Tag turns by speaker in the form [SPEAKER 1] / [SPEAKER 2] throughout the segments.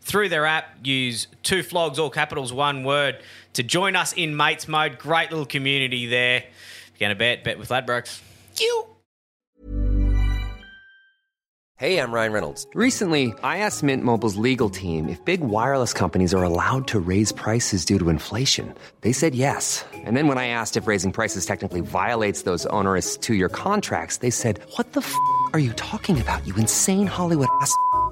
[SPEAKER 1] through their app. Use two flogs, all capitals, one word, to join us in Mates Mode. Great little community there. If you're going to bet, bet with Ladbrokes. You.
[SPEAKER 2] Hey, I'm Ryan Reynolds. Recently, I asked Mint Mobile's legal team if big wireless companies are allowed to raise prices due to inflation. They said yes. And then when I asked if raising prices technically violates those onerous two year contracts, they said, What the f are you talking about, you insane Hollywood ass? f-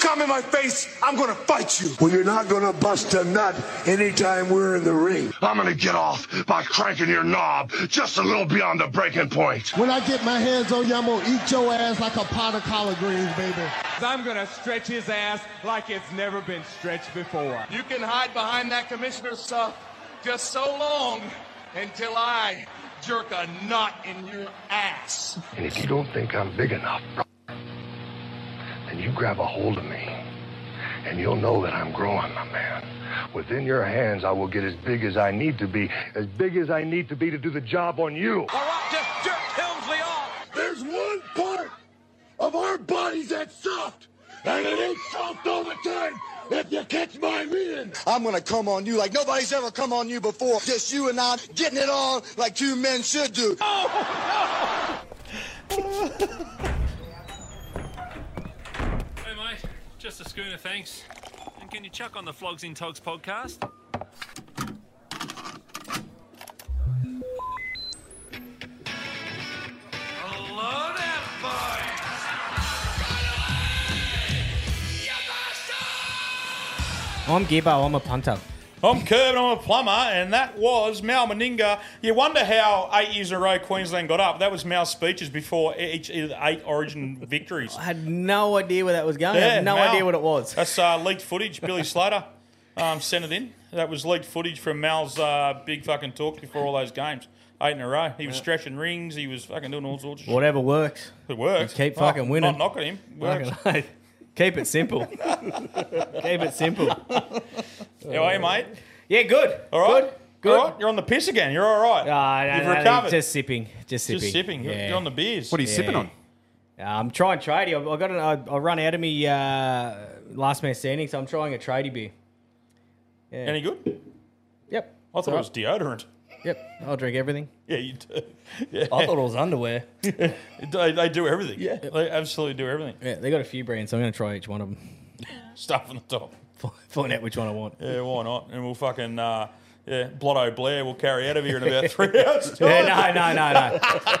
[SPEAKER 3] Come in my face, I'm gonna fight you. When you're not gonna bust a nut anytime we're in the ring.
[SPEAKER 4] I'm gonna get off by cranking your knob just a little beyond the breaking point.
[SPEAKER 3] When I get my hands on you, I'm gonna eat your ass like a pot of collard greens, baby.
[SPEAKER 5] I'm going to stretch his ass like it's never been stretched before.
[SPEAKER 6] You can hide behind that commissioner's stuff just so long until I jerk a knot in your ass.
[SPEAKER 4] And if you don't think I'm big enough, then you grab a hold of me. And you'll know that I'm growing, my man. Within your hands, I will get as big as I need to be, as big as I need to be to do the job on you.
[SPEAKER 3] Barack just jerked Helmsley off. There's one part of our bodies that's soft, and it ain't soft all the time. If you catch my meaning, I'm gonna come on you like nobody's ever come on you before. Just you and I getting it on like two men should do.
[SPEAKER 7] Hey mate, just a schooner, thanks. And can you chuck on the Flogs in Togs podcast?
[SPEAKER 3] Hello
[SPEAKER 8] I'm Gibbo. I'm a punter.
[SPEAKER 9] I'm Curb and I'm a plumber, and that was Mal Meninga. You wonder how eight years in a row Queensland got up. That was Mal's speeches before each eight Origin victories.
[SPEAKER 8] I had no idea where that was going. I
[SPEAKER 9] Yeah,
[SPEAKER 8] had no
[SPEAKER 9] Mal.
[SPEAKER 8] idea what it was.
[SPEAKER 9] That's uh, leaked footage. Billy Slater um, sent it in. That was leaked footage from Mal's uh, big fucking talk before all those games. Eight in a row. He was
[SPEAKER 8] Yeah.
[SPEAKER 9] stretching rings. He was fucking doing all sorts of shit.
[SPEAKER 8] Whatever works.
[SPEAKER 9] It works.
[SPEAKER 8] Keep
[SPEAKER 9] Not-
[SPEAKER 8] fucking winning.
[SPEAKER 9] Not knocking him. Works.
[SPEAKER 8] Fucking oath. Keep it simple. Keep it simple.
[SPEAKER 9] How are you, mate?
[SPEAKER 8] Yeah, good. Uh,
[SPEAKER 9] All right. Good. Good. All right. You're on the piss again. You're all right.
[SPEAKER 8] no,
[SPEAKER 9] You've
[SPEAKER 8] no, no,
[SPEAKER 9] recovered.
[SPEAKER 8] Just sipping. Just sipping.
[SPEAKER 9] Just sipping. You're-
[SPEAKER 8] Yeah.
[SPEAKER 9] You're on the beers.
[SPEAKER 8] Yeah. Uh, I'm trying tradie. I, I got an, I, I run out of me uh, last man standing, so I'm trying a tradie beer. Yeah.
[SPEAKER 9] Any good?
[SPEAKER 8] Yep.
[SPEAKER 9] I thought it was deodorant.
[SPEAKER 8] Yep. I'll drink everything.
[SPEAKER 9] Yeah, you do. Yeah.
[SPEAKER 8] I thought it was underwear.
[SPEAKER 9] they, they do everything. Yeah. They absolutely do everything.
[SPEAKER 8] Yeah, they got a few brands, so I'm going to try each one of them.
[SPEAKER 9] Stuff on the top.
[SPEAKER 8] Find out which one I want.
[SPEAKER 9] Yeah, why not? And we'll fucking, uh, yeah, Blotto Blair will carry out of here in about three hours. time.
[SPEAKER 8] yeah, no, no,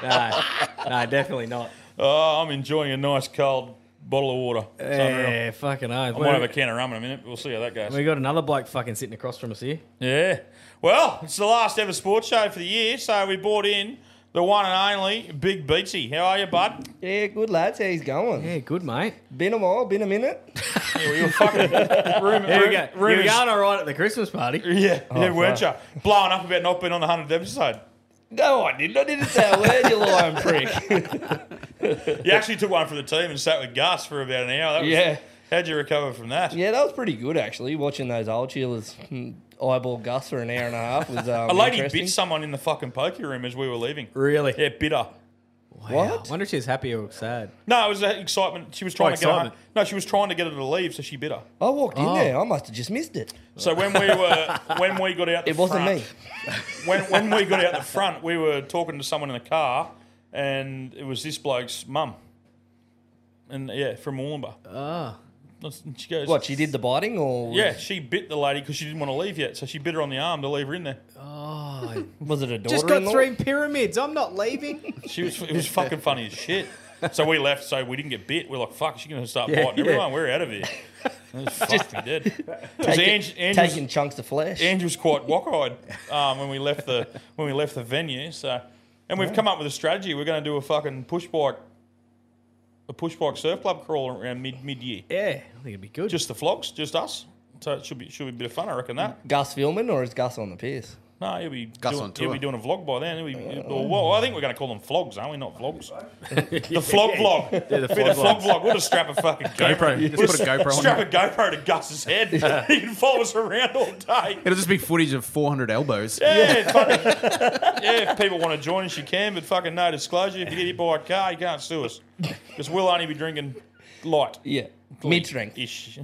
[SPEAKER 8] no, no, no, no, definitely not.
[SPEAKER 9] Oh, I'm enjoying a nice cold bottle of water. It's unreal.
[SPEAKER 8] Yeah, fucking
[SPEAKER 9] I
[SPEAKER 8] oath.
[SPEAKER 9] might have a can of rum in a minute. We'll see how that goes.
[SPEAKER 8] We got another bloke fucking sitting across from us here.
[SPEAKER 9] Yeah. Well, it's the last ever sports show for the year, so we brought in the one and only Big Beatsy. How are you, bud?
[SPEAKER 10] Yeah, good lads. How's going?
[SPEAKER 8] Yeah, good mate.
[SPEAKER 10] Been a while, been a minute.
[SPEAKER 9] Yeah, well, you're fucking room,
[SPEAKER 8] There
[SPEAKER 9] room,
[SPEAKER 8] we go. you
[SPEAKER 9] room is-
[SPEAKER 8] were going all right at the Christmas party.
[SPEAKER 9] Yeah, yeah, weren't
[SPEAKER 8] fuck.
[SPEAKER 9] you? Blowing up about not being on the 100th episode.
[SPEAKER 10] No, I didn't. I didn't say a word, you lying prick.
[SPEAKER 9] You actually took one for the team and sat with Gus for about an hour. That was,
[SPEAKER 10] Yeah.
[SPEAKER 9] How'd you recover from that?
[SPEAKER 10] Yeah, that was pretty good actually. Watching those old chillers mm, eyeball Gus for an hour and a half was um,
[SPEAKER 9] a lady
[SPEAKER 10] interesting.
[SPEAKER 9] bit someone in the fucking pokey room as we were leaving.
[SPEAKER 8] Really?
[SPEAKER 9] Yeah, bitter.
[SPEAKER 8] What? I wonder if she's happy or sad.
[SPEAKER 9] No, it was that excitement. She was trying
[SPEAKER 8] Oh,
[SPEAKER 9] to get her.
[SPEAKER 8] excitement.
[SPEAKER 9] No, she was trying to get her to leave, so she bit her.
[SPEAKER 10] I walked in
[SPEAKER 9] Oh.
[SPEAKER 10] there. I must have just missed it.
[SPEAKER 9] So when we were when we got out, the
[SPEAKER 10] It wasn't
[SPEAKER 9] front,
[SPEAKER 10] me.
[SPEAKER 9] When when we got out the front, we were talking to someone in the car, and it was this bloke's mum, and yeah, from Wollumba.
[SPEAKER 10] Ah.
[SPEAKER 9] She goes.
[SPEAKER 10] What? She did the biting, or
[SPEAKER 9] Yeah, she bit the lady because she didn't want to leave yet, so she bit her on the arm to leave her in there.
[SPEAKER 8] Oh,
[SPEAKER 10] Was it a daughter?
[SPEAKER 8] just got three pyramids. I'm not leaving.
[SPEAKER 9] She was. It was fucking funny as shit. So we left, so we didn't get bit. We're like, "Fuck, she's gonna start
[SPEAKER 10] Yeah,
[SPEAKER 9] biting
[SPEAKER 10] yeah.
[SPEAKER 9] everyone. We're out of here." It was fucking dead. Because
[SPEAKER 10] Taking-
[SPEAKER 9] Ange, Ange
[SPEAKER 10] taking
[SPEAKER 9] was,
[SPEAKER 10] chunks of flesh.
[SPEAKER 9] Ange was quite wok-eyed um, when we left the when we left the venue. So, and we've come up with a strategy. We're going to do a fucking push bike, a push bike surf club crawl around mid mid year.
[SPEAKER 8] Yeah, I think it'd be good.
[SPEAKER 9] Just the flogs, just us. So it should be should be a bit of fun. I reckon that.
[SPEAKER 10] Gus filming, or is Gus on the piss?
[SPEAKER 9] No, he'll be
[SPEAKER 10] Gus
[SPEAKER 9] doing,
[SPEAKER 10] on
[SPEAKER 9] he'll
[SPEAKER 10] tour.
[SPEAKER 9] be doing a vlog by then. He'll be, well, well, I think we're going to call them flogs, aren't we? Not vlogs. the flog vlog.
[SPEAKER 10] Yeah, the
[SPEAKER 9] Be the
[SPEAKER 10] flog
[SPEAKER 9] flog
[SPEAKER 10] vlogs.
[SPEAKER 9] vlog. We'll just strap a fucking camera.
[SPEAKER 11] GoPro. Just
[SPEAKER 9] We'll
[SPEAKER 11] put a GoPro on
[SPEAKER 9] Strap
[SPEAKER 11] it.
[SPEAKER 9] a GoPro to Gus's head. he can follow us around all day.
[SPEAKER 11] It'll just be footage of 400 elbows.
[SPEAKER 9] Yeah, it's fucking- yeah. If people want to join us, you can, but fucking no disclosure. If you get hit by a car, you can't sue us because we'll only be drinking light.
[SPEAKER 10] Yeah, mid strength
[SPEAKER 9] ish.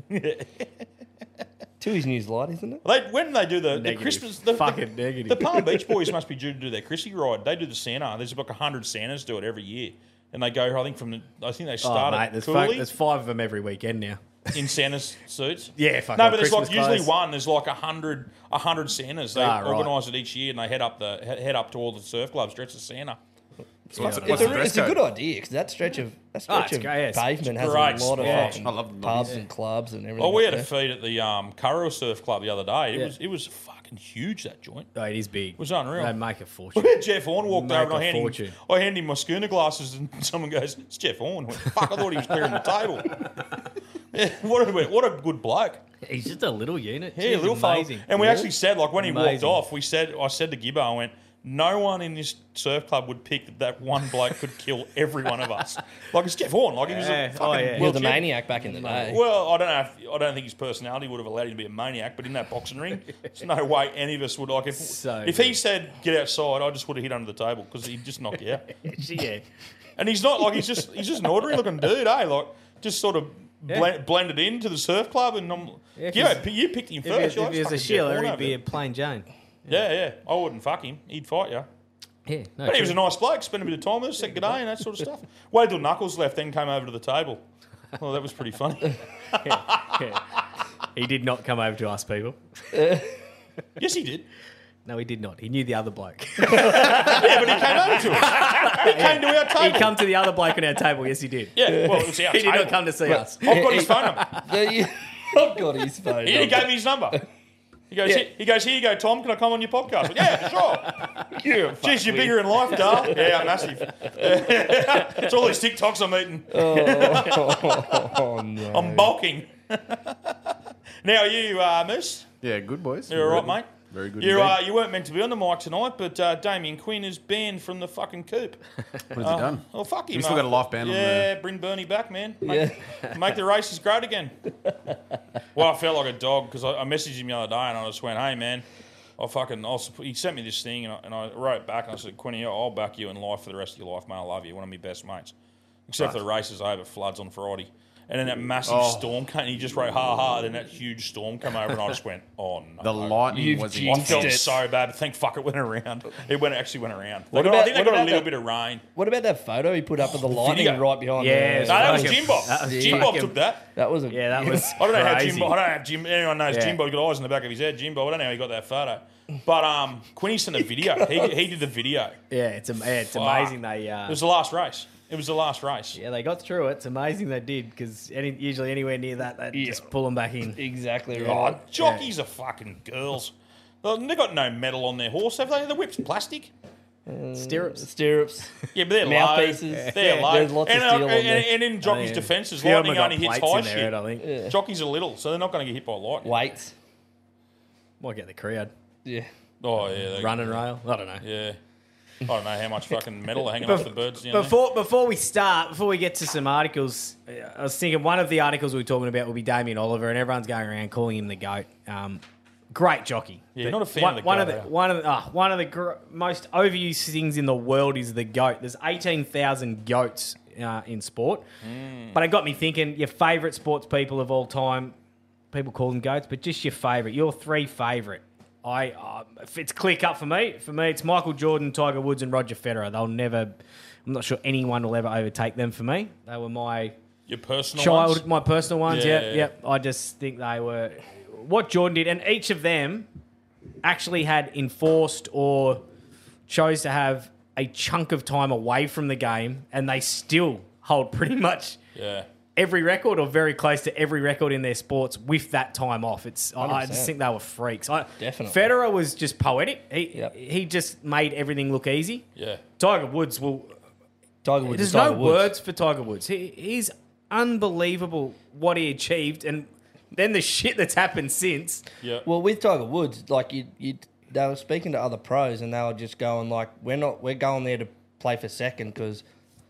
[SPEAKER 10] Two is news light, isn't it?
[SPEAKER 9] They, when they do the, the
[SPEAKER 10] Negative.
[SPEAKER 9] Christmas, the,
[SPEAKER 10] Fucking
[SPEAKER 9] the,
[SPEAKER 10] negative.
[SPEAKER 9] the Palm Beach Boys must be due to do their Chrissy ride. They do the Santa. There's about hundred Santas do it every year, and they go. I think from the, I think they
[SPEAKER 8] Oh,
[SPEAKER 9] started
[SPEAKER 8] mate, there's, fu-
[SPEAKER 9] Cooley
[SPEAKER 8] there's five of them every weekend now.
[SPEAKER 9] in Santa's suits.
[SPEAKER 8] Yeah, fuck
[SPEAKER 9] no,
[SPEAKER 8] off,
[SPEAKER 9] but there's
[SPEAKER 8] Christmas
[SPEAKER 9] like usually
[SPEAKER 8] clothes.
[SPEAKER 9] one. There's like a hundred, a hundred Santas. They
[SPEAKER 8] Ah, right.
[SPEAKER 9] organise it each year, and they head up the he- head up to all the surf clubs dressed as Santa.
[SPEAKER 10] It's, a, it's a good idea because that stretch of that
[SPEAKER 9] Oh,
[SPEAKER 10] stretch
[SPEAKER 9] it's
[SPEAKER 10] of
[SPEAKER 9] great, yeah, it's
[SPEAKER 10] pavement has
[SPEAKER 9] great
[SPEAKER 10] a lot of
[SPEAKER 9] spot.
[SPEAKER 10] fucking
[SPEAKER 9] I love the
[SPEAKER 10] pubs
[SPEAKER 9] lobbies.
[SPEAKER 10] and clubs and everything.
[SPEAKER 9] Well, Oh, we
[SPEAKER 10] up
[SPEAKER 9] had a
[SPEAKER 10] there.
[SPEAKER 9] feed at the um, Curra Surf Club the other day. It
[SPEAKER 10] Yeah.
[SPEAKER 9] was it was fucking huge that joint.
[SPEAKER 8] Oh, it is big. It
[SPEAKER 9] was unreal.
[SPEAKER 8] They make a fortune.
[SPEAKER 9] Jeff Horn walked
[SPEAKER 8] Make
[SPEAKER 9] over and I
[SPEAKER 8] a
[SPEAKER 9] handed,
[SPEAKER 8] fortune.
[SPEAKER 9] him, I handed him my schooner glasses and someone goes, it's Jeff Horn. I went, Fuck, I thought he was clearing the table. Yeah, what, a, what a good bloke.
[SPEAKER 8] He's just a little unit.
[SPEAKER 9] Yeah, little fella.
[SPEAKER 8] amazing.
[SPEAKER 9] And we actually said, like, when he walked
[SPEAKER 8] Amazing.
[SPEAKER 9] off, we said, I said to Gibbo, I went, no one in this surf club would pick that that one bloke could kill every one of us. Like it's Jeff Horn. Like he was
[SPEAKER 8] Yeah.
[SPEAKER 9] a
[SPEAKER 8] Oh,
[SPEAKER 9] fucking
[SPEAKER 8] yeah.
[SPEAKER 9] world
[SPEAKER 8] He was a
[SPEAKER 9] champion.
[SPEAKER 8] maniac back in the day.
[SPEAKER 9] Well, I don't know. If, I don't think his personality would have allowed him to be a maniac. But in that boxing ring, there's no way any of us would like. If, if he said get outside, I just would have hit under the table because he'd just knock you out.
[SPEAKER 8] yeah.
[SPEAKER 9] And he's not like he's just he's just an ordinary looking dude, eh? Like just sort of.
[SPEAKER 8] Yeah.
[SPEAKER 9] Blend, blended into the surf club, and I'm
[SPEAKER 8] Yeah,
[SPEAKER 9] yeah.
[SPEAKER 8] 'cause
[SPEAKER 9] you picked him
[SPEAKER 8] If
[SPEAKER 9] first.
[SPEAKER 8] it,
[SPEAKER 9] You're
[SPEAKER 8] if
[SPEAKER 9] like,
[SPEAKER 8] it was a
[SPEAKER 9] "Fucking Jeff
[SPEAKER 8] Sheila,
[SPEAKER 9] Horn
[SPEAKER 8] he'd
[SPEAKER 9] over
[SPEAKER 8] be
[SPEAKER 9] there."
[SPEAKER 8] a plain Jane.
[SPEAKER 9] Yeah, yeah. I wouldn't fuck him. He'd fight you.
[SPEAKER 8] Yeah, no,
[SPEAKER 9] but he was a
[SPEAKER 8] true.
[SPEAKER 9] nice bloke. Spent a bit of time with us, said good day and that sort of stuff. Waited till Knuckles left, then came over to the table. Well, that was pretty funny.
[SPEAKER 8] He did not come over to us, people.
[SPEAKER 9] yes, he did.
[SPEAKER 8] No, he did not. He knew the other bloke.
[SPEAKER 9] yeah, but he came over to us. He came to our table.
[SPEAKER 8] He come to the other bloke on our table. Yes, he did.
[SPEAKER 9] Yeah, well, it was our
[SPEAKER 8] he did
[SPEAKER 9] table.
[SPEAKER 8] not come to see
[SPEAKER 9] Well, oh.
[SPEAKER 8] us.
[SPEAKER 9] I've got his phone number.
[SPEAKER 10] I've got his phone.
[SPEAKER 9] He, he gave me his number. He goes,
[SPEAKER 10] Yeah.
[SPEAKER 9] "Here- he goes, here you go, Tom. Can I come on your podcast? Well, yeah, sure.
[SPEAKER 10] You're a
[SPEAKER 9] Jeez, you're
[SPEAKER 10] fuckwit.
[SPEAKER 9] bigger in life, Dale. Yeah, massive. it's all these TikToks I'm eating.
[SPEAKER 10] Oh, no.
[SPEAKER 9] I'm bulking. now you, uh, Moose.
[SPEAKER 11] Yeah, good boys.
[SPEAKER 9] You're all right, mate.
[SPEAKER 11] Very good.
[SPEAKER 9] You
[SPEAKER 11] indeed.
[SPEAKER 9] uh, you weren't meant to be on the mic tonight, but uh, Damien Quinn is banned from the fucking coop. what
[SPEAKER 11] has he done?
[SPEAKER 9] Well, fuck him.
[SPEAKER 11] He's still
[SPEAKER 9] uh,
[SPEAKER 11] got a life ban on
[SPEAKER 9] Yeah,
[SPEAKER 11] the-
[SPEAKER 9] bring Bernie back, man. Make, make the races great again. well, I felt like a dog because I, I messaged him the other day and I just went, "Hey, man." I fucking, I'll, supp- he sent me this thing and I, and I wrote back and I said, Quinny, I'll back you in life for the rest of your life, mate. I love you. One of my best mates. Except for the races, I hope it floods on Friday. And then that massive
[SPEAKER 11] Oh.
[SPEAKER 9] storm came, and he just wrote, ha ha. Then that huge storm came over and I just went, oh no.
[SPEAKER 11] The lightning You've was
[SPEAKER 9] I
[SPEAKER 11] jinxed
[SPEAKER 9] felt
[SPEAKER 11] it.
[SPEAKER 9] so bad. But thank fuck it went around. It went actually went around. They
[SPEAKER 10] What
[SPEAKER 9] got- I
[SPEAKER 10] about-
[SPEAKER 9] think they
[SPEAKER 10] what
[SPEAKER 9] got a
[SPEAKER 10] about
[SPEAKER 9] little
[SPEAKER 10] that-
[SPEAKER 9] bit of rain.
[SPEAKER 10] What about that photo he put up of the lightning
[SPEAKER 9] Oh, Video.
[SPEAKER 10] right behind? the,
[SPEAKER 9] Yeah,
[SPEAKER 10] uh,
[SPEAKER 9] no, that was Jim Bob. Jim Bob took that.
[SPEAKER 10] That was a yeah.
[SPEAKER 8] That was
[SPEAKER 9] I don't know how Jim
[SPEAKER 8] crazy.
[SPEAKER 9] Bob. I don't know how Jim. Anyone knows
[SPEAKER 8] Yeah.
[SPEAKER 9] Jim Bob's got eyes in the back of his head. Jim Bob. I don't know how he got that photo. But um, Quinny sent a video. he, he did the video.
[SPEAKER 8] Yeah, it's, am- yeah, it's
[SPEAKER 9] Fuck.
[SPEAKER 8] amazing they. Uh,
[SPEAKER 9] It was the last race. It was the last race.
[SPEAKER 8] yeah, they got through it. It's amazing they did because any, usually anywhere near that, they just pull them back in.
[SPEAKER 10] Exactly
[SPEAKER 9] Oh, jockeys are fucking girls. They have got no metal on their horse, have they? The whip's plastic.
[SPEAKER 10] Uh,
[SPEAKER 8] Stirrups.
[SPEAKER 10] Stirrups.
[SPEAKER 9] Yeah, but they're
[SPEAKER 10] Mouthpieces.
[SPEAKER 9] low. They're low.
[SPEAKER 10] There's lots
[SPEAKER 9] and,
[SPEAKER 10] of steel
[SPEAKER 9] and,
[SPEAKER 10] on
[SPEAKER 9] and,
[SPEAKER 10] there.
[SPEAKER 9] and in jockeys' defences,
[SPEAKER 10] few of
[SPEAKER 9] lightning
[SPEAKER 10] them
[SPEAKER 9] only
[SPEAKER 10] have
[SPEAKER 9] hits
[SPEAKER 10] got
[SPEAKER 9] high
[SPEAKER 10] plates in
[SPEAKER 9] shit.
[SPEAKER 10] there, I think. Yeah.
[SPEAKER 9] Jockeys are little, so they're not going to get hit by lightning.
[SPEAKER 10] Weights.
[SPEAKER 8] Might get the crowd.
[SPEAKER 10] Yeah.
[SPEAKER 9] Oh
[SPEAKER 10] Um,
[SPEAKER 9] yeah.
[SPEAKER 8] Run and rail. I don't know.
[SPEAKER 9] Yeah. I don't know how much fucking metal are hanging
[SPEAKER 8] Bef-
[SPEAKER 9] off the birds. You know?
[SPEAKER 8] before before we start, before we get to some articles, I was thinking one of the articles we were talking about will be Damien Oliver, and everyone's going around calling him the goat. Um, great jockey.
[SPEAKER 9] Yeah,
[SPEAKER 8] But
[SPEAKER 9] not a fan
[SPEAKER 8] one,
[SPEAKER 9] of the
[SPEAKER 8] one
[SPEAKER 9] goat,
[SPEAKER 8] Of
[SPEAKER 9] eh?
[SPEAKER 8] the, one of the, oh, one of the gr- most overused things in the world is the goat. There's eighteen thousand goats uh, in sport,
[SPEAKER 9] Mm.
[SPEAKER 8] but it got me thinking. Your favourite sports people of all time, people call them goats, but just your favourite, your three favourite. I uh, if it's click up for me. For me, it's Michael Jordan, Tiger Woods, and Roger Federer. They'll never. I'm not sure anyone will ever overtake them for me. They were my
[SPEAKER 9] Your personal
[SPEAKER 8] child,
[SPEAKER 9] ones?
[SPEAKER 8] my personal ones. Yeah,
[SPEAKER 9] Yeah, yeah,
[SPEAKER 8] yeah,
[SPEAKER 9] yeah.
[SPEAKER 8] I just think they were what Jordan did, and each of them actually had enforced or chose to have a chunk of time away from the game, and they still hold pretty much
[SPEAKER 9] Yeah.
[SPEAKER 8] every record or very close to every record in their sports with that time off. It's I, I just
[SPEAKER 10] 100%.
[SPEAKER 8] think they were freaks. I,
[SPEAKER 10] Definitely.
[SPEAKER 8] Federer was just poetic. He he just made everything look easy.
[SPEAKER 9] Yeah.
[SPEAKER 8] Tiger Woods will.
[SPEAKER 10] Tiger Woods.
[SPEAKER 8] There's
[SPEAKER 10] is Tiger
[SPEAKER 8] no
[SPEAKER 10] Woods.
[SPEAKER 8] words for Tiger Woods. He, he's unbelievable what he achieved, and then the shit that's happened since.
[SPEAKER 9] Yeah.
[SPEAKER 10] Well, with Tiger Woods, like you, you, they were speaking to other pros, and they were just going like, "We're not, we're going there to play for second because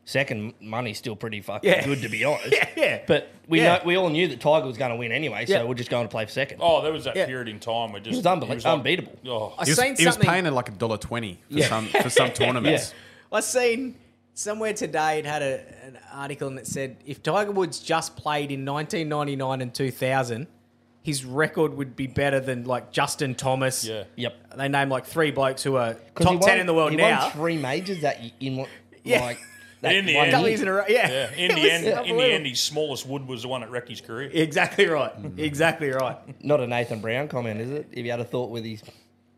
[SPEAKER 10] second money's still pretty fucking
[SPEAKER 9] Yeah.
[SPEAKER 10] good, to be honest."
[SPEAKER 9] Yeah, yeah.
[SPEAKER 10] But we
[SPEAKER 9] Yeah.
[SPEAKER 10] know, we all knew that Tiger was going to win anyway, so
[SPEAKER 9] Yeah.
[SPEAKER 10] we're just going to play for second.
[SPEAKER 9] Oh, there was that
[SPEAKER 10] Yeah.
[SPEAKER 9] period in time where just
[SPEAKER 10] was unbelie-
[SPEAKER 9] like-
[SPEAKER 10] unbeatable.
[SPEAKER 9] oh.
[SPEAKER 8] I
[SPEAKER 11] he was,
[SPEAKER 8] seen
[SPEAKER 11] he was
[SPEAKER 8] something-
[SPEAKER 11] paying it like a dollar twenty for
[SPEAKER 8] Yeah.
[SPEAKER 11] some for some tournaments.
[SPEAKER 8] I seen somewhere today it had a, an article and it said if Tiger Woods just played in 1999 and 2000, his record would be better than like Justin Thomas. Yeah.
[SPEAKER 10] Yep.
[SPEAKER 8] They named like three blokes who are
[SPEAKER 10] 'Cause
[SPEAKER 8] top
[SPEAKER 10] he
[SPEAKER 8] 10
[SPEAKER 10] won-
[SPEAKER 8] in the world
[SPEAKER 10] he
[SPEAKER 8] now.
[SPEAKER 10] Won three majors that y- in what-
[SPEAKER 8] Yeah.
[SPEAKER 10] like
[SPEAKER 9] in the
[SPEAKER 10] one
[SPEAKER 9] end,
[SPEAKER 10] year.
[SPEAKER 8] yeah.
[SPEAKER 9] In
[SPEAKER 8] It
[SPEAKER 9] the
[SPEAKER 8] was
[SPEAKER 9] end, in the
[SPEAKER 8] unbelievable.
[SPEAKER 9] end, his smallest wood was the one that wrecked his career.
[SPEAKER 8] Exactly right. Exactly right.
[SPEAKER 10] Not a Nathan Brown comment, is it? If you had a thought with his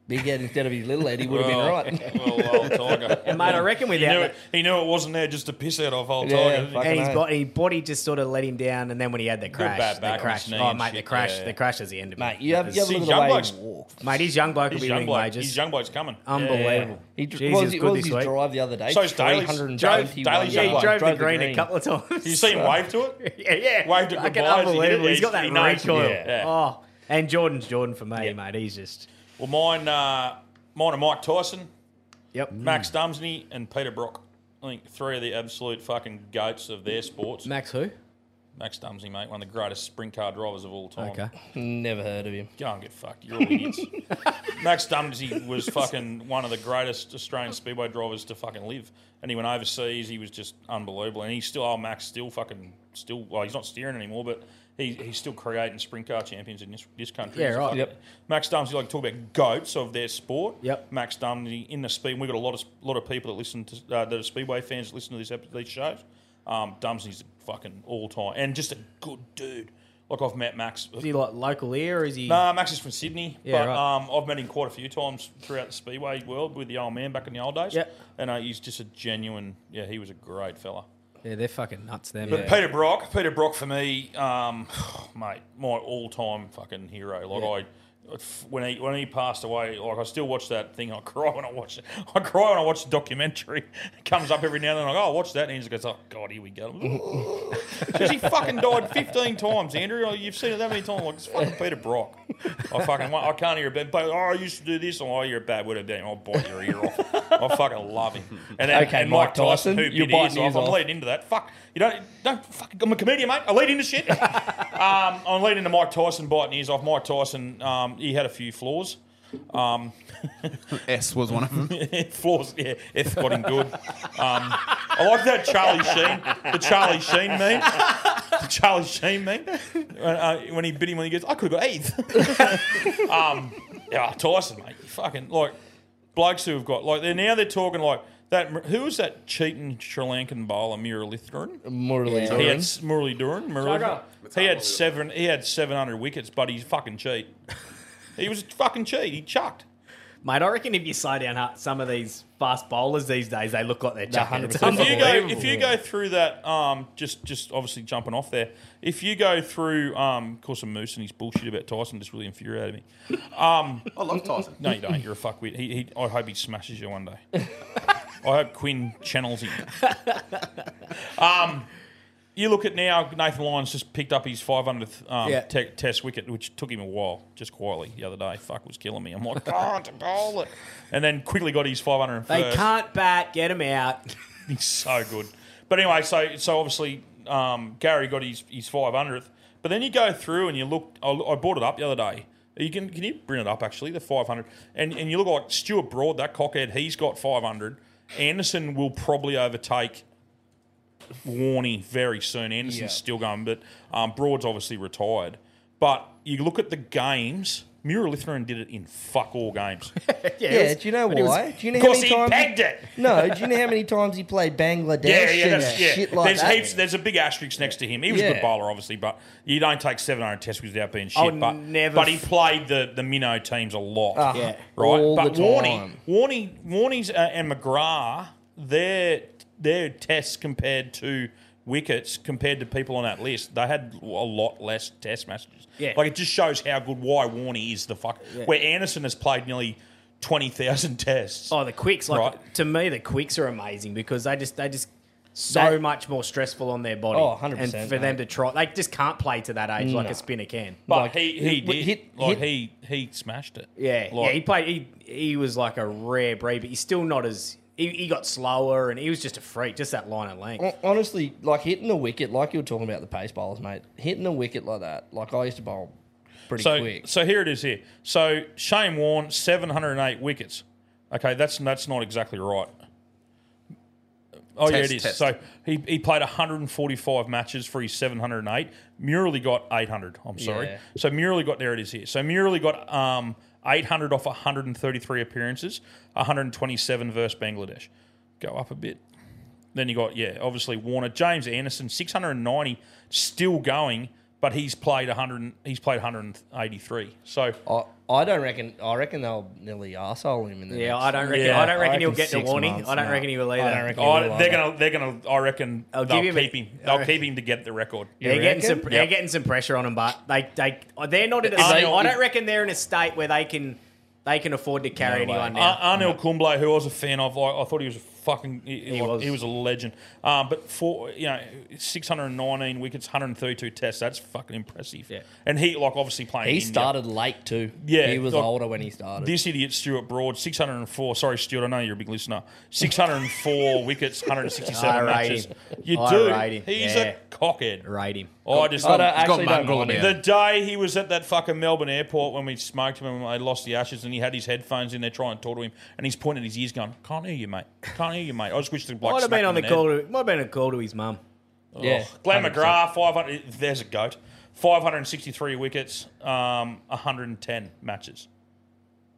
[SPEAKER 10] big head instead of his little head, he would have
[SPEAKER 9] Well,
[SPEAKER 10] been right.
[SPEAKER 9] well, old Tiger.
[SPEAKER 8] And, mate, I reckon
[SPEAKER 9] he
[SPEAKER 8] without
[SPEAKER 9] knew,
[SPEAKER 8] that-
[SPEAKER 9] it, he knew it wasn't there just to piss out off old Tiger. didn't he?
[SPEAKER 8] and his body, body just sort of let him down, and then when he had the crash,
[SPEAKER 9] bad back on
[SPEAKER 8] the crash,
[SPEAKER 9] his knee
[SPEAKER 8] oh
[SPEAKER 9] and
[SPEAKER 8] mate, the
[SPEAKER 9] shit,
[SPEAKER 8] crash,
[SPEAKER 9] yeah.
[SPEAKER 8] the crash is the end of
[SPEAKER 10] Mate,
[SPEAKER 8] it.
[SPEAKER 10] you have- you have a look
[SPEAKER 8] His
[SPEAKER 10] at the way he
[SPEAKER 8] bloke's-
[SPEAKER 10] walked.
[SPEAKER 8] mate, his young bloke will
[SPEAKER 9] His
[SPEAKER 8] be
[SPEAKER 9] young
[SPEAKER 8] winning
[SPEAKER 9] bloke-
[SPEAKER 8] majors.
[SPEAKER 9] his young bloke's coming.
[SPEAKER 8] Unbelievable.
[SPEAKER 9] Yeah. He
[SPEAKER 10] dr-
[SPEAKER 8] Jeez,
[SPEAKER 10] what
[SPEAKER 8] he
[SPEAKER 10] was
[SPEAKER 8] was
[SPEAKER 10] he-
[SPEAKER 8] good
[SPEAKER 10] what was
[SPEAKER 8] this
[SPEAKER 10] his
[SPEAKER 8] week.
[SPEAKER 10] drive the other day?
[SPEAKER 9] So's Daly's.
[SPEAKER 10] 371
[SPEAKER 9] Daly's
[SPEAKER 8] Yeah,
[SPEAKER 9] young
[SPEAKER 8] he
[SPEAKER 9] bloke.
[SPEAKER 8] drove, the green, a couple of times.
[SPEAKER 9] You see him wave to it?
[SPEAKER 8] yeah, yeah.
[SPEAKER 9] Waved it
[SPEAKER 8] Fucking
[SPEAKER 9] goodbye as he hit it.
[SPEAKER 8] unbelievable.
[SPEAKER 9] Yeah,
[SPEAKER 8] He's got that
[SPEAKER 9] he knows.
[SPEAKER 8] recoil.
[SPEAKER 9] Yeah.
[SPEAKER 8] Oh, and Jordan's Jordan for me, mate. He's just
[SPEAKER 9] Well, mine, uh, mine are Mike Tyson,
[SPEAKER 8] yep,
[SPEAKER 9] Max Dumsney, and Peter Brock. I think three of the absolute fucking goats of their sports.
[SPEAKER 8] Max who?
[SPEAKER 9] Max Dumsney, mate, one of the greatest sprint car drivers of all time.
[SPEAKER 8] Okay.
[SPEAKER 10] Never heard of him.
[SPEAKER 9] Go and get fucked. You're all idiots. Max Dumsney was fucking one of the greatest Australian speedway drivers to fucking live. And he went overseas. He was just unbelievable. And he's still, oh, Max, still fucking, still, well, he's not steering anymore, but he, he's still creating sprint car champions in this, this country.
[SPEAKER 8] Yeah,
[SPEAKER 9] He's
[SPEAKER 8] right.
[SPEAKER 9] fucking-
[SPEAKER 8] Yep.
[SPEAKER 9] Max Dumsney, like talk about goats of their sport.
[SPEAKER 8] Yep.
[SPEAKER 9] Max Dumsney in the speed. We've got a lot of lot of people that listen to uh, that are speedway fans that listen to this ep- these shows. Um, Dumsney's fucking all time and just a good dude. Like I've met Max.
[SPEAKER 8] Is he like local here, or is he?
[SPEAKER 9] Nah, Max is Um, from Sydney,
[SPEAKER 8] Yeah,
[SPEAKER 9] but
[SPEAKER 8] right.
[SPEAKER 9] um, I've met him quite a few times throughout the Speedway world with the old man back in the old days.
[SPEAKER 8] Yeah.
[SPEAKER 9] And uh, he's just a genuine, yeah, he was a great fella.
[SPEAKER 8] Yeah, they're fucking nuts, them.
[SPEAKER 9] But Peter Brock, Peter Brock for me, um, mate, my all-time fucking hero. Like I, when he when he passed away, like I still watch that thing. I cry when I watch it. I cry when I watch the documentary. It comes up every now and then. I go, oh, watch that, and he just goes, oh god, here we go. Because he fucking died fifteen times, Andrew. Like, You've seen it that many times. Like it's fucking Peter Brock. I fucking want- I can't hear a bad. But oh, I used to do this. Oh, you're a bad word. Damn, I'll bite your ear off. I fucking love him. And then
[SPEAKER 10] Okay,
[SPEAKER 9] and Mike
[SPEAKER 10] Mike Tyson,
[SPEAKER 9] Tyson, who
[SPEAKER 10] you're
[SPEAKER 9] bit his
[SPEAKER 10] biting his
[SPEAKER 9] off. I'm
[SPEAKER 10] off.
[SPEAKER 9] leading into that. Fuck, you don't don't fuck. I'm a comedian, mate. I lead into shit. um, I'm leading into Mike Tyson biting his off. Mike Tyson, um, he had a few flaws. Um,
[SPEAKER 11] S was one of them.
[SPEAKER 9] flaws, yeah. F got him good. Um, I like that Charlie Sheen, the Charlie Sheen meme. The Charlie Sheen meme. When, uh, when he bit him, when he goes, I could have got eighth. um, yeah, Tyson, mate. You fucking, like, blokes who have got, like, they're now they're talking, like, that, who was that cheating Sri Lankan bowler, Muralitharan?
[SPEAKER 10] Muralitharan.
[SPEAKER 9] He had s- Muralitharan. Muralitharan. He had seven. He had seven hundred wickets, but he's fucking cheat. he was a fucking cheat. He chucked.
[SPEAKER 8] Mate, I reckon if you slow down hard- some of these fast bowlers these days, they look like they're chucking. it. It's
[SPEAKER 9] If you go,
[SPEAKER 8] unbelievable.
[SPEAKER 9] if you go through that, um, just just obviously jumping off there. If you go through, um, of course, a moose and his bullshit about Tyson just really infuriated me. Um, I
[SPEAKER 11] love Tyson.
[SPEAKER 9] No, you don't. You're a fuckwit. He, he, I hope he smashes you one day. I hope Quinn channels him. um, you look at now, Nathan Lyons just picked up his 500th um,
[SPEAKER 12] Yeah.
[SPEAKER 9] te- test wicket, which took him a while, just quietly the other day. Fuck was killing me. I'm like, can't bowl it. And then quickly got his 501st.
[SPEAKER 8] They can't bat. Get them out.
[SPEAKER 9] He's so good. But anyway, so so obviously um, Gary got his his five hundredth. But then you go through and you look. I, I bought it up the other day. You can can you bring it up actually the five hundred and and you look like Stuart Broad that cockhead. He's got five hundred. Anderson will probably overtake Warney very soon. Anderson's
[SPEAKER 13] Yeah.
[SPEAKER 9] still going, but um, Broad's obviously retired. But you look at the games. Muralitharan did it in fuck all games.
[SPEAKER 10] Yeah, do you know
[SPEAKER 9] but it was-
[SPEAKER 10] why? do you know
[SPEAKER 9] Of
[SPEAKER 10] how
[SPEAKER 9] course
[SPEAKER 10] many
[SPEAKER 9] he
[SPEAKER 10] times
[SPEAKER 9] pegged it.
[SPEAKER 10] No, do you know how many times he played Bangladesh
[SPEAKER 9] Yeah, yeah,
[SPEAKER 10] and
[SPEAKER 9] that's, yeah.
[SPEAKER 10] shit like
[SPEAKER 9] there's
[SPEAKER 10] that?
[SPEAKER 9] heaps. There's a big asterisk next to him. He was a
[SPEAKER 10] Yeah.
[SPEAKER 9] good bowler, obviously, but you don't take 700 tests without being shit.
[SPEAKER 10] I'll
[SPEAKER 9] but
[SPEAKER 10] never
[SPEAKER 9] but he
[SPEAKER 10] f-
[SPEAKER 9] played the, the minnow teams a lot,
[SPEAKER 10] Uh-huh. Yeah.
[SPEAKER 9] right?
[SPEAKER 10] All
[SPEAKER 9] but
[SPEAKER 10] the
[SPEAKER 9] Warney,
[SPEAKER 10] time.
[SPEAKER 9] Warney, Warney's uh, and McGrath, their their tests compared to wickets compared to people on that list, they had a lot less test matches.
[SPEAKER 13] Yeah.
[SPEAKER 9] like it just shows how good why Warney is the fuck.
[SPEAKER 8] Yeah.
[SPEAKER 9] Where Anderson has played nearly twenty thousand tests.
[SPEAKER 8] Oh, the quicks! Like
[SPEAKER 9] Right.
[SPEAKER 8] to me, the quicks are amazing because they just they just so
[SPEAKER 9] That-
[SPEAKER 8] much more stressful on their body.
[SPEAKER 10] Oh, 100%,
[SPEAKER 8] And for
[SPEAKER 10] mate.
[SPEAKER 8] them to try, they just can't play to that age like
[SPEAKER 10] No.
[SPEAKER 8] a spinner can.
[SPEAKER 9] But
[SPEAKER 8] Like,
[SPEAKER 9] he he did like he he smashed it.
[SPEAKER 8] yeah,
[SPEAKER 9] Like-
[SPEAKER 8] yeah. He played. He he was like a rare breed, but he's still not as. He, he got slower, and he was just a freak. Just that line of length.
[SPEAKER 10] Hon- Honestly, like hitting the wicket, like you were talking about the pace bowlers, mate. Hitting the wicket like that, like I used to bowl pretty
[SPEAKER 9] so,
[SPEAKER 10] quick.
[SPEAKER 9] So here it is here. So Shane Warne, 708 wickets. Okay, that's that's not exactly right. Oh, yeah, it
[SPEAKER 13] Test,
[SPEAKER 9] is.
[SPEAKER 13] test.
[SPEAKER 9] So he, he played 145 matches for his 708. Murley got 800. I'm sorry.
[SPEAKER 13] Yeah.
[SPEAKER 9] So Murley got, there it is here. So Murley got um, 800 off 133 appearances, 127 versus Bangladesh. Go up a bit. Then you got, yeah, obviously Warner, James Anderson, 690, still going, but he's played 100, and- he's played 183. So
[SPEAKER 10] I, I don't reckon. I reckon they'll nearly arsehole him in the.
[SPEAKER 8] Yeah,
[SPEAKER 10] next-
[SPEAKER 8] I don't reckon- I don't reckon he'll get the
[SPEAKER 10] six
[SPEAKER 8] warning.
[SPEAKER 10] months,
[SPEAKER 8] I don't
[SPEAKER 10] no.
[SPEAKER 8] reckon he will
[SPEAKER 10] I
[SPEAKER 8] either.
[SPEAKER 10] don't reckon.
[SPEAKER 9] Oh,
[SPEAKER 10] he will
[SPEAKER 9] they're
[SPEAKER 10] either.
[SPEAKER 9] gonna, they're gonna. I reckon
[SPEAKER 8] I'll
[SPEAKER 9] they'll
[SPEAKER 8] give him
[SPEAKER 9] keep
[SPEAKER 8] it.
[SPEAKER 9] him. They'll
[SPEAKER 8] I
[SPEAKER 9] keep him to get the record.
[SPEAKER 8] They're getting some. They're getting some pressure on them, but they they they're not. In a,
[SPEAKER 9] If they-
[SPEAKER 8] I don't reckon they're in a state where they can they can afford to carry anyone now.
[SPEAKER 9] Ar- Arnel Kumble, who I was a fan of, like, I thought he was a fucking. He, he was. he was a legend. Um, but for you know, six hundred and nineteen wickets, one hundred and thirty-two tests. That's fucking impressive. Yeah. And he like obviously playing.
[SPEAKER 10] He
[SPEAKER 9] India.
[SPEAKER 10] started late too.
[SPEAKER 9] Yeah,
[SPEAKER 10] he was
[SPEAKER 9] like,
[SPEAKER 10] older when he started.
[SPEAKER 9] This idiot Stuart Broad, six hundred and four. Sorry, Stuart, I know you're a big listener. Six hundred and four wickets, one hundred and
[SPEAKER 8] I
[SPEAKER 9] sixty-seven
[SPEAKER 8] rate
[SPEAKER 9] matches.
[SPEAKER 8] him.
[SPEAKER 9] You
[SPEAKER 8] I
[SPEAKER 9] do.
[SPEAKER 8] rate him,
[SPEAKER 9] He's
[SPEAKER 8] yeah.
[SPEAKER 9] a cockhead.
[SPEAKER 8] Rate him.
[SPEAKER 9] Oh, I just
[SPEAKER 10] I don't- He's actually got don't Mungrel mind in him.
[SPEAKER 9] The day he was at that fucking Melbourne airport when we smoked him and they lost the ashes, and he had his headphones in there trying to talk to him, and he's pointing his ears, going, "Can't hear you, mate. Can't hear you, mate." I just wish the bloke
[SPEAKER 8] might have been
[SPEAKER 9] smacked
[SPEAKER 8] on the
[SPEAKER 9] him in
[SPEAKER 8] call.
[SPEAKER 9] head.
[SPEAKER 8] To, might have been a call to his mum.
[SPEAKER 9] Yeah. Glenn McGrath, 500. There's a goat. 563 wickets, um, 110 matches.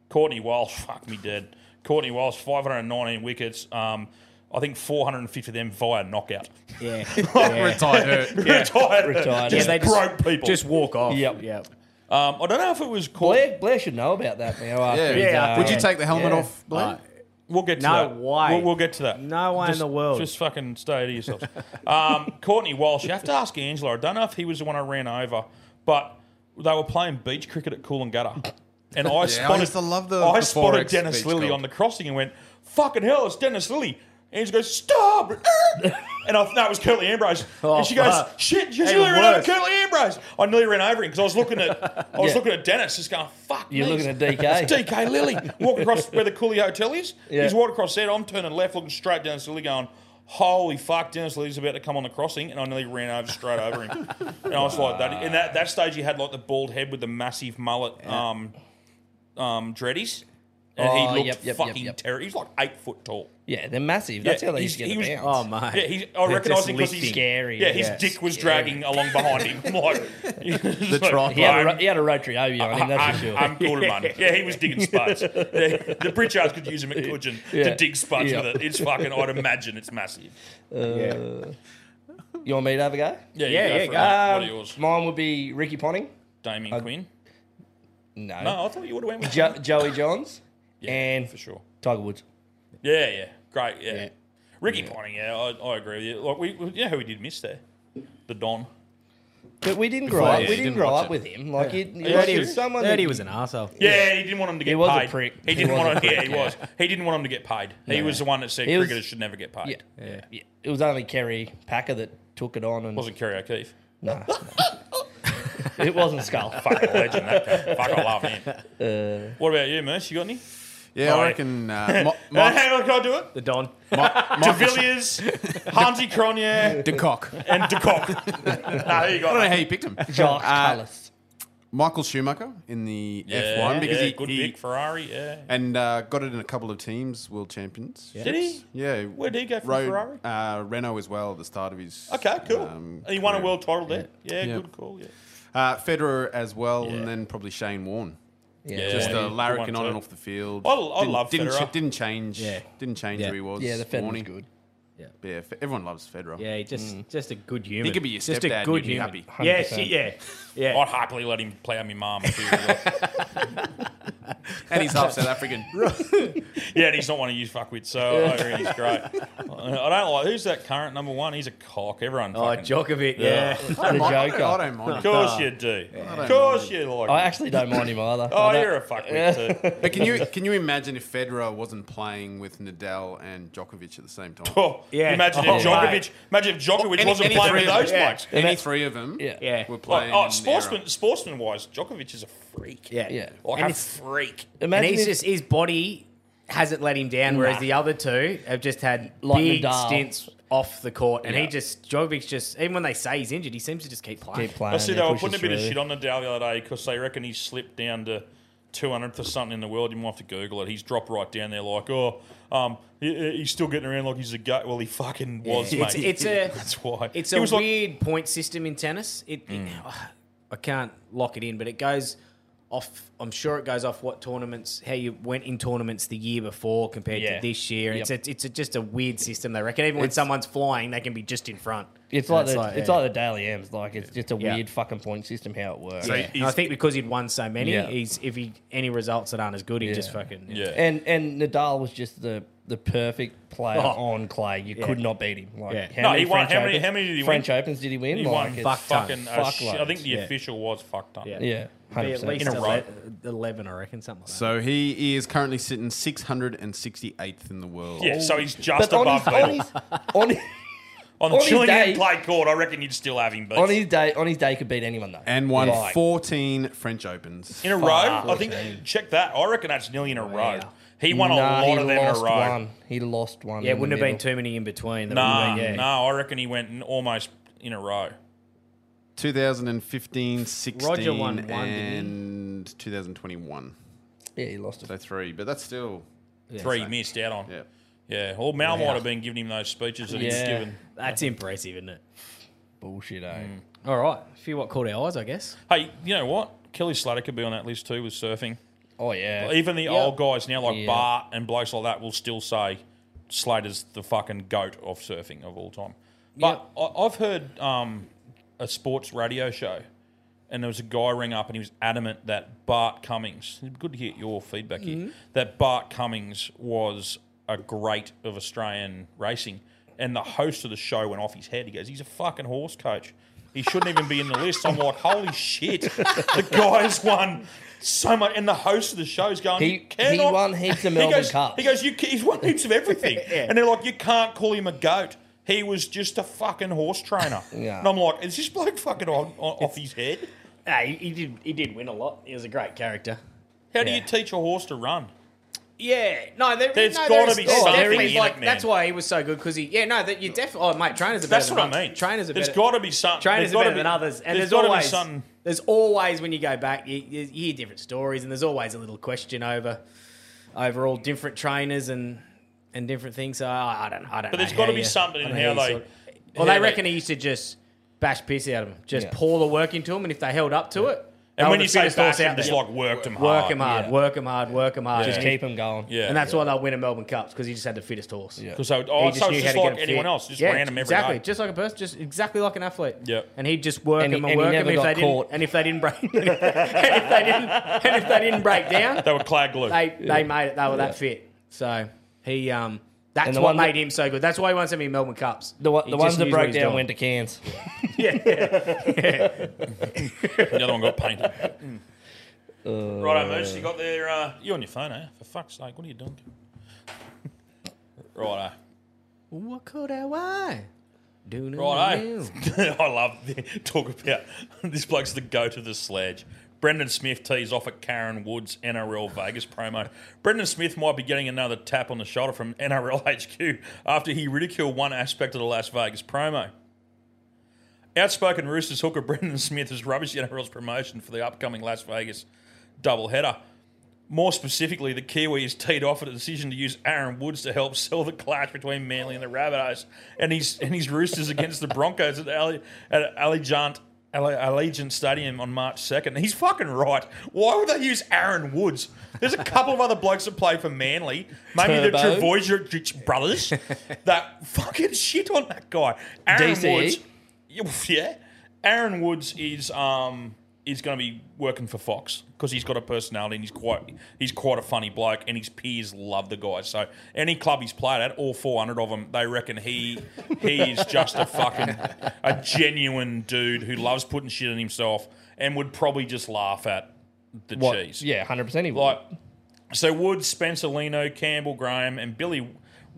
[SPEAKER 9] Courtney Walsh, fuck me dead. Courtney Walsh, 519 wickets. Um, I think 450 of them via knockout.
[SPEAKER 8] Yeah.
[SPEAKER 9] Retired. Retired. Just broke people.
[SPEAKER 8] Just walk off.
[SPEAKER 10] Yep.
[SPEAKER 8] Yep.
[SPEAKER 9] Um, I don't know if it was called.
[SPEAKER 10] Blair, Blair should know about that now. after
[SPEAKER 9] Yeah.
[SPEAKER 10] his,
[SPEAKER 9] Yeah.
[SPEAKER 10] uh,
[SPEAKER 9] Would you take the helmet
[SPEAKER 10] yeah.
[SPEAKER 9] off, Blair?
[SPEAKER 10] Uh,
[SPEAKER 9] We'll get to
[SPEAKER 10] No
[SPEAKER 9] that.
[SPEAKER 10] way.
[SPEAKER 9] We'll, we'll get to that.
[SPEAKER 8] No way in
[SPEAKER 9] Just-
[SPEAKER 8] the world.
[SPEAKER 9] Just fucking stay to yourselves. um, Courtney Walsh, you have to ask Angela. I don't know if he was the one I ran over, but they were playing beach cricket at Coolangatta. And I
[SPEAKER 11] Yeah, I
[SPEAKER 9] spotted,
[SPEAKER 11] used to love the-
[SPEAKER 9] I
[SPEAKER 11] the
[SPEAKER 9] spotted
[SPEAKER 11] 4X
[SPEAKER 9] Dennis
[SPEAKER 11] beach
[SPEAKER 9] Lilly
[SPEAKER 11] golf.
[SPEAKER 9] on the crossing and went, fucking hell, it's Dennis Lilly. And she goes, stop. and I, no, it was Curly Ambrose. and she goes,
[SPEAKER 13] fuck.
[SPEAKER 9] shit, you
[SPEAKER 13] Even
[SPEAKER 9] nearly ran over
[SPEAKER 13] worse.
[SPEAKER 9] Curly Ambrose. I nearly ran over him because I was looking at I was
[SPEAKER 13] Yeah.
[SPEAKER 9] looking at Dennis just going, fuck
[SPEAKER 10] You're
[SPEAKER 9] me.
[SPEAKER 10] looking at DK.
[SPEAKER 9] It's DK Lilly. Walking across where the Cooley Hotel is.
[SPEAKER 10] Yeah.
[SPEAKER 9] He's walked across there. I'm turning left, looking straight down Silly, going, holy fuck, Dennis Lilly's about to come on the crossing. And I nearly ran over straight over him. And I was like, that. And that, that stage, he had like the bald head with the massive mullet um, um, dreadies. And
[SPEAKER 10] Oh,
[SPEAKER 9] he looked
[SPEAKER 10] yep, yep, yep,
[SPEAKER 9] fucking
[SPEAKER 10] yep.
[SPEAKER 9] terrible. He's like eight foot tall.
[SPEAKER 10] Yeah, they're massive. That's how they
[SPEAKER 9] he's-
[SPEAKER 10] used to get
[SPEAKER 9] he
[SPEAKER 10] the
[SPEAKER 9] was, oh,
[SPEAKER 10] bounce.
[SPEAKER 8] Oh,
[SPEAKER 9] Yeah, he's, I recognise him because he's
[SPEAKER 10] scary.
[SPEAKER 9] Yeah, his dick was dragging along behind him. I'm like, the
[SPEAKER 10] He had, a, ro- he had a rotary oh, OU on him, that's
[SPEAKER 9] I'm,
[SPEAKER 10] for sure.
[SPEAKER 9] I'm good, man. Yeah, he was digging spuds. the, the Pritchards could use him at Coogin
[SPEAKER 10] Yeah.
[SPEAKER 9] to dig spuds
[SPEAKER 10] Yeah.
[SPEAKER 9] with it. It's fucking, I'd imagine it's massive.
[SPEAKER 10] Uh, You want me to have a go?
[SPEAKER 9] Yeah, you Yeah, go yeah, for it. go. What are
[SPEAKER 10] Um,
[SPEAKER 9] yours?
[SPEAKER 10] Mine would be Ricky Ponting.
[SPEAKER 9] Damien Quinn.
[SPEAKER 10] No.
[SPEAKER 9] No, I thought you would have went with
[SPEAKER 10] Jo- Joey Johns and
[SPEAKER 9] for sure
[SPEAKER 10] Tiger Woods.
[SPEAKER 9] Yeah, yeah, great. Yeah, Ricky Ponting. Yeah, I, I agree with you. Like we, we- you know who we did miss there, the Don.
[SPEAKER 10] But we didn't grow up. We didn't grow up with him. Like
[SPEAKER 9] Yeah.
[SPEAKER 10] you,
[SPEAKER 9] Heard
[SPEAKER 10] like,
[SPEAKER 9] he
[SPEAKER 10] you-
[SPEAKER 9] was-
[SPEAKER 10] someone
[SPEAKER 9] heard
[SPEAKER 10] that-
[SPEAKER 9] he was an
[SPEAKER 8] arsehole.
[SPEAKER 9] Yeah, he didn't want him to get
[SPEAKER 10] He was a
[SPEAKER 9] paid.
[SPEAKER 10] prick.
[SPEAKER 9] He didn't
[SPEAKER 10] He was
[SPEAKER 9] want.
[SPEAKER 10] a
[SPEAKER 9] him- yeah, he
[SPEAKER 10] prick,
[SPEAKER 9] was.
[SPEAKER 10] yeah.
[SPEAKER 9] He didn't want him to get paid. He
[SPEAKER 10] Yeah.
[SPEAKER 9] was the one that said
[SPEAKER 10] He was-
[SPEAKER 9] cricketers should never get paid.
[SPEAKER 10] Yeah. yeah. It was only Kerry Packer that took it on and
[SPEAKER 9] Wasn't Kerry O'Keefe.
[SPEAKER 10] No. no. it wasn't Skull.
[SPEAKER 9] Fuck a legend. That guy. Fuck, I love him. what about you, Merce? You got any?
[SPEAKER 11] Yeah, I
[SPEAKER 9] Oh,
[SPEAKER 11] reckon, uh, Mo- Mo-
[SPEAKER 9] Hang on, can I do it?
[SPEAKER 8] The Don.
[SPEAKER 9] De Villiers, Hansi Cronje,
[SPEAKER 11] De Kock.
[SPEAKER 9] and De Kock. no, you got
[SPEAKER 11] I don't know how you picked him.
[SPEAKER 9] Jock
[SPEAKER 8] Uh,
[SPEAKER 11] Michael Schumacher in the
[SPEAKER 9] Yeah,
[SPEAKER 11] F1 because
[SPEAKER 9] yeah,
[SPEAKER 11] he,
[SPEAKER 9] good
[SPEAKER 11] he-
[SPEAKER 9] pick, Ferrari, yeah.
[SPEAKER 11] and uh, got it in a couple of teams, world champions.
[SPEAKER 9] Yeah. Did he?
[SPEAKER 11] Yeah.
[SPEAKER 9] Where did he go from
[SPEAKER 11] Rode,
[SPEAKER 9] Ferrari?
[SPEAKER 11] Uh, Renault as well at the start of his.
[SPEAKER 9] Okay, cool.
[SPEAKER 11] um,
[SPEAKER 9] he won a
[SPEAKER 11] career.
[SPEAKER 9] world title there. Yeah,
[SPEAKER 11] Yeah.
[SPEAKER 9] good call. Yeah.
[SPEAKER 11] Uh, Federer as well, and then probably Shane Warne.
[SPEAKER 9] Yeah.
[SPEAKER 11] just
[SPEAKER 9] Yeah,
[SPEAKER 11] a
[SPEAKER 9] good one
[SPEAKER 11] larrikin on
[SPEAKER 9] too.
[SPEAKER 11] and off the field.
[SPEAKER 9] I- I
[SPEAKER 11] didn't,
[SPEAKER 9] love
[SPEAKER 11] didn't,
[SPEAKER 9] Federer.
[SPEAKER 11] ch- didn't change.
[SPEAKER 9] Yeah.
[SPEAKER 11] didn't change
[SPEAKER 9] Yeah.
[SPEAKER 11] who he was.
[SPEAKER 9] Yeah, the Federer's
[SPEAKER 11] Warney.
[SPEAKER 10] good.
[SPEAKER 11] Yeah, yeah. Fe- Everyone loves Federer.
[SPEAKER 8] Yeah, he just just a good human.
[SPEAKER 11] He could be your
[SPEAKER 8] Just
[SPEAKER 11] stepdad
[SPEAKER 8] a
[SPEAKER 11] and
[SPEAKER 8] good
[SPEAKER 11] you'd be
[SPEAKER 8] human.
[SPEAKER 11] happy.
[SPEAKER 8] Yeah, she, yeah, yeah.
[SPEAKER 9] I'd happily let him play on my mum. if he was-
[SPEAKER 11] And he's half South African.
[SPEAKER 9] yeah, and he's not one of you fuckwits, so I reckon he's great. I don't like who's that current number one. He's a cock. Everyone.
[SPEAKER 8] Oh,
[SPEAKER 9] fucking-
[SPEAKER 8] Djokovic, yeah.
[SPEAKER 10] What a joker.
[SPEAKER 9] Of course you do.
[SPEAKER 10] Yeah.
[SPEAKER 9] Of course you
[SPEAKER 11] Oh,
[SPEAKER 9] like.
[SPEAKER 10] I
[SPEAKER 9] him.
[SPEAKER 10] actually don't mind him either.
[SPEAKER 9] Oh,
[SPEAKER 10] I don't-
[SPEAKER 9] you're a fuckwit too.
[SPEAKER 11] But can you can you imagine if Federer wasn't playing with Nadal and Djokovic at the same time?
[SPEAKER 9] Oh, Imagine if Djokovic. Imagine if Djokovic
[SPEAKER 11] Any-
[SPEAKER 9] wasn't
[SPEAKER 11] any
[SPEAKER 9] playing
[SPEAKER 11] three
[SPEAKER 9] with
[SPEAKER 11] of them.
[SPEAKER 9] those
[SPEAKER 11] Yeah.
[SPEAKER 9] blokes.
[SPEAKER 11] Any three of them.
[SPEAKER 9] Yeah.
[SPEAKER 11] Were
[SPEAKER 9] Like,
[SPEAKER 11] playing.
[SPEAKER 9] oh,
[SPEAKER 11] in
[SPEAKER 9] sportsman, sportsman wise, Djokovic is a freak.
[SPEAKER 8] Yeah. Yeah.
[SPEAKER 9] Like
[SPEAKER 8] And
[SPEAKER 9] a
[SPEAKER 8] it's-
[SPEAKER 9] freak.
[SPEAKER 8] and he's just his body hasn't let him down, whereas
[SPEAKER 9] Nah.
[SPEAKER 8] the other two have just had
[SPEAKER 10] Like
[SPEAKER 8] big
[SPEAKER 10] Nadal.
[SPEAKER 8] stints off the court, and he
[SPEAKER 10] Yeah.
[SPEAKER 8] just Djokovic just even when they say he's injured, he seems to just keep playing.
[SPEAKER 9] I see they were putting a bit of shit on Nadal the other day because they reckon he slipped down to 200th or something in the world. You might have to Google it. He's dropped right down there like, oh, um, he- he's still getting around like he's a gut. Well, he fucking was,
[SPEAKER 8] it's,
[SPEAKER 9] mate.
[SPEAKER 8] it's a
[SPEAKER 9] That's why.
[SPEAKER 8] It's
[SPEAKER 9] He
[SPEAKER 8] a
[SPEAKER 9] was like-
[SPEAKER 8] weird point system in tennis. It, it- I can't lock it in, but it goes off. I'm sure it goes off what tournaments, how you went in tournaments the year before compared
[SPEAKER 10] Yeah.
[SPEAKER 8] to this year.
[SPEAKER 10] Yep.
[SPEAKER 8] It's a, it's a, just a weird system. They reckon even when
[SPEAKER 10] It's-
[SPEAKER 8] someone's flying, they can be just in front.
[SPEAKER 10] It's
[SPEAKER 8] And
[SPEAKER 10] like, the, it's
[SPEAKER 8] yeah.
[SPEAKER 10] like the Daily M's. Like it's just a
[SPEAKER 8] Yeah.
[SPEAKER 10] weird fucking point system how it works.
[SPEAKER 8] Yeah. And I think because he'd won so many,
[SPEAKER 10] Yeah.
[SPEAKER 8] he's if he any results that aren't as good, he just fucking
[SPEAKER 10] And and Nadal was just the the perfect player
[SPEAKER 8] Oh.
[SPEAKER 10] on clay. You
[SPEAKER 8] Yeah.
[SPEAKER 10] could not beat him. Like
[SPEAKER 8] Yeah.
[SPEAKER 10] how,
[SPEAKER 8] No,
[SPEAKER 10] many
[SPEAKER 8] he won-
[SPEAKER 10] French
[SPEAKER 8] how many-
[SPEAKER 10] Opens-
[SPEAKER 8] how many did he win?
[SPEAKER 10] French Opens did he win?
[SPEAKER 8] He
[SPEAKER 10] like,
[SPEAKER 8] won
[SPEAKER 10] it's
[SPEAKER 8] fuck ton. Uh,
[SPEAKER 9] fucking a
[SPEAKER 10] fuck
[SPEAKER 9] sh- I think the
[SPEAKER 10] loads. Yeah.
[SPEAKER 9] official was fucked up.
[SPEAKER 10] Yeah.
[SPEAKER 8] Be at
[SPEAKER 10] 100%.
[SPEAKER 8] least
[SPEAKER 10] In a row.
[SPEAKER 8] ele- eleven, I reckon, something like that.
[SPEAKER 11] So he is currently sitting 668th in the world.
[SPEAKER 9] Yeah, so he's just above
[SPEAKER 10] on
[SPEAKER 9] Vettel.
[SPEAKER 10] his, on his,
[SPEAKER 9] On the
[SPEAKER 10] on his
[SPEAKER 9] Chillingham
[SPEAKER 10] day-
[SPEAKER 9] play court, I reckon you'd still have him beat.
[SPEAKER 10] on his day, on his day, he could beat anyone though.
[SPEAKER 11] and won
[SPEAKER 10] Like,
[SPEAKER 11] 14 French Opens
[SPEAKER 9] in a row, I think, check that. I reckon that's nearly in a row. He won a
[SPEAKER 10] nah,
[SPEAKER 9] lot
[SPEAKER 10] he
[SPEAKER 9] of them in a
[SPEAKER 10] lost
[SPEAKER 9] row.
[SPEAKER 10] One. He lost one.
[SPEAKER 8] yeah, it
[SPEAKER 10] in the
[SPEAKER 8] wouldn't have been
[SPEAKER 10] middle.
[SPEAKER 8] too many in between. That
[SPEAKER 9] No, nah,
[SPEAKER 8] would've been- yeah.
[SPEAKER 9] nah, I reckon he went in almost in a row.
[SPEAKER 11] 2015, 16,
[SPEAKER 9] Roger won one, didn't he?
[SPEAKER 11] and 2021.
[SPEAKER 10] Yeah, he lost it.
[SPEAKER 11] So three, but that's still
[SPEAKER 9] Three
[SPEAKER 11] So-
[SPEAKER 9] missed out on. Yeah. Yeah. Well, Mal
[SPEAKER 11] Wow.
[SPEAKER 9] might have been giving him those speeches that he's given.
[SPEAKER 8] That's impressive, isn't it?
[SPEAKER 10] Bullshit, eh?
[SPEAKER 8] All right. A few what caught our eyes, I guess.
[SPEAKER 9] Hey, you know what? Kelly Slater could be on that list too with surfing.
[SPEAKER 10] Oh yeah.
[SPEAKER 9] Even the
[SPEAKER 10] Yeah.
[SPEAKER 9] old guys now, like
[SPEAKER 10] Yeah.
[SPEAKER 9] Bart and blokes like that, will still say Slater's the fucking goat of surfing of all time. But I, I've heard um, a sports radio show, and there was a guy ring up, and he was adamant that Bart Cummings. Good to get your feedback here.
[SPEAKER 10] Mm-hmm.
[SPEAKER 12] Mhm.
[SPEAKER 9] That Bart Cummings was a great of Australian racing, and the host of the show went off his head. He goes, "He's a fucking horse coach." He shouldn't even be in the list. I'm like, holy shit! The guy's won so much, and the host of the show's going.
[SPEAKER 10] He-
[SPEAKER 9] "You cannot-"
[SPEAKER 10] he won heaps of
[SPEAKER 9] He
[SPEAKER 10] Melbourne
[SPEAKER 9] goes-
[SPEAKER 10] Cups.
[SPEAKER 9] He goes, you, ca- he's won heaps of everything,
[SPEAKER 10] Yeah.
[SPEAKER 9] and they're like, you can't call him a goat. He was just a fucking horse trainer.
[SPEAKER 10] Yeah.
[SPEAKER 9] And I'm like, is this bloke fucking on, on, off his head?
[SPEAKER 8] Nah, Ah, he, he did. He did win a lot. He was a great character.
[SPEAKER 9] How do you teach a horse to run?
[SPEAKER 8] Yeah, no, there,
[SPEAKER 9] There's
[SPEAKER 8] no,
[SPEAKER 9] gotta be
[SPEAKER 8] there's
[SPEAKER 9] something
[SPEAKER 8] definitely,
[SPEAKER 9] in it,
[SPEAKER 8] like
[SPEAKER 9] man.
[SPEAKER 8] that's why he was so good because he yeah no that you definitely oh mate trainers are better
[SPEAKER 9] That's
[SPEAKER 8] than
[SPEAKER 9] what I
[SPEAKER 8] others.
[SPEAKER 9] mean.
[SPEAKER 8] trainers are
[SPEAKER 9] There's
[SPEAKER 8] better
[SPEAKER 9] gotta be some-
[SPEAKER 8] trainers
[SPEAKER 9] there's
[SPEAKER 8] are better
[SPEAKER 9] gotta
[SPEAKER 8] than
[SPEAKER 9] be-
[SPEAKER 8] others and there's,
[SPEAKER 9] there's gotta be
[SPEAKER 8] always
[SPEAKER 9] some-
[SPEAKER 8] there's always when you go back you, you you hear different stories and there's always a little question over over all different trainers and and different things so I, I don't know I don't
[SPEAKER 9] But
[SPEAKER 8] know
[SPEAKER 9] there's gotta
[SPEAKER 8] how
[SPEAKER 9] be
[SPEAKER 8] you-
[SPEAKER 9] something
[SPEAKER 8] Ah, I
[SPEAKER 9] in
[SPEAKER 8] don't
[SPEAKER 9] how
[SPEAKER 8] know you
[SPEAKER 9] they-
[SPEAKER 8] sort of- well
[SPEAKER 9] how
[SPEAKER 8] they
[SPEAKER 9] they-
[SPEAKER 8] reckon he used to just bash piss out of them just
[SPEAKER 9] Yeah.
[SPEAKER 8] pour the work into them and if they held up to it
[SPEAKER 9] And
[SPEAKER 8] They
[SPEAKER 9] when
[SPEAKER 8] were
[SPEAKER 9] you
[SPEAKER 8] the
[SPEAKER 9] say
[SPEAKER 8] fittest
[SPEAKER 9] back,
[SPEAKER 8] horse out
[SPEAKER 9] it's
[SPEAKER 8] there.
[SPEAKER 9] like worked 'em
[SPEAKER 8] Work
[SPEAKER 9] hard.
[SPEAKER 8] him hard,
[SPEAKER 9] Yeah.
[SPEAKER 8] work him hard, work him hard. And-
[SPEAKER 9] Yeah. Just keep 'em going. Yeah,
[SPEAKER 8] and that's
[SPEAKER 9] yeah.
[SPEAKER 8] why they'll win a Melbourne Cups because he just had the fittest horse.
[SPEAKER 9] 'Cause they would- oh, so it's just like anyone else, just ran 'em every
[SPEAKER 8] exactly,
[SPEAKER 9] day.
[SPEAKER 8] just like a person, just exactly like an athlete.
[SPEAKER 9] Yeah.
[SPEAKER 8] And he'd just work
[SPEAKER 9] And he-
[SPEAKER 8] him and,
[SPEAKER 9] and he
[SPEAKER 8] work him
[SPEAKER 9] never
[SPEAKER 8] if
[SPEAKER 9] got
[SPEAKER 8] they
[SPEAKER 9] caught.
[SPEAKER 8] didn't, and if they didn't break, and if they didn't, and if they didn't break down,
[SPEAKER 9] They were clad glue.
[SPEAKER 8] they they made it. They were
[SPEAKER 10] Yeah.
[SPEAKER 8] that fit. So he um that's
[SPEAKER 10] And the
[SPEAKER 8] what
[SPEAKER 10] one that-
[SPEAKER 8] made him so good. That's why he won so many Melbourne Cups.
[SPEAKER 10] The, one-
[SPEAKER 8] He
[SPEAKER 10] the
[SPEAKER 8] just
[SPEAKER 10] ones that
[SPEAKER 8] knew what he
[SPEAKER 10] broke
[SPEAKER 8] was
[SPEAKER 10] down
[SPEAKER 8] doing.
[SPEAKER 10] went to Cairns.
[SPEAKER 9] the other one got painted.
[SPEAKER 10] Uh,
[SPEAKER 9] Righto, Moose, you got there. Uh, you on your phone, eh? For fuck's sake, what are you doing? Righto.
[SPEAKER 8] What could I why? Do
[SPEAKER 9] Righto. I love the, talk about this bloke's the goat of the sledge. Brendan Smith tees off at Karen Woods NRL Vegas promo. Brendan Smith might be getting another tap on the shoulder from NRL HQ after he ridiculed one aspect of the Las Vegas promo. Outspoken Roosters hooker Brendan Smith has rubbished the NRL's promotion for the upcoming Las Vegas doubleheader. More specifically, the Kiwi is teed off at a decision to use Aaron Woods to help sell the clash between Manly and the Rabbitohs, and his and his Roosters against the Broncos at the Ali, at Allegiant Alle- Allegiant Stadium on March second. He's fucking right. Why would they use Aaron Woods? There's a couple of other blokes that play for Manly,
[SPEAKER 10] Turbo.
[SPEAKER 9] maybe the Travojevic brothers, that fucking shit on that guy. Aaron
[SPEAKER 10] DCE?
[SPEAKER 9] Woods. Yeah. Aaron Woods is um is going to be working for Fox because he's got a personality and he's quite he's quite a funny bloke and his peers love the guy. So any club he's played at, all 400 of them, they reckon he he is just a fucking a genuine dude who loves putting shit on himself and would probably just laugh at the
[SPEAKER 10] What-
[SPEAKER 9] cheese.
[SPEAKER 10] Yeah, hundred percent. He
[SPEAKER 9] Like, so Woods, Spencer Leno, Campbell Graham, and Billy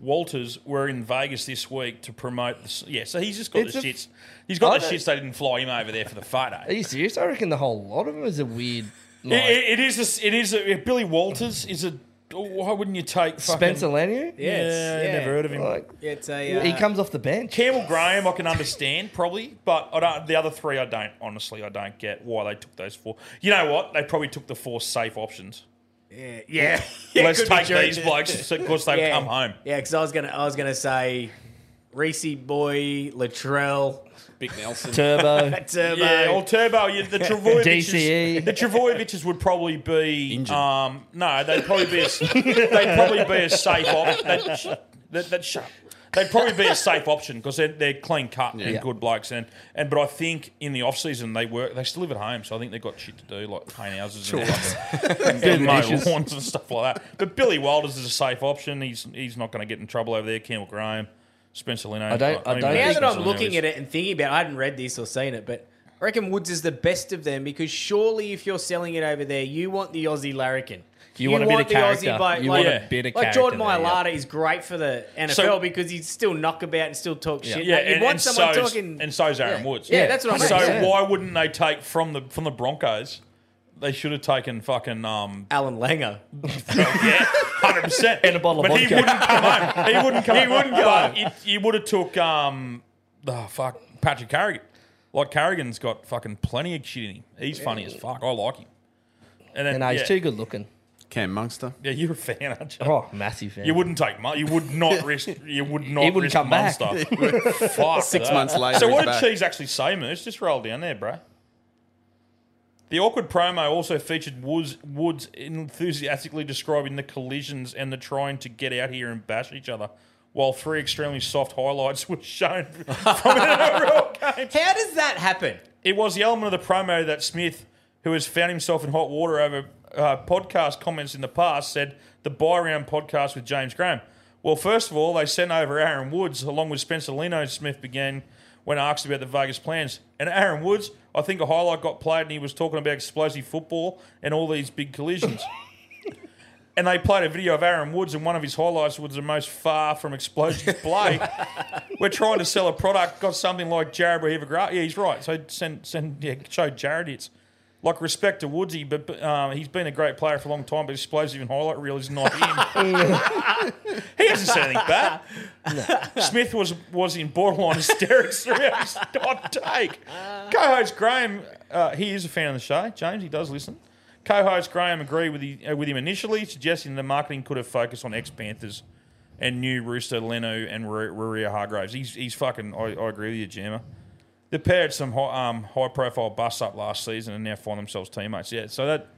[SPEAKER 9] Walters were in Vegas this week to promote. The, yeah, so he's just got
[SPEAKER 10] It's
[SPEAKER 9] the
[SPEAKER 10] a-
[SPEAKER 9] shits. He's got
[SPEAKER 10] I
[SPEAKER 9] the
[SPEAKER 10] don't-
[SPEAKER 9] shits. They didn't fly him over there for the photo.
[SPEAKER 10] Are you serious? I reckon the whole lot of them is a weird.
[SPEAKER 9] It-
[SPEAKER 10] Like,
[SPEAKER 9] it- it is. A, s- it is. A, Billy Walters is a. Why wouldn't you take fucking,
[SPEAKER 10] Spencer Lanier?
[SPEAKER 9] Yeah,
[SPEAKER 10] Yes, yeah.
[SPEAKER 9] never heard of him.
[SPEAKER 10] Like,
[SPEAKER 8] it's
[SPEAKER 10] he comes off the bench.
[SPEAKER 9] Campbell Graham, I can understand probably, but I don't. The other three, I don't. Honestly, I don't get why they took those four. You know what? They probably took the four safe options.
[SPEAKER 8] Yeah, yeah. Yeah,
[SPEAKER 9] Let's
[SPEAKER 8] could be
[SPEAKER 9] take
[SPEAKER 8] true.
[SPEAKER 9] these blokes because they've
[SPEAKER 8] Yeah.
[SPEAKER 9] come home.
[SPEAKER 8] Yeah, because I was gonna, I was gonna say, Reese boy, Latrell,
[SPEAKER 11] Big Nelson,
[SPEAKER 10] Turbo.
[SPEAKER 8] Turbo,
[SPEAKER 9] Yeah, or Turbo. Yeah, the Travojeviches.
[SPEAKER 10] E.
[SPEAKER 8] DCE.
[SPEAKER 9] the Travojeviches would probably be. Um, no, they'd probably be. A, s- they'd probably be a safe option. They'd, they'd, they'd, shut- they'd probably be a safe option because they're, they're clean cut
[SPEAKER 11] Yeah.
[SPEAKER 9] and good blokes. And, and but I think in the off season they work. They still live at home, so I think they've got shit to do, like paint houses and, and,
[SPEAKER 10] Do the
[SPEAKER 9] and mow
[SPEAKER 10] dishes.
[SPEAKER 9] lawns and stuff like that. But Billy Wilders is a safe option. He's he's not going to get in trouble over there. Campbell Graham, Spencer Leno.
[SPEAKER 10] I don't- I don't
[SPEAKER 9] even know
[SPEAKER 8] Now
[SPEAKER 9] who
[SPEAKER 8] that
[SPEAKER 9] Spencer
[SPEAKER 8] I'm
[SPEAKER 9] Leno
[SPEAKER 8] looking
[SPEAKER 9] is.
[SPEAKER 8] at it and thinking about, it, I hadn't read this or seen it, but I reckon Woods is the best of them because surely if you're selling it over there, you want the Aussie larrikin.
[SPEAKER 10] You want a bit of character.
[SPEAKER 8] bloke-
[SPEAKER 10] You want a bit of
[SPEAKER 8] like Jordan
[SPEAKER 10] character there,
[SPEAKER 8] Mailata is great for the NFL
[SPEAKER 9] So-
[SPEAKER 8] because he's still knockabout and still talk shit.
[SPEAKER 9] Yeah,
[SPEAKER 8] Like, you
[SPEAKER 9] and,
[SPEAKER 8] want
[SPEAKER 9] and
[SPEAKER 8] someone
[SPEAKER 9] so's,
[SPEAKER 8] talking.
[SPEAKER 9] and so's Aaron
[SPEAKER 8] Yeah.
[SPEAKER 9] Woods.
[SPEAKER 8] Yeah, that's what I mean.
[SPEAKER 9] So
[SPEAKER 8] Yeah.
[SPEAKER 9] why wouldn't they take from the from the Broncos? They should have taken fucking um,
[SPEAKER 8] Alan Langer.
[SPEAKER 9] hundred percent, and a bottle
[SPEAKER 8] of
[SPEAKER 9] but he
[SPEAKER 8] vodka.
[SPEAKER 9] wouldn't come home. He wouldn't come.
[SPEAKER 8] He
[SPEAKER 9] home.
[SPEAKER 8] wouldn't go
[SPEAKER 9] But
[SPEAKER 8] home.
[SPEAKER 9] He, he would have took um, oh, fuck Patrick Carrigan. Like Carrigan's got fucking plenty of shit in him. He's funny as fuck. I like him. And then
[SPEAKER 10] And no, he's
[SPEAKER 9] yeah.
[SPEAKER 10] too good looking.
[SPEAKER 11] Cam Munster.
[SPEAKER 9] Yeah, you're a fan, aren't you?
[SPEAKER 10] Oh, massive fan.
[SPEAKER 9] You wouldn't take money. You would not risk. You would not.
[SPEAKER 10] He wouldn't
[SPEAKER 9] risk
[SPEAKER 10] come back.
[SPEAKER 9] Munster. Fuck
[SPEAKER 11] Six
[SPEAKER 9] that.
[SPEAKER 11] months later,
[SPEAKER 9] So what
[SPEAKER 11] he's
[SPEAKER 9] did
[SPEAKER 11] back.
[SPEAKER 9] Cheese actually say, Moose? Just roll down there, bro. The awkward promo also featured Woods, Woods enthusiastically describing the collisions and the trying to get out here and bash each other, while three extremely soft highlights were shown from an overall game.
[SPEAKER 8] How does that happen?
[SPEAKER 9] It was the element of the promo that Smith, who has found himself in hot water over uh, podcast comments in the past, said the buy round podcast with James Graham. Well, first of all, they sent over Aaron Woods along with Spencer Leno. and Smith began when asked about the Vegas plans. And Aaron Woods, I think a highlight got played and he was talking about explosive football and all these big collisions. and they played a video of Aaron Woods, and one of his highlights was the most far from explosive play. We're trying to sell a product, got something like Jared Rehivagra. Yeah, he's right. So send, send, yeah, show Jared it's like respect to Woodsy, but but, um, he's been a great player for a long time. But explosive and highlight reel is not him. he hasn't said anything bad. Smith was was in borderline hysterics throughout his hot take. Co-host Graham, uh, he is a fan of the show. James, he does listen. Co-host Graham agreed with, he, uh, with him initially, suggesting the marketing could have focused on ex-Panthers and new Rooster Leno and Ru- Ruria Hargraves. He's, he's fucking. I, I agree with you, Jammer. They paired some high, um, high profile busts up last season and now find themselves teammates. Yeah, so that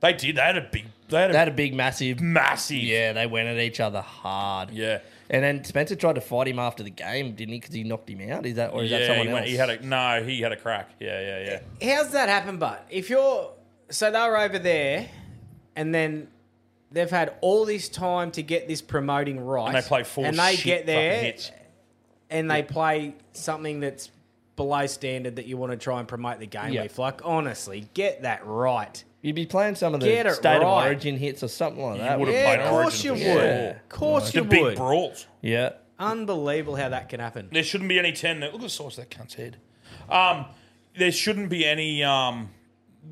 [SPEAKER 9] they did. They had a big. They had a,
[SPEAKER 10] They had a big, massive,
[SPEAKER 9] massive.
[SPEAKER 10] Yeah, they went at each other hard.
[SPEAKER 9] Yeah,
[SPEAKER 10] and then Spencer tried to fight him after the game, didn't he? Because he knocked him out. Is that or is
[SPEAKER 9] yeah,
[SPEAKER 10] that someone
[SPEAKER 9] he, went-
[SPEAKER 10] else?
[SPEAKER 9] he had a no. He had a crack. Yeah, yeah, yeah.
[SPEAKER 8] How's that happen, but if you're so they were over there and then they've had all this time to get this promoting right.
[SPEAKER 9] And they play four
[SPEAKER 8] and they
[SPEAKER 9] shit
[SPEAKER 8] get there
[SPEAKER 9] fucking hits.
[SPEAKER 8] and they play something that's below standard that you want to try and promote the game
[SPEAKER 10] Yeah.
[SPEAKER 8] with. Like honestly, get that right.
[SPEAKER 10] You'd be playing some of the
[SPEAKER 8] Get it
[SPEAKER 10] state of
[SPEAKER 8] right.
[SPEAKER 10] origin hits or something like that.
[SPEAKER 8] yeah, of course you would. Of course you would.
[SPEAKER 9] brawls.
[SPEAKER 10] Yeah.
[SPEAKER 8] Unbelievable how that can happen.
[SPEAKER 9] There shouldn't be any ten. Look at the size of that cunt's head. Um, there shouldn't be any. Um,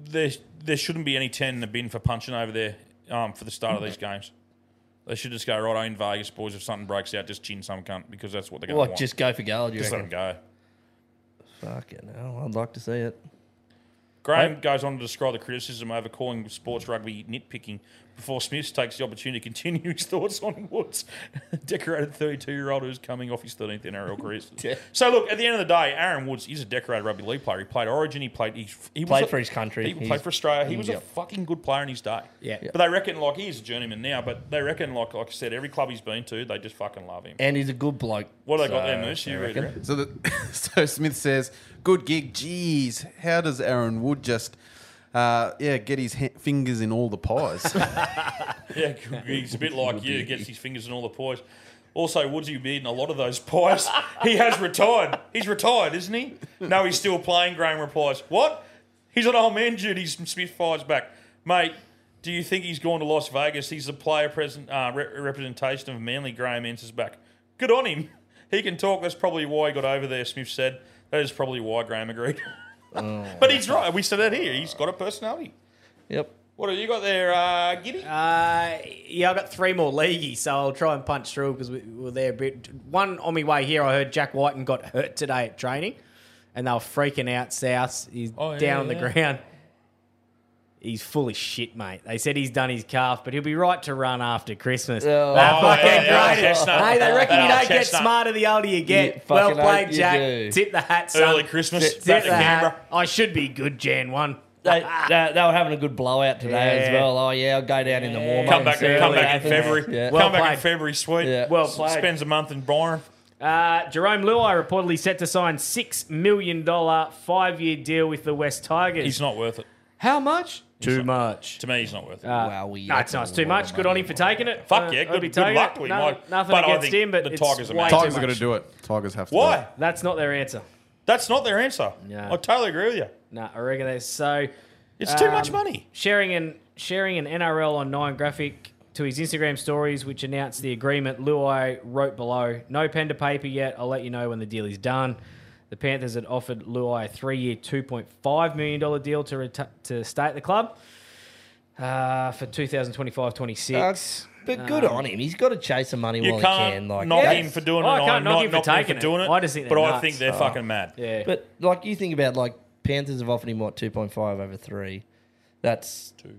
[SPEAKER 9] there there shouldn't be any ten in the bin for punching over there. Um, for the start of these games, they should just go right I in Vegas, boys. If something breaks out, just chin some cunt because that's what they're going
[SPEAKER 10] Like,
[SPEAKER 9] to want.
[SPEAKER 10] just go for gold, you
[SPEAKER 9] Just
[SPEAKER 10] reckon?
[SPEAKER 9] let them go.
[SPEAKER 10] Fucking hell, I'd like to see it.
[SPEAKER 9] Graham goes on to describe the criticism over calling sports rugby nitpicking before Smith takes the opportunity to continue his thoughts on Woods, a decorated 32 year old who's coming off his 13th NRL career. So, look, at the end of the day, Aaron Woods is a decorated rugby league player. He played Origin, he played he, he was
[SPEAKER 10] Played
[SPEAKER 9] a-
[SPEAKER 10] for his country.
[SPEAKER 9] He
[SPEAKER 10] He's-
[SPEAKER 9] played for Australia. He was
[SPEAKER 10] Yeah.
[SPEAKER 9] a fucking good player in his day.
[SPEAKER 10] Yeah. Yeah.
[SPEAKER 9] But they reckon, like, he is a journeyman now, but they reckon, like, like I said, every club he's been to, they just fucking love him.
[SPEAKER 10] And he's a good bloke.
[SPEAKER 9] What have they got
[SPEAKER 10] so,
[SPEAKER 9] there, Moose? You
[SPEAKER 10] I
[SPEAKER 9] read it,
[SPEAKER 10] reckon.
[SPEAKER 9] right?
[SPEAKER 11] So, the, so Smith says, "Good gig, geez. How does Aaron Wood just, uh, yeah, get his ha- fingers in all the pies?"
[SPEAKER 9] Yeah, he's a bit like you, gets his fingers in all the pies. Also, Woodsy would be eating a lot of those pies. He has retired. He's retired, isn't he? No, he's still playing, Graham replies. What? He's an old man, Judy. Smith fires back. Mate, do you think he's gone to Las Vegas? He's the player present, uh, re- representation of Manly, Graham answers back. Good on him. He can talk. That's probably why he got over there, Smith said. That is probably why Graham agreed. but he's right. We said that here. He's got a personality.
[SPEAKER 10] Yep.
[SPEAKER 9] What have you got there, uh, Giddy?
[SPEAKER 8] Uh, yeah, I've got three more leaguey, so I'll try and punch through because we we were there a bit. One on my way here, I heard Jack Whiten got hurt today at training, and they were freaking out. South, he's
[SPEAKER 1] Oh, yeah,
[SPEAKER 8] down on the
[SPEAKER 1] yeah.
[SPEAKER 8] ground. He's full of shit, mate. They said he's done his calf, but he'll be right to run after Christmas.
[SPEAKER 1] Oh,
[SPEAKER 8] That
[SPEAKER 1] yeah,
[SPEAKER 8] fucking
[SPEAKER 1] yeah,
[SPEAKER 8] great.
[SPEAKER 1] yeah, chestnut.
[SPEAKER 8] Hey, they
[SPEAKER 1] That
[SPEAKER 8] reckon you
[SPEAKER 1] old
[SPEAKER 8] don't get
[SPEAKER 1] chestnut.
[SPEAKER 8] smarter the older you get.
[SPEAKER 1] You
[SPEAKER 8] well
[SPEAKER 1] fucking hope
[SPEAKER 8] played,
[SPEAKER 1] you
[SPEAKER 8] Jack.
[SPEAKER 1] do.
[SPEAKER 8] Tip the hat, son.
[SPEAKER 1] Early Christmas,
[SPEAKER 8] Tip,
[SPEAKER 1] back
[SPEAKER 8] tip
[SPEAKER 1] to
[SPEAKER 8] the hat. I should be good, Jan. One.
[SPEAKER 10] They, they, they were having a good blowout today as
[SPEAKER 8] Yeah.
[SPEAKER 10] well. Oh yeah, I'll go down in the warm up.
[SPEAKER 9] Come back, come back in February.
[SPEAKER 8] Well
[SPEAKER 9] come back
[SPEAKER 8] played.
[SPEAKER 9] in February, sweet.
[SPEAKER 8] Yeah. Well played.
[SPEAKER 9] Spends a month in Byron.
[SPEAKER 8] Uh, Jerome Luai reportedly set to sign six million dollar five year deal with the West Tigers.
[SPEAKER 9] He's not worth it.
[SPEAKER 8] How much? Too much.
[SPEAKER 9] To me, he's not worth it.
[SPEAKER 8] Uh, no, it's not. It's too much. Good on him for taking it.
[SPEAKER 9] Fuck
[SPEAKER 8] Uh,
[SPEAKER 9] yeah,
[SPEAKER 8] I'll
[SPEAKER 9] good-
[SPEAKER 8] be
[SPEAKER 9] good
[SPEAKER 8] taking
[SPEAKER 9] luck
[SPEAKER 8] it.
[SPEAKER 9] to him.
[SPEAKER 8] No,
[SPEAKER 9] Like,
[SPEAKER 8] nothing
[SPEAKER 9] but I
[SPEAKER 8] against
[SPEAKER 9] think
[SPEAKER 8] him, but
[SPEAKER 9] the
[SPEAKER 8] it's
[SPEAKER 9] Tigers are
[SPEAKER 8] way
[SPEAKER 9] mad.
[SPEAKER 8] too
[SPEAKER 9] Tigers
[SPEAKER 11] are
[SPEAKER 8] much.
[SPEAKER 11] going to do it. Tigers have to.
[SPEAKER 8] Why?
[SPEAKER 11] Do it.
[SPEAKER 8] That's not their answer.
[SPEAKER 9] That's not their answer.
[SPEAKER 8] No.
[SPEAKER 9] I totally agree with you.
[SPEAKER 8] No, I reckon that's so.
[SPEAKER 9] It's too much money.
[SPEAKER 8] Sharing an sharing an NRL on Nine graphic to his Instagram stories, which announced the agreement. Luai wrote below, "No pen to paper yet. I'll let you know when the deal is done." The Panthers had offered Luai a three-year, two point five million dollar deal to reti- to stay at the club uh, for 2025-26.
[SPEAKER 10] but good on him. He's got to chase some money
[SPEAKER 8] You
[SPEAKER 10] while
[SPEAKER 8] can't
[SPEAKER 10] he can. Like
[SPEAKER 8] knock
[SPEAKER 10] that's-
[SPEAKER 8] him for doing it, Oh, I can't I'm knock not him for knocking him for taking it. doing it, I just think they're but I nuts. think they're fucking mad. Yeah.
[SPEAKER 10] But like you think about like Panthers have offered him what two point five over three. That's two.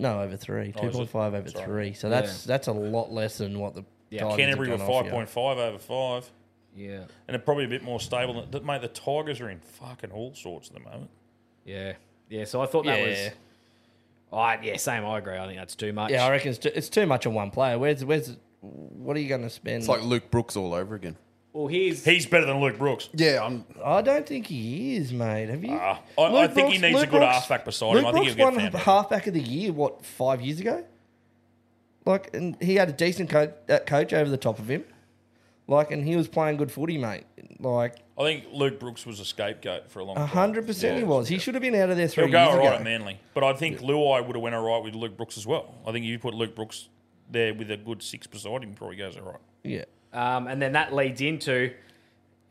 [SPEAKER 10] No, over three.
[SPEAKER 9] Oh,
[SPEAKER 10] Two
[SPEAKER 9] is it?
[SPEAKER 10] point five over
[SPEAKER 9] Sorry.
[SPEAKER 10] three. So
[SPEAKER 9] Yeah.
[SPEAKER 10] that's that's a lot less than what the Tigers have
[SPEAKER 9] Canterbury were
[SPEAKER 10] gone off,
[SPEAKER 9] five
[SPEAKER 10] yeah.
[SPEAKER 9] point five over five.
[SPEAKER 8] Yeah,
[SPEAKER 9] and they're probably a bit more stable. Than, that- mate, the Tigers are in fucking all sorts at the moment.
[SPEAKER 8] Yeah, yeah. So I thought that
[SPEAKER 10] Yeah.
[SPEAKER 8] was. I yeah, same. I agree. I think that's too much.
[SPEAKER 10] Yeah, I reckon it's too, it's too much on one player. Where's where's what are you going to spend?
[SPEAKER 11] It's like Luke Brooks all over again.
[SPEAKER 8] Well, he's
[SPEAKER 9] he's better than Luke Brooks.
[SPEAKER 11] Yeah, I'm.
[SPEAKER 10] I don't think he is, mate. Have you?
[SPEAKER 9] Ah, I- I think he needs a good halfback beside him.
[SPEAKER 10] Luke
[SPEAKER 9] I think
[SPEAKER 10] Brooks
[SPEAKER 9] he'll get
[SPEAKER 10] won
[SPEAKER 9] found out.
[SPEAKER 10] halfback of the year. What five years ago? Like, and he had a decent coach, that coach over the top of him. Like, and he was playing good footy, mate. Like,
[SPEAKER 9] I think Luke Brooks was a scapegoat for a long time.
[SPEAKER 10] hundred percent, he was. He should have been out of there 3
[SPEAKER 9] He'll go
[SPEAKER 10] years
[SPEAKER 9] all right
[SPEAKER 10] ago.
[SPEAKER 9] at Manly, but I think Luai would have went all right with Luke Brooks as well. I think if you put Luke Brooks there with a good six beside him, probably goes all right.
[SPEAKER 10] Yeah.
[SPEAKER 8] Um, and then that leads into,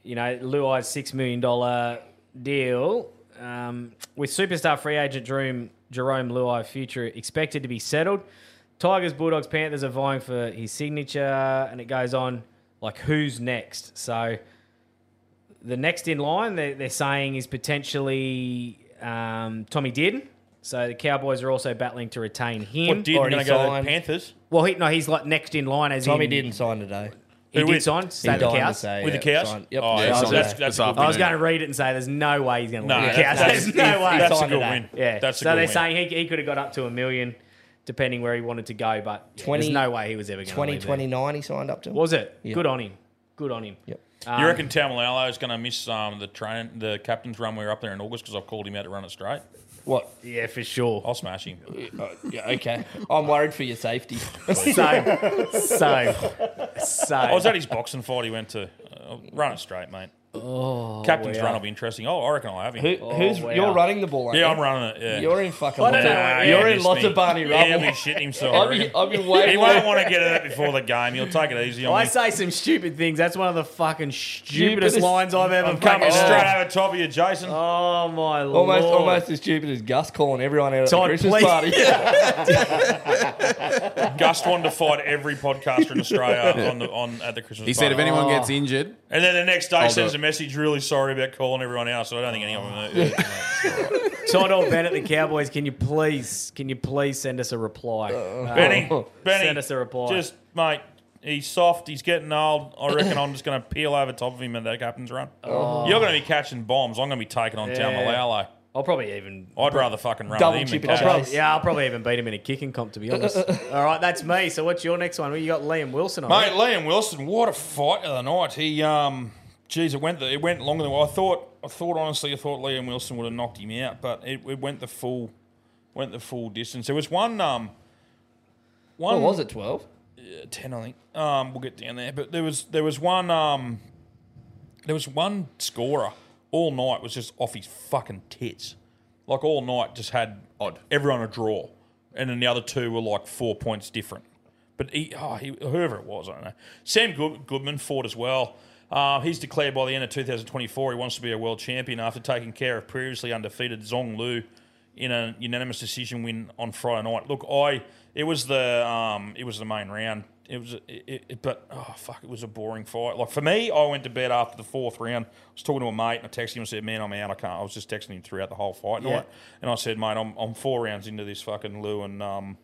[SPEAKER 8] you know, Luai's six million dollar deal um, with superstar free agent Jerome Jerome Luai future expected to be settled. Tigers, Bulldogs, Panthers are vying for his signature, and it goes on like who's next. So the next in line they're, they're saying is potentially um, Tommy Dearden. So the Cowboys are also battling to retain him.
[SPEAKER 9] What Dearden Already gonna go to the signed. Panthers?
[SPEAKER 8] Well, he, no, he's like next in line as
[SPEAKER 10] Tommy
[SPEAKER 8] in,
[SPEAKER 10] didn't sign today.
[SPEAKER 8] He
[SPEAKER 9] Who
[SPEAKER 8] did
[SPEAKER 9] with?
[SPEAKER 8] sign.
[SPEAKER 9] He
[SPEAKER 8] Stayed at
[SPEAKER 9] died on the
[SPEAKER 8] Cows.
[SPEAKER 9] day, With the yeah, Cows? signed. Yep. Oh, yeah, so
[SPEAKER 8] signed
[SPEAKER 9] that's-
[SPEAKER 8] today.
[SPEAKER 9] that's a good
[SPEAKER 8] I was
[SPEAKER 9] win.
[SPEAKER 8] going to read it and say there's no way he's going to
[SPEAKER 9] No,
[SPEAKER 8] leave the
[SPEAKER 9] that's-
[SPEAKER 8] Cows. There's no way.
[SPEAKER 9] that's a
[SPEAKER 8] Signed
[SPEAKER 9] good
[SPEAKER 8] today.
[SPEAKER 9] win.
[SPEAKER 8] Yeah.
[SPEAKER 9] That's a
[SPEAKER 8] so
[SPEAKER 9] good
[SPEAKER 8] they're
[SPEAKER 9] win.
[SPEAKER 8] saying he, he could have got up to a million, depending where he wanted to go. But yeah,
[SPEAKER 10] 20
[SPEAKER 8] there's no way he was ever going to leave.
[SPEAKER 10] 2029 he signed up to.
[SPEAKER 8] Was it?
[SPEAKER 10] Yeah.
[SPEAKER 8] Good on him. Good on him.
[SPEAKER 10] Yep.
[SPEAKER 8] Um,
[SPEAKER 9] you reckon Tamalalo is going to miss um, the train, the captain's run? We were up there in August because I've called him out to run it straight.
[SPEAKER 10] What? Oh,
[SPEAKER 8] Yeah, for sure.
[SPEAKER 9] I'll smash him.
[SPEAKER 10] yeah, okay. I'm worried for your safety.
[SPEAKER 9] Same.
[SPEAKER 8] Same.
[SPEAKER 9] Oh, I was at his boxing fight. He went to uh, run it straight, mate.
[SPEAKER 10] Oh,
[SPEAKER 9] captain's
[SPEAKER 10] wow.
[SPEAKER 9] run will be interesting. Oh, I reckon I'll have him.
[SPEAKER 10] Who- who's- Oh, wow. you're running the ball, aren't
[SPEAKER 9] Yeah,
[SPEAKER 10] you?
[SPEAKER 9] I'm running it. Yeah.
[SPEAKER 10] You're in fucking
[SPEAKER 9] I don't
[SPEAKER 10] lots of-
[SPEAKER 9] know,
[SPEAKER 10] you're
[SPEAKER 9] yeah,
[SPEAKER 10] in
[SPEAKER 9] miss
[SPEAKER 10] lots
[SPEAKER 9] me.
[SPEAKER 10] of Barney
[SPEAKER 9] Yeah,
[SPEAKER 10] Rubble.
[SPEAKER 9] he'll be shitting himself.
[SPEAKER 10] I'll
[SPEAKER 9] I
[SPEAKER 10] be-
[SPEAKER 9] reckon.
[SPEAKER 10] I'll be way
[SPEAKER 9] He
[SPEAKER 10] more-
[SPEAKER 9] won't want to get it out before the game. He'll take it easy on
[SPEAKER 8] I
[SPEAKER 9] me.
[SPEAKER 8] say some stupid things. That's one of the fucking stupidest,
[SPEAKER 9] Stupidest-
[SPEAKER 8] lines I've ever.
[SPEAKER 9] I'm coming
[SPEAKER 8] fucking
[SPEAKER 11] Oh.
[SPEAKER 9] straight
[SPEAKER 8] heard.
[SPEAKER 9] over top of you, Jason.
[SPEAKER 8] Oh my
[SPEAKER 10] Almost,
[SPEAKER 8] lord!
[SPEAKER 10] almost as stupid as Gus calling everyone out at the
[SPEAKER 8] Todd,
[SPEAKER 10] Christmas
[SPEAKER 8] please.
[SPEAKER 10] party.
[SPEAKER 9] Gus wanted to fight every podcaster in Australia on the on at the Christmas.
[SPEAKER 11] He said if
[SPEAKER 9] party.
[SPEAKER 11] anyone
[SPEAKER 8] Oh.
[SPEAKER 11] gets injured,
[SPEAKER 9] and then the next day
[SPEAKER 11] I'll do
[SPEAKER 9] sends
[SPEAKER 11] it. Oh.
[SPEAKER 9] a message, really sorry about calling everyone out. So I don't think anyone. Uh,
[SPEAKER 8] Todd or Bennett, the Cowboys. Can you please, can you please send us a reply? Uh,
[SPEAKER 9] Benny, Benny,
[SPEAKER 8] send us a reply.
[SPEAKER 9] Just mate, he's soft. He's getting old. I reckon I'm just going to peel over top of him at that captain's run.
[SPEAKER 8] Oh.
[SPEAKER 9] You're going to be catching bombs. I'm going to be taking on
[SPEAKER 8] Yeah.
[SPEAKER 9] yeah. Tamalalo.
[SPEAKER 8] I'll probably even.
[SPEAKER 9] I'd rather fucking run with him. than
[SPEAKER 8] I'll
[SPEAKER 9] catch.
[SPEAKER 8] probably- yeah, I'll probably even beat him in a kicking comp. To be honest. All right, that's me. So what's your next one? Well, you got Liam Wilson. on
[SPEAKER 9] Mate, Liam Wilson, what a fight of the night. He, um, geez, it went it went longer than I thought. I thought honestly, I thought Liam Wilson would have knocked him out, but it, it went the full, went the full distance. There was one, um, one
[SPEAKER 10] What was it, 12?
[SPEAKER 9] Yeah, ten, I think. Um, we'll get down there, but there was there was one, um, there was one scorer all night was just off his fucking tits, like all night just had odd everyone a draw, and then the other two were like four points different. But he, oh, he, whoever it was, I don't know. Sam Good- Goodman fought as well. Uh, he's declared by the end of 2024 he wants to be a world champion after taking care of previously undefeated Zong Lu in a unanimous decision win on Friday night. Look, I it was the um, it was the main round. It was, it, it, but oh fuck, it was a boring fight. Like for me, I went to bed after the fourth round. I was talking to a mate and I texted him and said, "Man, I'm out. I can't." I was just texting him throughout the whole fight
[SPEAKER 8] Yeah.
[SPEAKER 9] night, and I said, "Mate, I'm, I'm four rounds into this fucking Lou and um,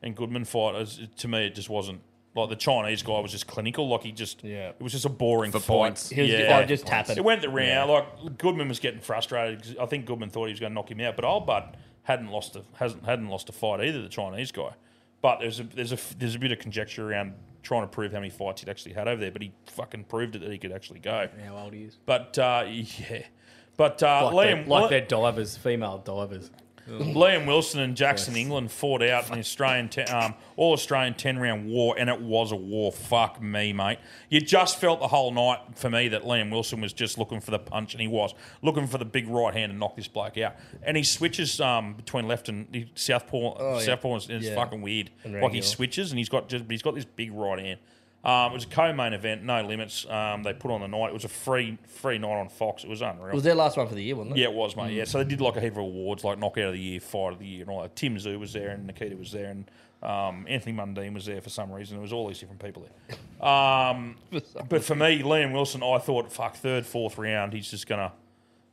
[SPEAKER 9] and Goodman fight. As, to me, it just wasn't like the Chinese guy was just clinical. Like he just, yeah, it was just a boring
[SPEAKER 10] For
[SPEAKER 9] fight.
[SPEAKER 10] points. He was- they were just tapping.
[SPEAKER 9] It went the round.
[SPEAKER 10] Yeah.
[SPEAKER 9] Like Goodman was getting frustrated. 'cause I think Goodman thought he was going to knock him out, but old Bud hadn't lost a hasn't hadn't lost a fight either. The Chinese guy, but there's a there's a there's a bit of conjecture around trying to prove how many fights he'd actually had over there. But he fucking proved it that he could actually go.
[SPEAKER 8] How old he is?
[SPEAKER 9] But uh, yeah, but uh,
[SPEAKER 8] like
[SPEAKER 9] Liam,
[SPEAKER 8] they're, like
[SPEAKER 9] Li-
[SPEAKER 8] they're divers, female divers.
[SPEAKER 9] Liam Wilson and Jackson England fought out in the Australian te- um, all Australian ten round war, and it was a war. Fuck me, mate. You just felt the whole night for me that Liam Wilson was just looking for the punch, and he was looking for the big right hand and knock this bloke out. And he switches um, between left and he- southpaw.
[SPEAKER 10] Oh, yeah.
[SPEAKER 9] southpaw is, is
[SPEAKER 10] Yeah.
[SPEAKER 9] fucking weird.
[SPEAKER 10] And
[SPEAKER 9] Like he
[SPEAKER 10] Rangel.
[SPEAKER 9] switches, and he's got just but he's got this big right hand. Um, it was a co-main event, no limits. Um, they put on the night. It was a free free night on Fox. It was unreal.
[SPEAKER 10] was their last one for the year, wasn't it? Mm.
[SPEAKER 9] Yeah, it was, mate. Yeah, so they did like a heap of awards, like knockout of the year, fight of the year, and all that. Tim Zoo was there, and Nikita was there, and um, Anthony Mundine was there for some reason. There was all these different people there. Um, but for me, Liam Wilson, I thought, fuck, third, fourth round, he's just gonna,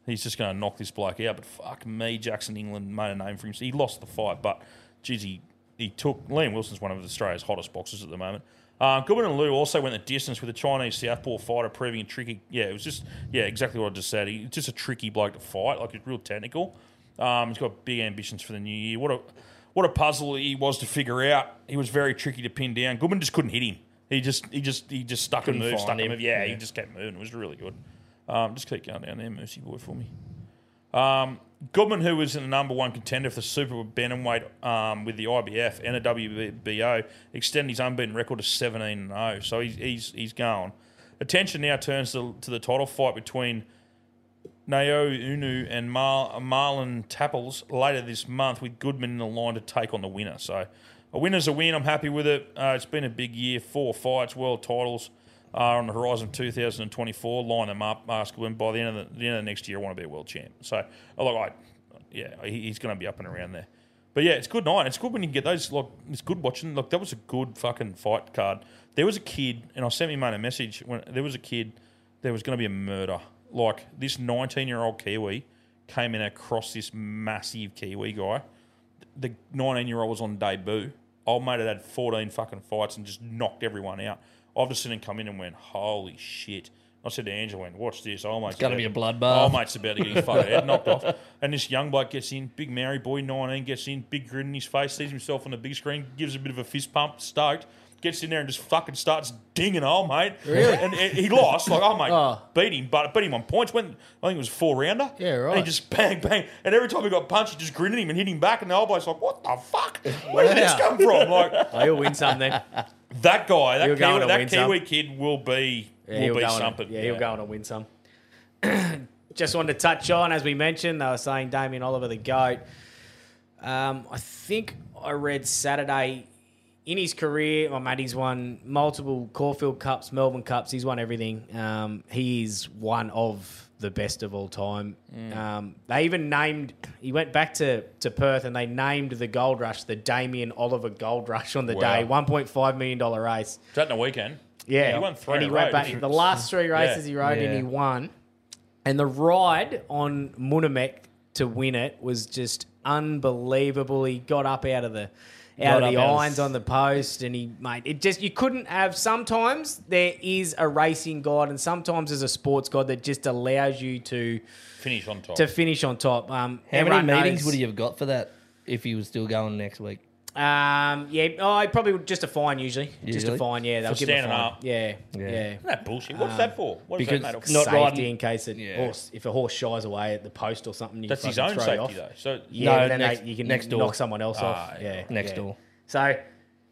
[SPEAKER 9] he's just gonna knock this bloke out. But fuck me, Jackson England made a name for himself. He lost the fight, but geez, he, he took Liam Wilson's one of Australia's hottest boxers at the moment. Uh, Goodwin and Liu also went the distance with a Chinese southpaw fighter, proving a tricky. Yeah, it was just yeah, exactly what I just said. He's just a tricky bloke to fight. Like it's real technical. Um, he's got big ambitions for the new year. What a what a puzzle he was to figure out. He was very tricky to pin down. Goodman just couldn't hit him. He just he just he just stuck
[SPEAKER 8] Couldn't
[SPEAKER 9] and moved,
[SPEAKER 8] find
[SPEAKER 9] stuck
[SPEAKER 8] him.
[SPEAKER 9] him. Yeah,
[SPEAKER 8] Yeah.
[SPEAKER 9] he just kept moving. It was really good. Um, just keep going down there, Mercy Boy, for me. Um, Goodman, who was the number one contender for the Super Bantamweight um, with the IBF and the WBO, extended his unbeaten record to 17 0. So he's, he's, he's going. Attention now turns to, to the title fight between Nayo Unu and Mar- Marlon Tapples later this month with Goodman in the line to take on the winner. So a winner's a win. I'm happy with it. Uh, it's been a big year. Four fights, world titles are on the horizon 2024. Line them up, ask Goodman. By the end of the, the end of the next year, I want to be a world champ. So, oh, look, I, yeah, he- he's going to be up and around there. But yeah, it's good night. It's good when you can get those. Like, it's good watching. Look, that was a good fucking fight card. There was a kid, and I sent me mate a message when there was a kid. There was going to be a murder. Like this 19 year old Kiwi came in across this massive Kiwi guy. The 19 year old was on debut, Old mate had had 14 fucking fights and just knocked everyone out. I've just seen him come in and went, holy shit. I said to Angela, went, watch this. Oh Old mate's
[SPEAKER 10] gonna
[SPEAKER 9] about-
[SPEAKER 10] be a bloodbath.
[SPEAKER 9] Old mate's about to get his fucking head knocked off. And this young bloke gets in, big Maori boy, 19, gets in, big grin in his face, sees himself on the big screen, gives a bit of a fist pump, stoked. Gets in there and just fucking starts dinging old mate.
[SPEAKER 12] Really?
[SPEAKER 9] And and he lost. Like, oh mate,
[SPEAKER 12] Oh.
[SPEAKER 9] beat him, but beat him on points. Went, I think it was a four rounder.
[SPEAKER 12] Yeah, right.
[SPEAKER 9] And he just bang, bang. And every time he got punched, he just grinned at him and hit him back. And the old bloke's like, what the fuck? Where did this
[SPEAKER 8] Wow.
[SPEAKER 9] come from? Like,
[SPEAKER 8] Oh, he'll win some then.
[SPEAKER 9] that guy, that
[SPEAKER 8] He'll go on
[SPEAKER 9] Kiwi,
[SPEAKER 8] to
[SPEAKER 9] that
[SPEAKER 8] win some.
[SPEAKER 9] Kiwi kid will be
[SPEAKER 8] Yeah, he'll
[SPEAKER 9] will be
[SPEAKER 8] go on to-
[SPEAKER 9] something.
[SPEAKER 8] yeah, he'll go on to win some. Just wanted to touch on, as we mentioned, they were saying Damien Oliver the GOAT. Um, I think I read Saturday in his career, my mate, he's won multiple Caulfield Cups, Melbourne Cups, he's won everything. Um, he is one of the best of all time.
[SPEAKER 1] Mm.
[SPEAKER 8] Um, they even named, he went back to, to Perth and they named the gold rush the Damien Oliver Gold Rush on the
[SPEAKER 9] Wow.
[SPEAKER 8] day, $1.5 million race.
[SPEAKER 9] Is that in the weekend?
[SPEAKER 8] Yeah,
[SPEAKER 9] he won three.
[SPEAKER 8] And he
[SPEAKER 9] in a
[SPEAKER 8] went
[SPEAKER 9] row,
[SPEAKER 8] back
[SPEAKER 9] didn't
[SPEAKER 8] the last three races he rode in,
[SPEAKER 9] Yeah.
[SPEAKER 8] he won. And the ride on Munamek to win it was just unbelievable. He got up out of the out
[SPEAKER 10] Got
[SPEAKER 8] of the
[SPEAKER 10] up out of
[SPEAKER 8] irons on the post, and he mate it just you couldn't have. Sometimes there is a racing god, and sometimes there's a sports god that just allows you to
[SPEAKER 9] finish on top.
[SPEAKER 8] To finish on top. Um,
[SPEAKER 10] How many
[SPEAKER 8] everyone
[SPEAKER 10] meetings
[SPEAKER 8] knows-
[SPEAKER 10] would he have got for that if he was still going next week?
[SPEAKER 8] Um, yeah, oh, I probably would just a fine usually. Just a
[SPEAKER 10] Usually?
[SPEAKER 8] fine, yeah. They'll
[SPEAKER 10] For
[SPEAKER 8] give him a
[SPEAKER 10] standing
[SPEAKER 8] fine.
[SPEAKER 10] up.
[SPEAKER 8] Yeah,
[SPEAKER 10] Yeah.
[SPEAKER 8] yeah.
[SPEAKER 10] Isn't that
[SPEAKER 9] bullshit? What's that for? What is that
[SPEAKER 8] Um, because
[SPEAKER 9] made of?
[SPEAKER 8] not
[SPEAKER 9] Not
[SPEAKER 8] safety
[SPEAKER 9] riding-
[SPEAKER 8] in case it horse if a horse shies away at the post or something. You
[SPEAKER 9] That's his
[SPEAKER 8] fucking
[SPEAKER 9] own
[SPEAKER 8] throw it
[SPEAKER 9] safety,
[SPEAKER 8] off.
[SPEAKER 9] though. So-
[SPEAKER 8] yeah,
[SPEAKER 9] No,
[SPEAKER 8] but then
[SPEAKER 9] next-
[SPEAKER 8] they, you can
[SPEAKER 9] next door.
[SPEAKER 8] knock someone else off.
[SPEAKER 9] Ah,
[SPEAKER 8] Yeah,
[SPEAKER 10] next
[SPEAKER 8] yeah.
[SPEAKER 10] door.
[SPEAKER 8] So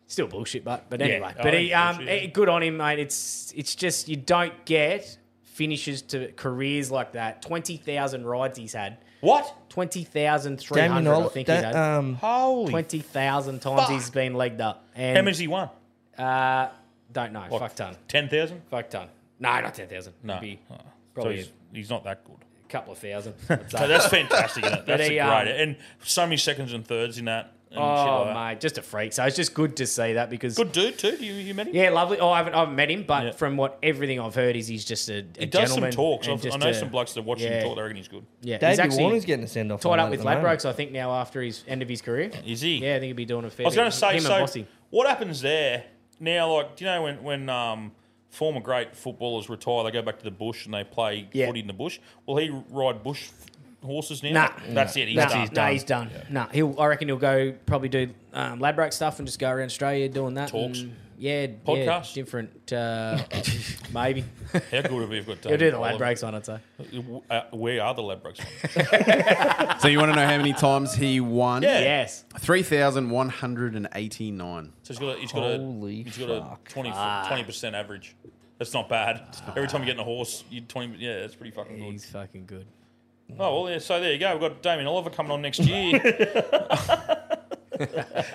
[SPEAKER 8] still bullshit, but but
[SPEAKER 10] Yeah.
[SPEAKER 8] anyway.
[SPEAKER 10] Oh,
[SPEAKER 8] But he,
[SPEAKER 10] it's
[SPEAKER 8] um,
[SPEAKER 10] bullshit,
[SPEAKER 8] eh, good on him, mate. It's it's just you don't get finishes to careers like that. Twenty thousand rides he's had.
[SPEAKER 9] What?
[SPEAKER 8] Twenty thousand three
[SPEAKER 10] Damien
[SPEAKER 8] hundred. I
[SPEAKER 10] Oliver-
[SPEAKER 8] think
[SPEAKER 10] that,
[SPEAKER 8] he's had.
[SPEAKER 10] um,
[SPEAKER 9] Holy
[SPEAKER 8] twenty thousand times he's been legged up. And
[SPEAKER 9] How many's he won?
[SPEAKER 8] Uh, don't know.
[SPEAKER 9] What,
[SPEAKER 8] Fuck ton.
[SPEAKER 9] Ten thousand.
[SPEAKER 8] Fuck ton. No, not ten thousand.
[SPEAKER 9] No.
[SPEAKER 8] Be
[SPEAKER 9] Oh. So
[SPEAKER 8] probably
[SPEAKER 9] he's- he's not that good.
[SPEAKER 8] A couple of thousand.
[SPEAKER 9] So that's fantastic. Isn't it?
[SPEAKER 8] But
[SPEAKER 9] That's
[SPEAKER 8] he,
[SPEAKER 9] a
[SPEAKER 8] um,
[SPEAKER 9] great. and so many seconds and thirds in that. And shit
[SPEAKER 8] Oh
[SPEAKER 9] like that.
[SPEAKER 8] mate, just a freak. So it's just good to see that because
[SPEAKER 9] good dude too. You, you met him?
[SPEAKER 8] Yeah, lovely. Oh, I haven't, I haven't met him, but from what everything I've heard is he's just a, a
[SPEAKER 9] He does some
[SPEAKER 8] gentleman
[SPEAKER 9] talks.
[SPEAKER 8] and
[SPEAKER 9] I've, I
[SPEAKER 8] just
[SPEAKER 9] know
[SPEAKER 8] a-
[SPEAKER 9] some blokes that watch
[SPEAKER 8] yeah.
[SPEAKER 9] him talk. They reckon he's good.
[SPEAKER 8] Yeah,
[SPEAKER 10] Davey Warner's getting a send-off on
[SPEAKER 8] Tied
[SPEAKER 10] that
[SPEAKER 8] up
[SPEAKER 10] at
[SPEAKER 8] with
[SPEAKER 10] the moment.
[SPEAKER 8] Ladbrokes, I think, now after his end of his career. Is he? Yeah, I think he'd be doing a fair.
[SPEAKER 9] I was going
[SPEAKER 8] bit.
[SPEAKER 9] to say,
[SPEAKER 8] him and
[SPEAKER 9] so
[SPEAKER 8] Bossy.
[SPEAKER 9] what happens there now? Like, do you know when when um, former great footballers retire, they go back to the bush and they play
[SPEAKER 8] Yeah.
[SPEAKER 9] footy in the bush. Will he ride bush f- horses now?
[SPEAKER 8] Nah,
[SPEAKER 9] that's it. He's
[SPEAKER 8] nah,
[SPEAKER 9] done.
[SPEAKER 8] Nah, he's done. Nah, he'll. I reckon he'll go probably do um, Ladbroke stuff and just go around Australia doing that.
[SPEAKER 9] Talks.
[SPEAKER 8] and- yeah,
[SPEAKER 9] Podcast?
[SPEAKER 8] yeah, different. Uh, maybe.
[SPEAKER 9] How good have we got?
[SPEAKER 8] He'll do the Ladbrokes one, I'd say.
[SPEAKER 9] Uh, we are the Ladbrokes.
[SPEAKER 11] so you want to know how many times he won?
[SPEAKER 9] Yeah. Yes.
[SPEAKER 11] Three thousand one hundred and eighty-nine.
[SPEAKER 9] So he's got a, he's got
[SPEAKER 11] Holy
[SPEAKER 9] a, he's got a
[SPEAKER 8] Ah.
[SPEAKER 9] 20 percent average. That's not bad. Every time you get in a horse, you twenty. Yeah, that's pretty fucking good. He's
[SPEAKER 8] fucking good.
[SPEAKER 9] Oh well, yeah. So there you go. We've got Damien Oliver coming on next year.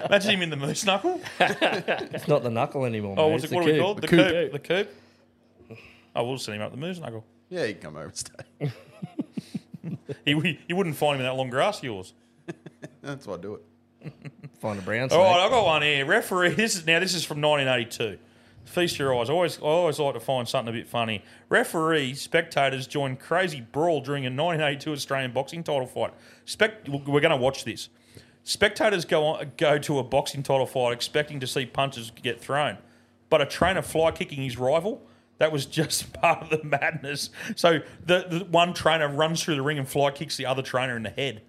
[SPEAKER 9] Imagine him in the moose knuckle.
[SPEAKER 10] It's not the knuckle anymore.
[SPEAKER 9] Oh,
[SPEAKER 10] mate.
[SPEAKER 9] what's it,
[SPEAKER 10] It's the
[SPEAKER 9] what are we
[SPEAKER 10] coupe.
[SPEAKER 9] called? The coop. The coop. I will send him up the moose knuckle.
[SPEAKER 11] Yeah, you can come over and stay.
[SPEAKER 9] He, he, you wouldn't find him in that long grass of yours.
[SPEAKER 11] That's why I do it.
[SPEAKER 10] Find a brown
[SPEAKER 9] All
[SPEAKER 10] snake.
[SPEAKER 9] right, I've got one here. Referee, this is now this is from 1982. Feast your eyes. I always, I always like to find something a bit funny. Referee spectators join crazy brawl during a 1982 Australian boxing title fight. Spec, we're going to watch this. Spectators go on, go to a boxing title fight expecting to see punches get thrown, but a trainer fly kicking his rival. That was just part of the madness. So the, the one trainer runs through the ring and fly kicks the other trainer in the head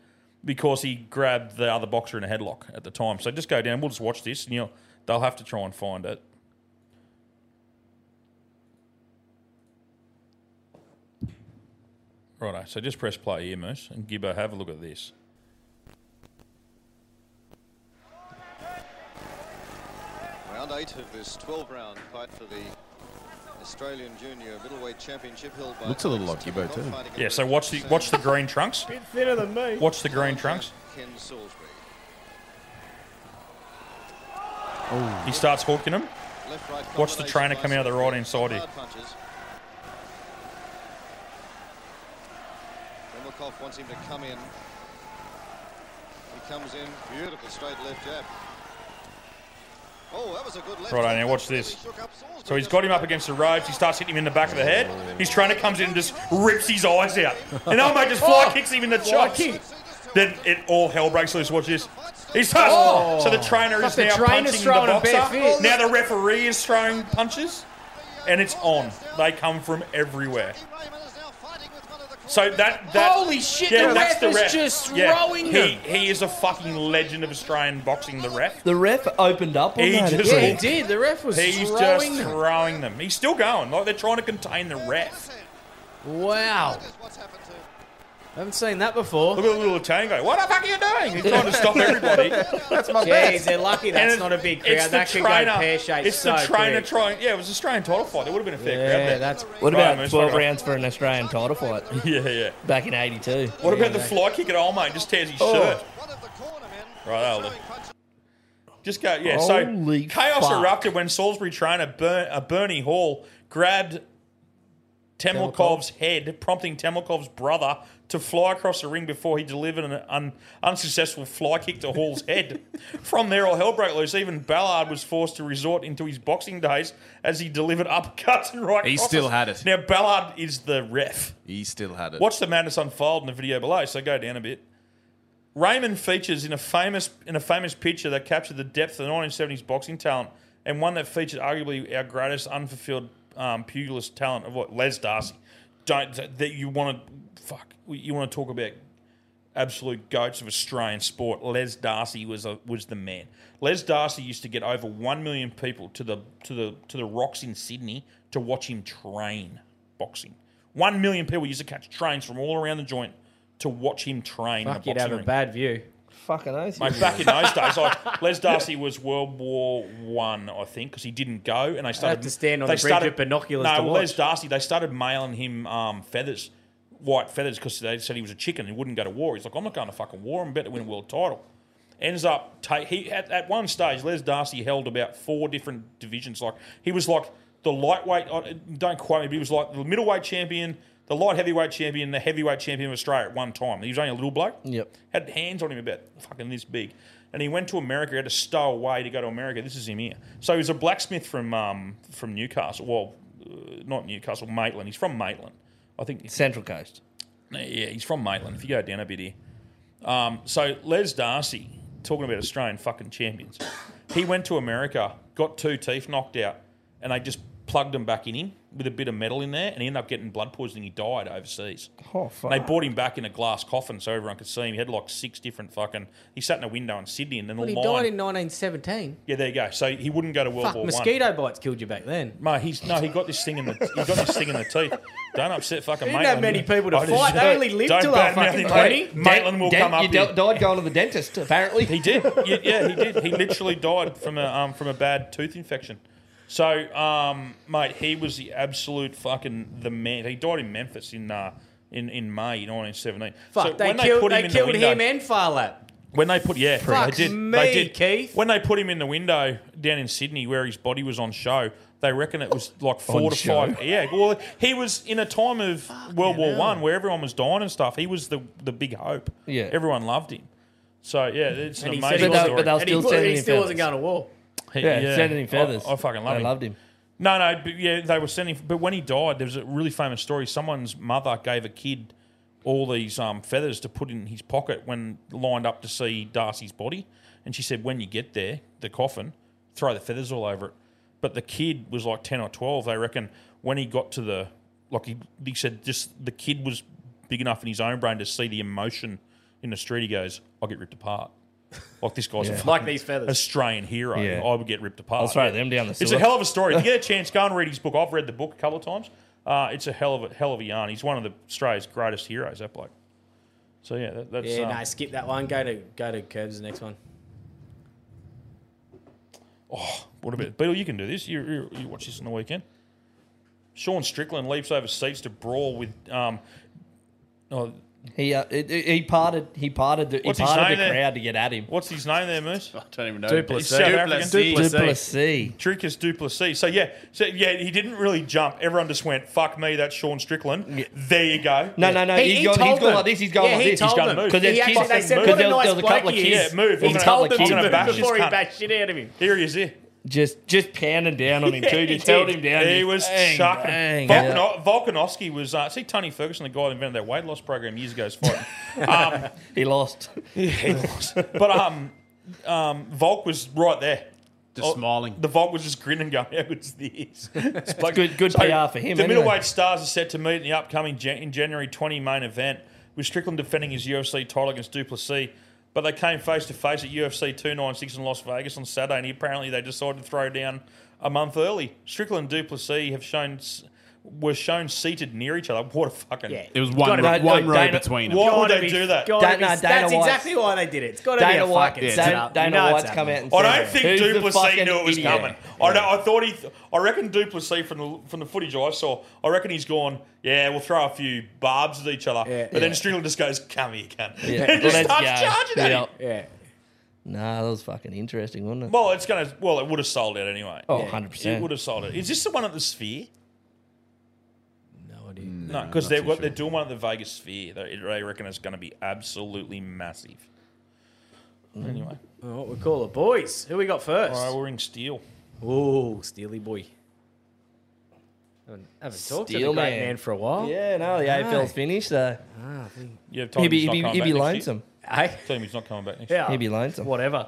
[SPEAKER 9] because he grabbed the other boxer in a headlock at the time. So just go down. We'll just watch this, and you'll they'll have to try and find it. Righto. So just press play here, Moose, and Gibbo, have a look at this.
[SPEAKER 13] Round eight of this 12-round fight for the Australian Junior Middleweight Championship held by
[SPEAKER 11] Looks a little like Gibbo too.
[SPEAKER 9] Yeah. So watch the watch the green trunks.
[SPEAKER 8] Bit thinner than me.
[SPEAKER 9] Watch the green trunks.
[SPEAKER 13] Ken Salisbury.
[SPEAKER 9] He starts hooking him.
[SPEAKER 13] Left-right
[SPEAKER 9] Watch the trainer come out of the right hand side here.
[SPEAKER 13] Hard punches. Remilkov wants him to come in. He comes in. Beautiful straight left jab. Oh, that was a good left.
[SPEAKER 9] Right
[SPEAKER 13] jab.
[SPEAKER 9] now, watch this. So he's got him up against the ropes. He starts hitting him in the back of the head.
[SPEAKER 12] Oh,
[SPEAKER 9] His trainer comes in and just rips his eyes out. And old mate just fly kicks him in the
[SPEAKER 13] Fly
[SPEAKER 9] chops.
[SPEAKER 13] kick.
[SPEAKER 9] Then it all hell breaks loose. Watch this. He's touched.
[SPEAKER 12] Oh.
[SPEAKER 9] So the trainer
[SPEAKER 12] But
[SPEAKER 9] is
[SPEAKER 12] the
[SPEAKER 9] now
[SPEAKER 12] trainer's
[SPEAKER 9] punching the
[SPEAKER 12] throwing a bare
[SPEAKER 9] boxer.
[SPEAKER 12] fist.
[SPEAKER 9] Now the referee is throwing punches, and it's on. They come from everywhere. So that, that
[SPEAKER 12] Holy shit, the ref is just throwing
[SPEAKER 9] he,
[SPEAKER 12] them.
[SPEAKER 9] He is a fucking legend of Australian boxing. The ref.
[SPEAKER 10] The ref opened up on
[SPEAKER 9] He
[SPEAKER 10] that. as
[SPEAKER 9] just-
[SPEAKER 10] well.
[SPEAKER 9] Yeah, he
[SPEAKER 12] Did the ref was
[SPEAKER 9] He's
[SPEAKER 12] throwing
[SPEAKER 9] just
[SPEAKER 12] them.
[SPEAKER 9] throwing them. He's still going. Like they're trying to contain the ref.
[SPEAKER 1] Wow.
[SPEAKER 9] I haven't seen that before. Look at the little Italian guy. What the fuck are you doing? He's trying to stop everybody.
[SPEAKER 8] That's my Jeez, best. they're lucky that's not a big crowd. That could go pear-shaped
[SPEAKER 9] It's the
[SPEAKER 8] so
[SPEAKER 9] trainer
[SPEAKER 8] quick.
[SPEAKER 9] trying. Yeah, it was an Australian title fight. There would have been a fair crowd
[SPEAKER 10] Yeah,
[SPEAKER 9] there.
[SPEAKER 10] that's
[SPEAKER 9] Right,
[SPEAKER 10] what about
[SPEAKER 9] man, it's
[SPEAKER 10] twelve
[SPEAKER 9] fucking-
[SPEAKER 10] rounds for an Australian title fight?
[SPEAKER 9] yeah, yeah.
[SPEAKER 10] Back in '82.
[SPEAKER 9] What about the fly kick at all, mate? Just tears his
[SPEAKER 10] Oh.
[SPEAKER 9] shirt. Right, hold it. Just go, yeah.
[SPEAKER 10] Holy
[SPEAKER 9] so chaos
[SPEAKER 10] fuck.
[SPEAKER 9] erupted when Salisbury trainer Ber- uh, Bernie Hall grabbed Temelkov's head, prompting Temelkov's brother to fly across the ring before he delivered an un- unsuccessful fly kick to Hall's head. From there, all hell broke loose. Even Ballard was forced to resort into his boxing days as he delivered uppercuts and right
[SPEAKER 11] He
[SPEAKER 9] crosses.
[SPEAKER 11] still had it.
[SPEAKER 9] Now, Ballard is the ref.
[SPEAKER 11] He still had it.
[SPEAKER 9] Watch the madness unfold in the video below. So go down a bit. Raymond features in a famous in a famous picture that captured the depth of the 1970s boxing talent, and one that featured arguably our greatest unfulfilled um, pugilist talent of what Les Darcy. Don't that you want to fuck? You want to talk about absolute goats of Australian sport? Les Darcy was a, was the man. Les Darcy used to get over one million people to the to the to the rocks in Sydney to watch him train boxing. One million people used to catch trains from all around the joint to watch him train. in
[SPEAKER 8] Fuck,
[SPEAKER 9] the
[SPEAKER 8] you'd
[SPEAKER 9] boxing
[SPEAKER 8] have a
[SPEAKER 9] ring.
[SPEAKER 8] bad view.
[SPEAKER 10] Fucking oath.
[SPEAKER 9] Mate, back in those days, like Les Darcy was World War One, I, think, because he didn't go, and they started
[SPEAKER 8] to stand on
[SPEAKER 9] they
[SPEAKER 8] the bridge with binoculars
[SPEAKER 9] No,
[SPEAKER 8] to
[SPEAKER 9] Les
[SPEAKER 8] watch.
[SPEAKER 9] Darcy, they started mailing him um, feathers, white feathers, because they said he was a chicken and wouldn't go to war. He's like, I'm not going to fucking war. I'm about to win a world title. Ends up, ta- he at, at one stage, Les Darcy held about four different divisions. Like he was like the lightweight. uh, Don't quote me, but he was like the middleweight champion. The light heavyweight champion, the heavyweight champion of Australia at one time. He was only a little bloke
[SPEAKER 10] Yep.
[SPEAKER 9] had hands on him about fucking this big. And he went to America, had to stow away to go to America. This is him here. So he was a blacksmith from um, from Newcastle. Well, uh, not Newcastle, Maitland. He's from Maitland. I think.
[SPEAKER 10] Central Coast.
[SPEAKER 9] Yeah, he's from Maitland. If you go down a bit here. Um, so Les Darcy, talking about Australian fucking champions, he went to America, got two teeth knocked out, and they just plugged them back in him with a bit of metal in there, and he ended up getting blood poisoning. He died overseas.
[SPEAKER 10] Oh
[SPEAKER 9] And they brought him back in a glass coffin so everyone could see him. He had like six different fucking. He sat in a window in Sydney, and then the
[SPEAKER 8] Well, he
[SPEAKER 9] line.
[SPEAKER 8] died in 1917.
[SPEAKER 9] yeah, there you go. So he wouldn't go to World
[SPEAKER 8] Fuck,
[SPEAKER 9] War
[SPEAKER 8] mosquito bites killed you back then.
[SPEAKER 9] One. Mate, he's no, he got this thing in the he got this thing in the teeth. Don't upset fucking
[SPEAKER 8] He
[SPEAKER 9] Maitland.
[SPEAKER 8] didn't have many people to
[SPEAKER 9] I just-
[SPEAKER 8] fight. They only lived
[SPEAKER 9] Don't
[SPEAKER 8] till they were
[SPEAKER 9] badmouth
[SPEAKER 8] fucking
[SPEAKER 9] him,
[SPEAKER 8] 20.
[SPEAKER 9] mate. Maitland will
[SPEAKER 10] Dent-
[SPEAKER 9] come up
[SPEAKER 10] You
[SPEAKER 9] here.
[SPEAKER 10] d- died going to the dentist, apparently.
[SPEAKER 9] He did. Yeah, yeah, he did. He literally died from a um, from a bad tooth infection. So, um, mate, he was the absolute fucking the man. He died in Memphis in uh, in in May 1917.
[SPEAKER 8] Fuck,
[SPEAKER 9] so
[SPEAKER 8] they
[SPEAKER 9] when
[SPEAKER 8] killed,
[SPEAKER 9] put
[SPEAKER 8] they
[SPEAKER 9] him in the
[SPEAKER 8] killed
[SPEAKER 9] window-
[SPEAKER 8] him and Farlap.
[SPEAKER 9] When they put yeah,
[SPEAKER 8] Fuck
[SPEAKER 9] they did.
[SPEAKER 8] me,
[SPEAKER 9] they did. Keith. When they put him in the window down in Sydney, where his body was on show, they reckon it was like
[SPEAKER 10] On
[SPEAKER 9] four to
[SPEAKER 10] show.
[SPEAKER 9] five. Yeah, well, he was in a time of World War One where everyone was dying and stuff. He was the the big hope.
[SPEAKER 10] Yeah.
[SPEAKER 9] everyone loved him. So yeah, it's
[SPEAKER 8] And
[SPEAKER 9] an
[SPEAKER 8] he said
[SPEAKER 9] amazing
[SPEAKER 8] he wasn't-
[SPEAKER 9] story.
[SPEAKER 8] but they were And he still wa- sending he him still wasn't feathers. going to war.
[SPEAKER 9] He-
[SPEAKER 10] Yeah, sending him feathers.
[SPEAKER 9] I, I fucking love
[SPEAKER 10] They
[SPEAKER 9] him.
[SPEAKER 10] loved him.
[SPEAKER 9] No, no, but yeah, they were sending. But when he died, there was a really famous story. Someone's mother gave a kid all these um, feathers to put in his pocket when lined up to see Darcy's body, and she said, "When you get there, the coffin, throw the feathers all over it." But the kid was like ten or twelve. They reckon when he got to the, like he, he said, just the kid was big enough in his own brain to see the emotion in the street. He goes, "I'll get ripped apart." Like this guy's a
[SPEAKER 10] Yeah.
[SPEAKER 9] fucking
[SPEAKER 10] Like these feathers.
[SPEAKER 9] Australian hero.
[SPEAKER 10] Yeah.
[SPEAKER 9] I would get ripped apart.
[SPEAKER 10] I'll throw them down the
[SPEAKER 9] It's a
[SPEAKER 10] sewer.
[SPEAKER 9] hell of a story. If you get a chance, go and read his book. I've read the book a couple of times. Uh, it's a hell of a hell of a yarn. He's one of the Australia's greatest heroes. That bloke. So yeah, that, that's
[SPEAKER 8] yeah,
[SPEAKER 9] um,
[SPEAKER 8] no, skip that one. Go to go to Curbs the next one.
[SPEAKER 9] What about Beetle? You can do this. You, you, you watch this on the weekend. Sean Strickland leaps over seats to brawl with. Um, oh,
[SPEAKER 10] He uh, he- he parted he parted the, he
[SPEAKER 9] What's his name
[SPEAKER 10] parted the
[SPEAKER 9] there?
[SPEAKER 10] crowd to get at him.
[SPEAKER 9] What's his name there, Moose? I
[SPEAKER 14] don't even know.
[SPEAKER 9] He's South African.
[SPEAKER 10] Duplessis.
[SPEAKER 9] Trick is Duplessis. So yeah, so yeah, he didn't really jump. Everyone just went, "Fuck me, that's Sean Strickland." There you go.
[SPEAKER 10] No, no, no, He- he's he gone- he's told gone them. like this, he's gone Yeah, like he this. He's told gonna them. move. 'Cause there's He kids- actually- they said,
[SPEAKER 9] Move.
[SPEAKER 10] "What a Because there was- nice there was a bloke couple of he is."
[SPEAKER 9] Yeah, move.
[SPEAKER 10] He
[SPEAKER 9] I'm gonna-
[SPEAKER 10] told them
[SPEAKER 9] I'm
[SPEAKER 10] to
[SPEAKER 9] gonna
[SPEAKER 10] move
[SPEAKER 9] bash this
[SPEAKER 10] before he
[SPEAKER 9] cunt.
[SPEAKER 10] bashed
[SPEAKER 8] shit out of him.
[SPEAKER 9] Here he is. Here.
[SPEAKER 10] just just pounding down on him too.
[SPEAKER 9] he
[SPEAKER 10] Just held
[SPEAKER 9] did.
[SPEAKER 10] him down.
[SPEAKER 9] He
[SPEAKER 10] just
[SPEAKER 9] was
[SPEAKER 10] bang,
[SPEAKER 9] chucking.
[SPEAKER 10] bang.
[SPEAKER 9] Volkano- Volkanovski was. Uh, see, Tony Ferguson, the guy that invented that weight loss program years ago, is fighting. Um,
[SPEAKER 10] he lost.
[SPEAKER 9] he lost. But um, um, Volk was right there.
[SPEAKER 11] Just smiling.
[SPEAKER 9] The Volk was just grinning, going, "How good's this?" It's
[SPEAKER 10] It's good- good PR for him,
[SPEAKER 9] The
[SPEAKER 10] anyway.
[SPEAKER 9] middleweight stars are set to meet in the upcoming Jan- in January 20 main event, with Strickland defending his UFC title against Duplessis. But they came face to face at UFC 296 in Las Vegas on Saturday, and apparently they decided to throw down a month early. Strickland and Duplessis have shown s- were shown seated near each other. What a fucking
[SPEAKER 8] Yeah.
[SPEAKER 11] It was one Gotta row- be- one no, row Dana- between 'em.
[SPEAKER 9] Why would
[SPEAKER 11] gotta
[SPEAKER 9] they
[SPEAKER 11] be-
[SPEAKER 9] do that?
[SPEAKER 11] gotta Dana- be- Dana
[SPEAKER 8] That's
[SPEAKER 11] White's-
[SPEAKER 8] exactly why they did it. It's got to be
[SPEAKER 9] Dana
[SPEAKER 8] a
[SPEAKER 9] White-
[SPEAKER 8] fucking
[SPEAKER 9] Dana-
[SPEAKER 8] setup.
[SPEAKER 9] Dana
[SPEAKER 8] it's
[SPEAKER 9] White's
[SPEAKER 8] happening.
[SPEAKER 9] come out and I don't think Duplessis knew it was coming. I, don't, I thought he. I reckon Duplessis from the from the footage I saw. I reckon he's gone. Yeah, we'll throw a few barbs at each other. but then
[SPEAKER 10] Yeah.
[SPEAKER 9] Strickland just goes, "Come here, cunt,"
[SPEAKER 10] Yeah.
[SPEAKER 9] and just
[SPEAKER 10] Let's
[SPEAKER 9] starts
[SPEAKER 10] go.
[SPEAKER 9] charging at him.
[SPEAKER 8] Yeah.
[SPEAKER 10] Nah, that was fucking interesting, wasn't it?
[SPEAKER 9] Well, it's gonna. Well, it would have sold out anyway.
[SPEAKER 10] Oh, 100%.
[SPEAKER 9] It would have sold out. Is this the one at the Sphere?
[SPEAKER 10] No idea.
[SPEAKER 9] No, because they're what they're doing one at the Vegas Sphere. They, they reckon it's going to be absolutely massive.
[SPEAKER 10] Mm.
[SPEAKER 9] Anyway,
[SPEAKER 8] Well, what we call it, boys. Who we got first?
[SPEAKER 9] All right, we're in steel.
[SPEAKER 8] Ooh, Steely boy. Haven't, haven't talked to the
[SPEAKER 10] Steel
[SPEAKER 8] great
[SPEAKER 10] man.
[SPEAKER 8] man. for a while.
[SPEAKER 10] Yeah, no, the
[SPEAKER 8] No.
[SPEAKER 10] AFL's finished, so
[SPEAKER 8] Ah, I think-
[SPEAKER 9] Yeah,
[SPEAKER 10] told He'd him be- he's not he'd be- coming he'd be back next year. lonesome.
[SPEAKER 8] Hey,
[SPEAKER 9] tell him he's not coming back next
[SPEAKER 8] yeah,
[SPEAKER 10] year. He'd be lonesome.
[SPEAKER 8] Whatever.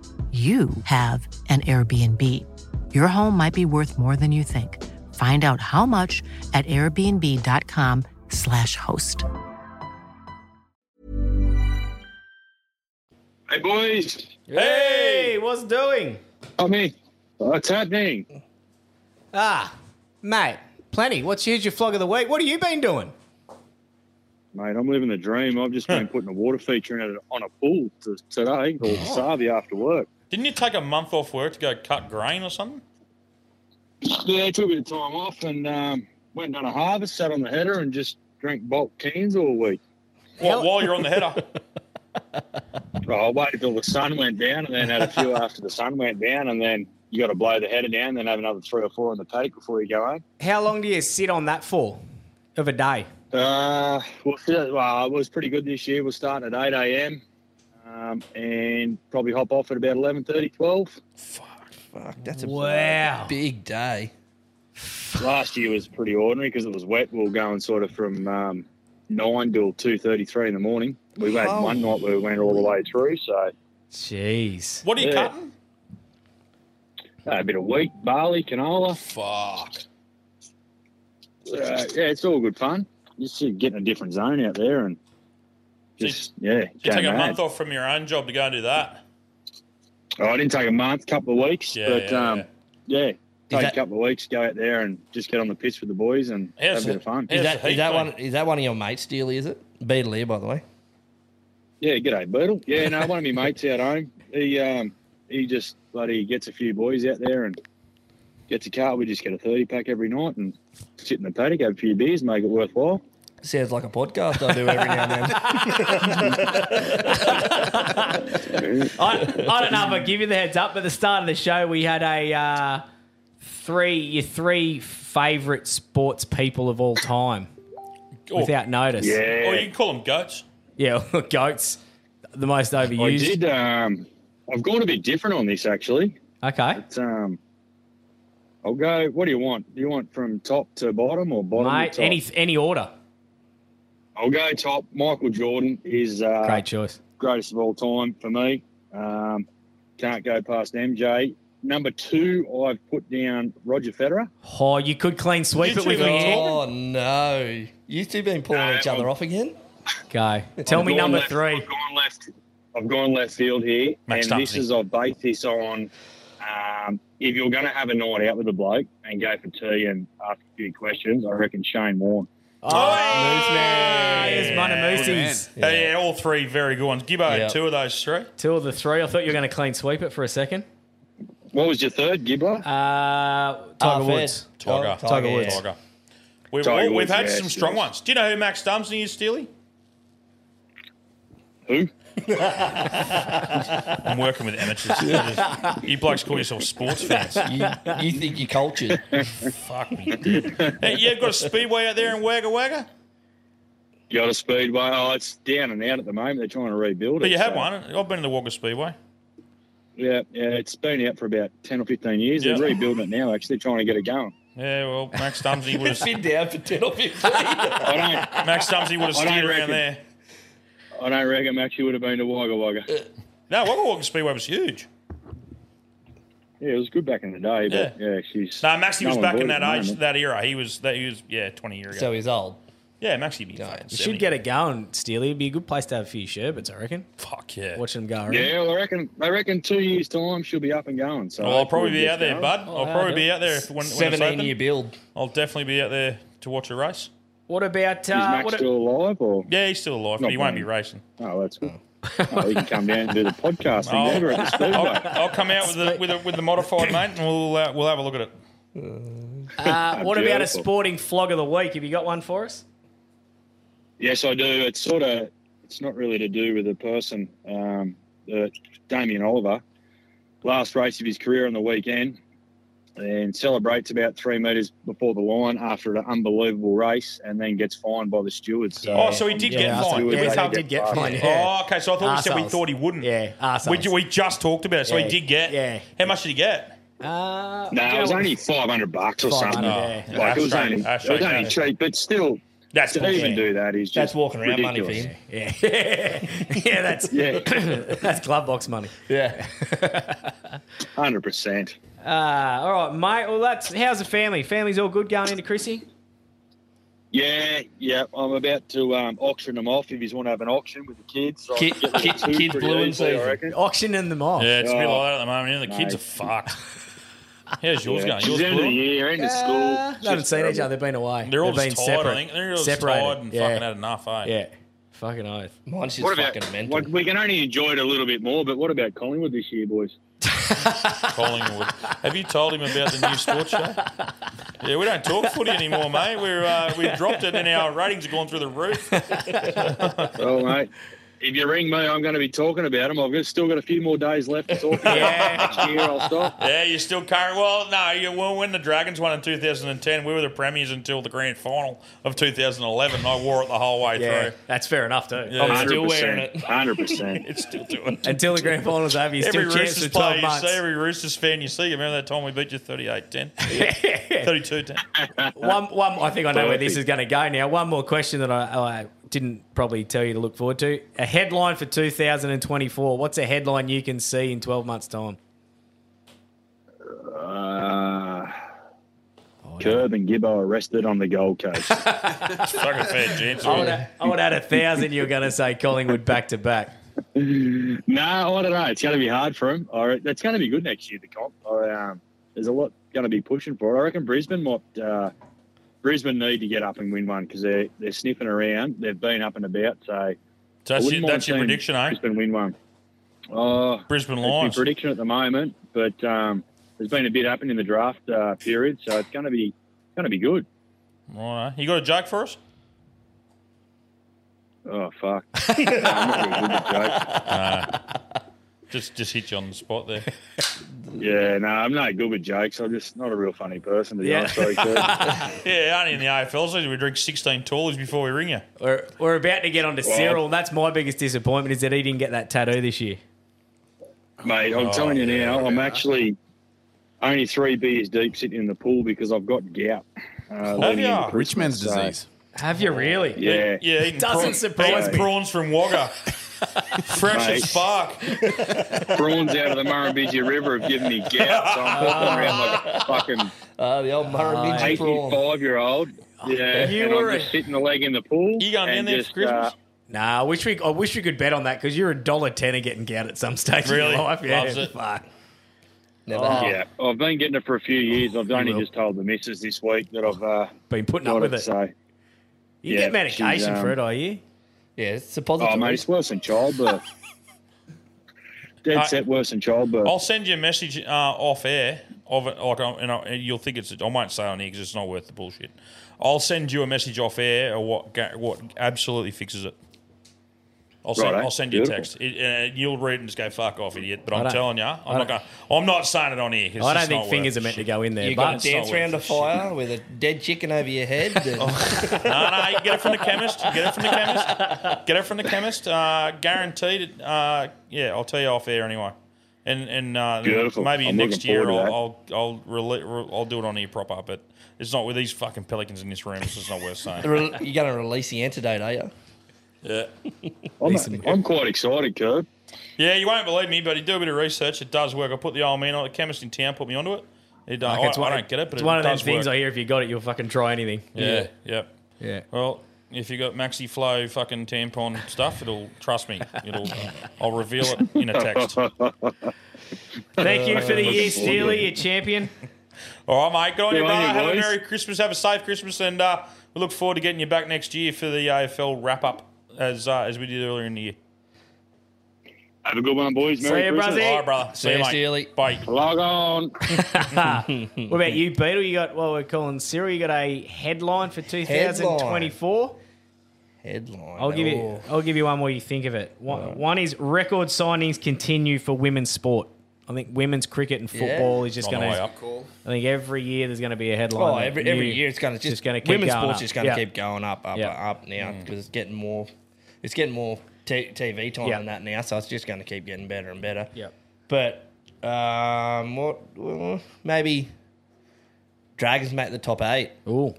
[SPEAKER 15] you have an Airbnb. Your home might be worth more than you think. Find out how much at airbnb.com/slash host.
[SPEAKER 16] Hey, boys.
[SPEAKER 8] Hey, what's doing?
[SPEAKER 16] I mean, what's happening?
[SPEAKER 8] Ah, mate, plenty. What's here's your flog of the week? What have you been doing?
[SPEAKER 16] Mate, I'm living the dream. I've just been putting a water feature in it on a pool t- today called Savi after work.
[SPEAKER 9] Didn't you take a month off work to go cut grain or something?
[SPEAKER 16] Yeah, I took a bit of time off and um, went and done a harvest, sat on the header and just drank bulk cans all week.
[SPEAKER 9] While, while you're on the header.
[SPEAKER 16] Oh, I waited till the sun went down and then had a few after the sun went down and then you got to blow the header down, then have another three or four on the take before you go home.
[SPEAKER 8] How long do you sit on that for? Of a day.
[SPEAKER 16] Uh, well, so- well, it was pretty good this year. We're starting at 8 a.m. Um, and probably hop off at about 11.30, 12.
[SPEAKER 10] Fuck, that's a
[SPEAKER 16] Wow.
[SPEAKER 10] big day.
[SPEAKER 16] Last year was pretty ordinary because it was wet. We were going sort of from um, 9 till 2.33 in the morning. We had
[SPEAKER 9] Oh.
[SPEAKER 16] one night where we went all the way through, so...
[SPEAKER 8] Jeez.
[SPEAKER 9] What are you
[SPEAKER 16] Yeah.
[SPEAKER 9] cutting?
[SPEAKER 16] Uh, a bit of wheat, barley, canola.
[SPEAKER 9] Fuck.
[SPEAKER 16] Uh, yeah, it's all good fun. Just sort of getting a different zone out there and just, yeah.
[SPEAKER 9] You take
[SPEAKER 16] going
[SPEAKER 9] a
[SPEAKER 16] mad.
[SPEAKER 9] month off from your own job to go and do that.
[SPEAKER 16] Oh, I didn't take a month, couple of weeks,
[SPEAKER 9] Yeah,
[SPEAKER 16] but
[SPEAKER 9] yeah,
[SPEAKER 16] um, yeah, take
[SPEAKER 10] that-
[SPEAKER 16] a couple of weeks, go out there and just get on the piss with the boys and have a bit of fun.
[SPEAKER 10] Is that, is that one? Is that one of your mates, Steely? Is it Beetle here, by the way?
[SPEAKER 16] Yeah, g'day, Beetle. Yeah, no, one of my mates out home. He um, he just bloody gets a few boys out there and gets a car. We just get a thirty pack every night and sit in the paddock, have a few beers, make it worthwhile.
[SPEAKER 10] Sounds like a podcast I do every now and then.
[SPEAKER 8] I, I don't know if I give you the heads up, but at the start of the show we had a uh, three your three favourite sports people of all time.
[SPEAKER 16] Oh.
[SPEAKER 9] Or-
[SPEAKER 8] Without notice.
[SPEAKER 9] Or you can call them goats.
[SPEAKER 8] Yeah, goats. The most overused.
[SPEAKER 16] I did. Um, I've gone a bit different on this actually.
[SPEAKER 8] Okay.
[SPEAKER 16] But, um, I'll go. What do you want? Do you want from top to bottom or bottom
[SPEAKER 8] Mate,
[SPEAKER 16] to top?
[SPEAKER 8] any any order.
[SPEAKER 16] I'll go top. Michael Jordan is uh,
[SPEAKER 8] Great choice.
[SPEAKER 16] greatest of all time for me. Um, can't go past MJ. Number two, I've put down Roger Federer.
[SPEAKER 8] Oh, you could clean sweep it with me.
[SPEAKER 10] Oh no! You two been pulling each other off again?
[SPEAKER 8] Go. Tell
[SPEAKER 16] I've
[SPEAKER 8] me
[SPEAKER 16] gone
[SPEAKER 8] number
[SPEAKER 16] left-
[SPEAKER 8] three.
[SPEAKER 16] I've gone left. I've gone left field here,
[SPEAKER 8] Max
[SPEAKER 16] and this
[SPEAKER 8] Dumpsey.
[SPEAKER 16] is I've based this on um, if you're going to have a night out with a bloke and go for tea and ask a few questions, I reckon Shane Warne.
[SPEAKER 8] Oh, There's one of Moosey's.
[SPEAKER 9] Yeah. yeah, all three very good ones. Gibbo,
[SPEAKER 8] Yeah.
[SPEAKER 9] two of those three.
[SPEAKER 8] Two of the three. I thought you were going to clean sweep it for a second.
[SPEAKER 16] What was your third, Gibbler?
[SPEAKER 8] Uh, Tiger
[SPEAKER 9] Ah, Fed.
[SPEAKER 8] Woods.
[SPEAKER 9] Tiger.
[SPEAKER 8] Tiger, Woods.
[SPEAKER 9] Tiger. We've,
[SPEAKER 8] Tiger
[SPEAKER 9] all- we've
[SPEAKER 8] Woods,
[SPEAKER 9] had
[SPEAKER 8] yes,
[SPEAKER 9] some strong
[SPEAKER 8] yes.
[SPEAKER 9] ones. Do you know who Max Dumpsey is, Steely?
[SPEAKER 16] Who?
[SPEAKER 9] I'm working with amateurs. you blokes call yourself sports fans.
[SPEAKER 10] You, you think you're cultured?
[SPEAKER 9] Fuck me, dude. Hey, you've got a speedway out there in Wagga Wagga?
[SPEAKER 16] Got a speedway. Oh, it's down and out at the moment. They're trying to rebuild it.
[SPEAKER 9] But you had
[SPEAKER 16] so-
[SPEAKER 9] one. I've been to the Wagga Speedway.
[SPEAKER 16] Yeah, yeah. It's been out for about ten or fifteen years.
[SPEAKER 9] Yeah.
[SPEAKER 16] They're rebuilding it now. Actually, trying to get it going.
[SPEAKER 9] Yeah, well, Max Dumpsey would have
[SPEAKER 10] been down for 10 or 15.
[SPEAKER 16] I don't,
[SPEAKER 9] Max Dumpsey would have
[SPEAKER 16] I don't
[SPEAKER 9] steered around
[SPEAKER 16] reckon-
[SPEAKER 9] there.
[SPEAKER 16] I don't reckon Max, you would have been to Wagga Wagga.
[SPEAKER 9] No, Wagga Wagga Speedway was huge.
[SPEAKER 16] Yeah, it was good back in the day, but yeah, she's.
[SPEAKER 9] No, Maxie was
[SPEAKER 16] one
[SPEAKER 9] back
[SPEAKER 16] bought
[SPEAKER 9] in
[SPEAKER 16] it at
[SPEAKER 9] that
[SPEAKER 16] the
[SPEAKER 9] age,
[SPEAKER 16] moment.
[SPEAKER 9] that era. He was, that, he was, yeah, twenty years ago.
[SPEAKER 10] So he's old.
[SPEAKER 9] Yeah, Maxie be. fucking
[SPEAKER 8] You
[SPEAKER 9] 70.
[SPEAKER 8] should get it going, Steely. It'd be a good place to have a few sherbets, I reckon.
[SPEAKER 9] Fuck yeah.
[SPEAKER 8] Watching them go around.
[SPEAKER 16] Yeah, well, I reckon. I reckon two years time she'll be up and going. So
[SPEAKER 9] Well, I'll probably be
[SPEAKER 16] hopefully
[SPEAKER 9] out there,
[SPEAKER 16] it's
[SPEAKER 9] bud.
[SPEAKER 16] going.
[SPEAKER 9] I'll probably be out there if, when, when it's open.
[SPEAKER 10] build.
[SPEAKER 9] I'll definitely be out there to watch a race.
[SPEAKER 8] What about.
[SPEAKER 16] Is
[SPEAKER 8] Uh,
[SPEAKER 16] Max
[SPEAKER 8] what a-
[SPEAKER 16] still alive? Or
[SPEAKER 9] yeah, he's still alive, but he won't be racing.
[SPEAKER 16] Oh, that's good. oh, he can come down and do the podcast
[SPEAKER 9] I'll,
[SPEAKER 16] thing over at the speedway.
[SPEAKER 9] I'll, I'll come out with the with the, with the modified mate, and we'll uh, we'll have a look at it.
[SPEAKER 8] uh, what about a
[SPEAKER 16] Beautiful.
[SPEAKER 8] sporting flog of the week? Have you got one for us?
[SPEAKER 16] Yes, I do. It's sort of. It's not really to do with the person. Um, uh, Damien Oliver, last race of his career on the weekend, and celebrates about three metres before the line after an unbelievable race, and then gets fined by the stewards. So
[SPEAKER 9] Oh, so he did get fined.
[SPEAKER 16] Stewards, they
[SPEAKER 9] Oh, okay. So I thought we said we
[SPEAKER 8] Arseholes.
[SPEAKER 9] thought he wouldn't. Yeah, we,
[SPEAKER 8] arseholes.
[SPEAKER 9] ju- we just talked about it. So
[SPEAKER 8] Yeah.
[SPEAKER 9] he did get. Yeah. How much did he get? Oh,
[SPEAKER 8] Uh,
[SPEAKER 16] No, it was only five hundred bucks or
[SPEAKER 9] 500,
[SPEAKER 16] something.
[SPEAKER 9] yeah.
[SPEAKER 16] Like it was
[SPEAKER 9] Australian-
[SPEAKER 16] only, it was
[SPEAKER 9] Australian
[SPEAKER 16] only
[SPEAKER 9] money.
[SPEAKER 16] cheap, but still,
[SPEAKER 9] that's
[SPEAKER 16] to
[SPEAKER 9] bullshit.
[SPEAKER 16] even do that is just
[SPEAKER 9] That's walking around money for
[SPEAKER 16] ridiculous.
[SPEAKER 9] him.
[SPEAKER 8] Yeah. yeah, that's that's glove box money.
[SPEAKER 10] Yeah.
[SPEAKER 16] Hundred percent.
[SPEAKER 8] Uh, all right, mate. Well, that's how's the family? Family's all good going into Chrissy.
[SPEAKER 16] Yeah, yeah. I'm about to um, auction them off if you want to have an auction with the kids. So I
[SPEAKER 8] Kid-
[SPEAKER 16] can get rid of
[SPEAKER 8] kid-
[SPEAKER 16] two
[SPEAKER 8] kid
[SPEAKER 16] pretty
[SPEAKER 8] blueing
[SPEAKER 16] easily, I
[SPEAKER 8] season.
[SPEAKER 16] reckon.
[SPEAKER 8] Auctioning them off.
[SPEAKER 9] Yeah, it's a bit
[SPEAKER 16] Oh,
[SPEAKER 9] like that at the moment. isn't it? The kids are fucked. How's yours
[SPEAKER 16] Yeah.
[SPEAKER 9] going? Oh,
[SPEAKER 16] She's
[SPEAKER 9] Yours
[SPEAKER 16] end of the
[SPEAKER 9] good?
[SPEAKER 16] year, end of school.
[SPEAKER 8] Uh, They
[SPEAKER 16] It's
[SPEAKER 8] haven't
[SPEAKER 16] just
[SPEAKER 8] seen each
[SPEAKER 16] terrible.
[SPEAKER 8] other. They've been away.
[SPEAKER 9] They're all
[SPEAKER 8] They've been
[SPEAKER 9] just tired, I
[SPEAKER 8] separate.
[SPEAKER 9] think. They're all just
[SPEAKER 8] separated.
[SPEAKER 9] tired and
[SPEAKER 8] yeah.
[SPEAKER 9] fucking had enough, eh?
[SPEAKER 8] Yeah. Fucking oath. Mine's
[SPEAKER 16] What about, what, we can only enjoy it a little bit more, but what about Collingwood this year, boys?
[SPEAKER 9] Collingwood. Have you told him about the new sports show? Yeah, we don't talk footy anymore, mate. We're uh, we dropped it, and our ratings have gone through the roof.
[SPEAKER 16] well, mate, if you ring me, I'm going to be talking about them. I've got- still got a few more days left to talk about. Next year, I'll stop.
[SPEAKER 9] Yeah, you're still current. Well, no, you, well, when the Dragons won in 2010, we were the premiers until the grand final of 2011. and I wore it the whole way
[SPEAKER 8] Yeah,
[SPEAKER 9] through.
[SPEAKER 8] that's fair enough, too.
[SPEAKER 9] Yeah. I'm still wearing it.
[SPEAKER 16] 100%.
[SPEAKER 9] it's still doing it.
[SPEAKER 8] Until the grand final's over, he's
[SPEAKER 9] every
[SPEAKER 8] still champs
[SPEAKER 9] Roosters
[SPEAKER 8] for 12
[SPEAKER 9] player you
[SPEAKER 8] months.
[SPEAKER 9] see, every Roosters fan you see, you remember that time we beat you 38-10? 32-10.
[SPEAKER 8] one, one. I think I know where this is going to go now. One more question that I, I didn't probably tell you to look forward to. A headline for 2024. What's a headline you can see in 12 months' time?
[SPEAKER 9] Oh,
[SPEAKER 16] Uh, Curb and Gibbo arrested on the Gold Coast.
[SPEAKER 9] It's fucking fair chance.
[SPEAKER 8] I would, have, I would have had a thousand. You were going to say Collingwood back to back.
[SPEAKER 16] no, I don't know. It's going to be hard for him. All right, that's going to be good next year. The comp. I, um, there's a lot going to be pushing for it. I reckon Brisbane might. Uh, Brisbane need to get up and win one because they're they're sniffing around. They've been up and about. So,
[SPEAKER 9] So
[SPEAKER 16] I
[SPEAKER 9] that's
[SPEAKER 16] wouldn't
[SPEAKER 9] your-
[SPEAKER 16] mind
[SPEAKER 9] that's your
[SPEAKER 16] seeing
[SPEAKER 9] prediction, eh?
[SPEAKER 16] Brisbane win one. Oh,
[SPEAKER 9] Brisbane
[SPEAKER 16] that's my
[SPEAKER 9] Lions.
[SPEAKER 16] prediction at the moment, but um, there's been a bit happening in the draft uh, period, so it's going to be going to be good.
[SPEAKER 9] Right. You got a joke for us?
[SPEAKER 16] Oh fuck! No, I'm not really good at jokes.
[SPEAKER 9] Just just hit you on the spot there.
[SPEAKER 16] Yeah, no, I'm not good with jokes. I'm just not a real funny person, to be honest. Sorry, Kurt.
[SPEAKER 9] yeah, only in the AFL season we drink 16 tallies before we ring you.
[SPEAKER 8] We're, we're about to get on to
[SPEAKER 9] Well-
[SPEAKER 8] Cyril. That's my biggest disappointment is that he didn't get that tattoo this year.
[SPEAKER 16] Mate, I'm
[SPEAKER 8] Oh,
[SPEAKER 16] telling you now, I'm actually only three beers deep sitting in the pool because I've got gout. Uh,
[SPEAKER 8] Have
[SPEAKER 16] leading
[SPEAKER 8] ya?
[SPEAKER 16] into
[SPEAKER 8] Rich
[SPEAKER 16] Christmas,
[SPEAKER 8] man's disease. Have you really?
[SPEAKER 16] Yeah.
[SPEAKER 9] Yeah, eating
[SPEAKER 8] doesn't
[SPEAKER 9] prawn-
[SPEAKER 8] surprise
[SPEAKER 9] eating
[SPEAKER 8] me.
[SPEAKER 9] prawns from Wagga. Fresh
[SPEAKER 16] Mate.
[SPEAKER 9] as fuck.
[SPEAKER 16] Prawns out of the Murrumbidgee River have given me gout, so I'm walking around like a fucking
[SPEAKER 10] uh,
[SPEAKER 16] Ah,
[SPEAKER 10] the old Murrumbidgee prawn.
[SPEAKER 16] year old. Yeah,
[SPEAKER 10] You
[SPEAKER 16] and
[SPEAKER 10] were
[SPEAKER 16] I'm just sitting the leg in the pool. You
[SPEAKER 8] going in there for
[SPEAKER 16] uh,
[SPEAKER 8] Christmas? Nah, I wish we I wish we could bet on that because you're a dollar ten and getting gout at some stage in
[SPEAKER 16] Really?
[SPEAKER 8] your life. Yeah,
[SPEAKER 16] Loves it.
[SPEAKER 8] fuck.
[SPEAKER 16] Never Yeah, I've been getting it for a few years. I've only just told the missus this week that I've uh,
[SPEAKER 8] been putting up with it.
[SPEAKER 16] So,
[SPEAKER 8] You get medication
[SPEAKER 16] she's,
[SPEAKER 8] for it, are you?
[SPEAKER 10] Yeah, it's a
[SPEAKER 16] Oh, mate, it's worse than childbirth. Dead
[SPEAKER 9] I-
[SPEAKER 16] set worse than childbirth.
[SPEAKER 9] I'll send you a message uh, off air of it, like, uh, and I, you'll think it's. I won't say it on here because it's not worth the bullshit. I'll send you a message off air or what ga- what absolutely fixes it. I'll send,
[SPEAKER 16] Righto.
[SPEAKER 9] I'll send you a
[SPEAKER 16] Beautiful.
[SPEAKER 9] text. It, uh, you'll read and just go fuck off, idiot. But
[SPEAKER 8] I
[SPEAKER 9] I'm
[SPEAKER 8] don't-
[SPEAKER 9] telling you, I'm
[SPEAKER 8] I
[SPEAKER 9] not going.
[SPEAKER 8] don't-
[SPEAKER 9] I'm not saying it on here. 'cause
[SPEAKER 8] I don't
[SPEAKER 9] it's just
[SPEAKER 8] think
[SPEAKER 9] not
[SPEAKER 8] fingers are
[SPEAKER 9] worth
[SPEAKER 8] meant to go in there.
[SPEAKER 10] You
[SPEAKER 8] but
[SPEAKER 10] got to dance around a fire with a dead chicken over your head. and-
[SPEAKER 9] no, no, you get it from the chemist. Get it from the chemist. Get it from the chemist. Uh, guaranteed. it, Uh, yeah, I'll tell you off air anyway. And and uh,
[SPEAKER 16] Beautiful.
[SPEAKER 9] maybe
[SPEAKER 16] I'm
[SPEAKER 9] next
[SPEAKER 16] looking
[SPEAKER 9] year
[SPEAKER 16] forward to
[SPEAKER 9] I'll I'll I'll, rela- re- I'll do it on here proper, but it's not with these fucking pelicans in this room. It's just not worth saying.
[SPEAKER 10] You're going to release the antidote, are you?
[SPEAKER 9] Yeah.
[SPEAKER 16] I'm, I'm quite excited, Kerb.
[SPEAKER 9] Yeah, you won't believe me, but you do a bit of research. It does work. I put the old man on the chemist in town, put me onto it. It, uh,
[SPEAKER 8] Like,
[SPEAKER 9] I,
[SPEAKER 8] it's one-
[SPEAKER 9] I don't get it, but
[SPEAKER 8] it's
[SPEAKER 9] it
[SPEAKER 8] one of
[SPEAKER 9] does
[SPEAKER 8] those things
[SPEAKER 9] work.
[SPEAKER 8] I hear. If you got it, you'll fucking try anything.
[SPEAKER 9] Yeah, yeah,
[SPEAKER 8] Yeah.
[SPEAKER 9] Well, if you got Maxi Flow fucking tampon stuff, it'll trust me. It'll I'll reveal it in a text.
[SPEAKER 8] Thank you for the
[SPEAKER 9] Uh,
[SPEAKER 8] year,
[SPEAKER 9] looking forward to
[SPEAKER 8] Steely,
[SPEAKER 9] it.
[SPEAKER 8] you champion.
[SPEAKER 9] All right, mate. Good on
[SPEAKER 8] Good
[SPEAKER 9] you,
[SPEAKER 8] on
[SPEAKER 9] brother.
[SPEAKER 8] you,
[SPEAKER 9] Have a
[SPEAKER 8] boys.
[SPEAKER 9] merry Christmas. Have a safe Christmas, and uh, we look forward to getting you back next year for the AFL wrap up as uh, as we did earlier in the year.
[SPEAKER 16] Have a good one, boys. Merry Christmas.
[SPEAKER 9] All right, brother. See, you, mate. Bye.
[SPEAKER 16] Log on.
[SPEAKER 8] what about you, Beetle? You got well, we're calling Cyril. You got a headline for 2024.
[SPEAKER 10] Headline.
[SPEAKER 8] I'll give you.
[SPEAKER 10] Oh.
[SPEAKER 8] I'll give you one while you think of it. One, one is record signings continue for women's sport. I think women's cricket and
[SPEAKER 10] Yeah.
[SPEAKER 8] football is just
[SPEAKER 10] On the
[SPEAKER 8] going
[SPEAKER 10] way
[SPEAKER 8] to.
[SPEAKER 10] up. Cool.
[SPEAKER 8] I think every year there's going to be a headline.
[SPEAKER 10] Oh,
[SPEAKER 8] that
[SPEAKER 10] every,
[SPEAKER 8] new-
[SPEAKER 10] every year it's going to just,
[SPEAKER 8] gonna keep
[SPEAKER 10] women's
[SPEAKER 8] going
[SPEAKER 10] sports
[SPEAKER 8] up.
[SPEAKER 10] just going to
[SPEAKER 8] Yeah.
[SPEAKER 10] keep going up, up,
[SPEAKER 8] Yeah. Mm.
[SPEAKER 10] up now because it's getting more, it's getting more t- TV time
[SPEAKER 8] Yeah.
[SPEAKER 10] and that now, so it's just going to keep getting better and better.
[SPEAKER 8] Yeah.
[SPEAKER 10] But um, what? well, maybe Dragons make the top eight.
[SPEAKER 8] Ooh,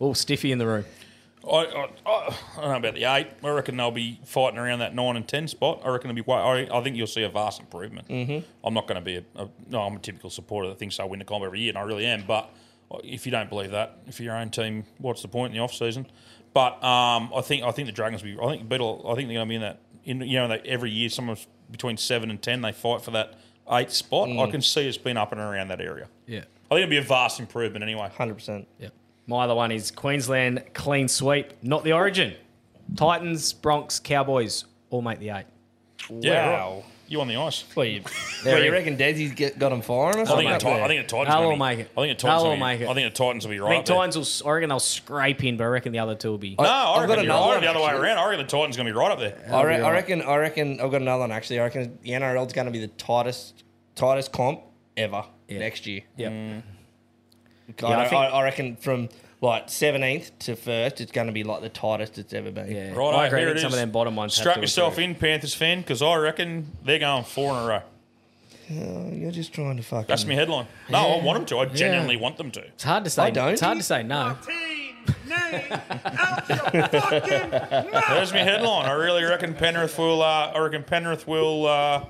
[SPEAKER 8] all stiffy in the room.
[SPEAKER 9] I, I, I don't know about the eight. I reckon they'll be fighting around that nine and ten spot. I reckon it'll be. wa- I, I think you'll see a vast improvement.
[SPEAKER 10] Mhm.
[SPEAKER 9] I'm not going to be a, a no. I'm a typical supporter that thinks I win the comp every year, and I really am. But if you don't believe that, if you're your own team, what's the point in the off season? But um, I think I think the Dragons. Will be, I think Beetle. I think they're going to be in that. In you know, that every year, somewhere between seven and ten, they fight for that eight spot.
[SPEAKER 8] Mm.
[SPEAKER 9] I can see it's been up and around that area.
[SPEAKER 8] Yeah.
[SPEAKER 9] I think it'll be a vast improvement anyway.
[SPEAKER 10] Hundred percent.
[SPEAKER 8] Yeah. My other one is Queensland clean sweep, not the origin. Titans, Bronx, Cowboys all make the eight.
[SPEAKER 9] Yeah, right. you on the ice?
[SPEAKER 10] Well, you, Well, you reckon Desi's get, got them firing
[SPEAKER 9] I
[SPEAKER 10] us?
[SPEAKER 9] think, the, Ti- I think the Titans.
[SPEAKER 8] They'll
[SPEAKER 9] will
[SPEAKER 8] all make it.
[SPEAKER 9] I think the
[SPEAKER 8] They'll
[SPEAKER 9] Titans.
[SPEAKER 8] all
[SPEAKER 9] will be,
[SPEAKER 8] make it.
[SPEAKER 9] I think the Titans will be
[SPEAKER 8] I
[SPEAKER 9] right.
[SPEAKER 8] think
[SPEAKER 9] there.
[SPEAKER 8] Titans will. s- I reckon they'll scrape in, but I reckon the other two will be.
[SPEAKER 9] No, I
[SPEAKER 10] I've got
[SPEAKER 9] reckon you're
[SPEAKER 10] another
[SPEAKER 9] right,
[SPEAKER 10] one,
[SPEAKER 9] the other way
[SPEAKER 10] actually.
[SPEAKER 9] around. I reckon the Titans going to be right up there.
[SPEAKER 10] I, re- I reckon. I reckon. I've got another one actually. I reckon the NRL's going to be the tightest, tightest comp ever next year.
[SPEAKER 8] Yeah.
[SPEAKER 9] Mm.
[SPEAKER 10] I,
[SPEAKER 8] Yeah, I think-
[SPEAKER 10] I, I reckon from like seventeenth to first, it's going to be like the tightest it's ever been. Yeah,
[SPEAKER 9] Right, here it is. Strap yourself in, Panthers fan, because I reckon they're going four in a row.
[SPEAKER 10] you're just trying to fuck.
[SPEAKER 9] That's my headline. No, I want them to. I
[SPEAKER 10] Yeah.
[SPEAKER 9] genuinely want them to.
[SPEAKER 8] It's hard to
[SPEAKER 17] Oh,
[SPEAKER 8] say.
[SPEAKER 9] I don't.
[SPEAKER 8] It's hard to say no.
[SPEAKER 9] There's my headline. I really reckon Penrith will. Uh, I reckon Penrith will uh,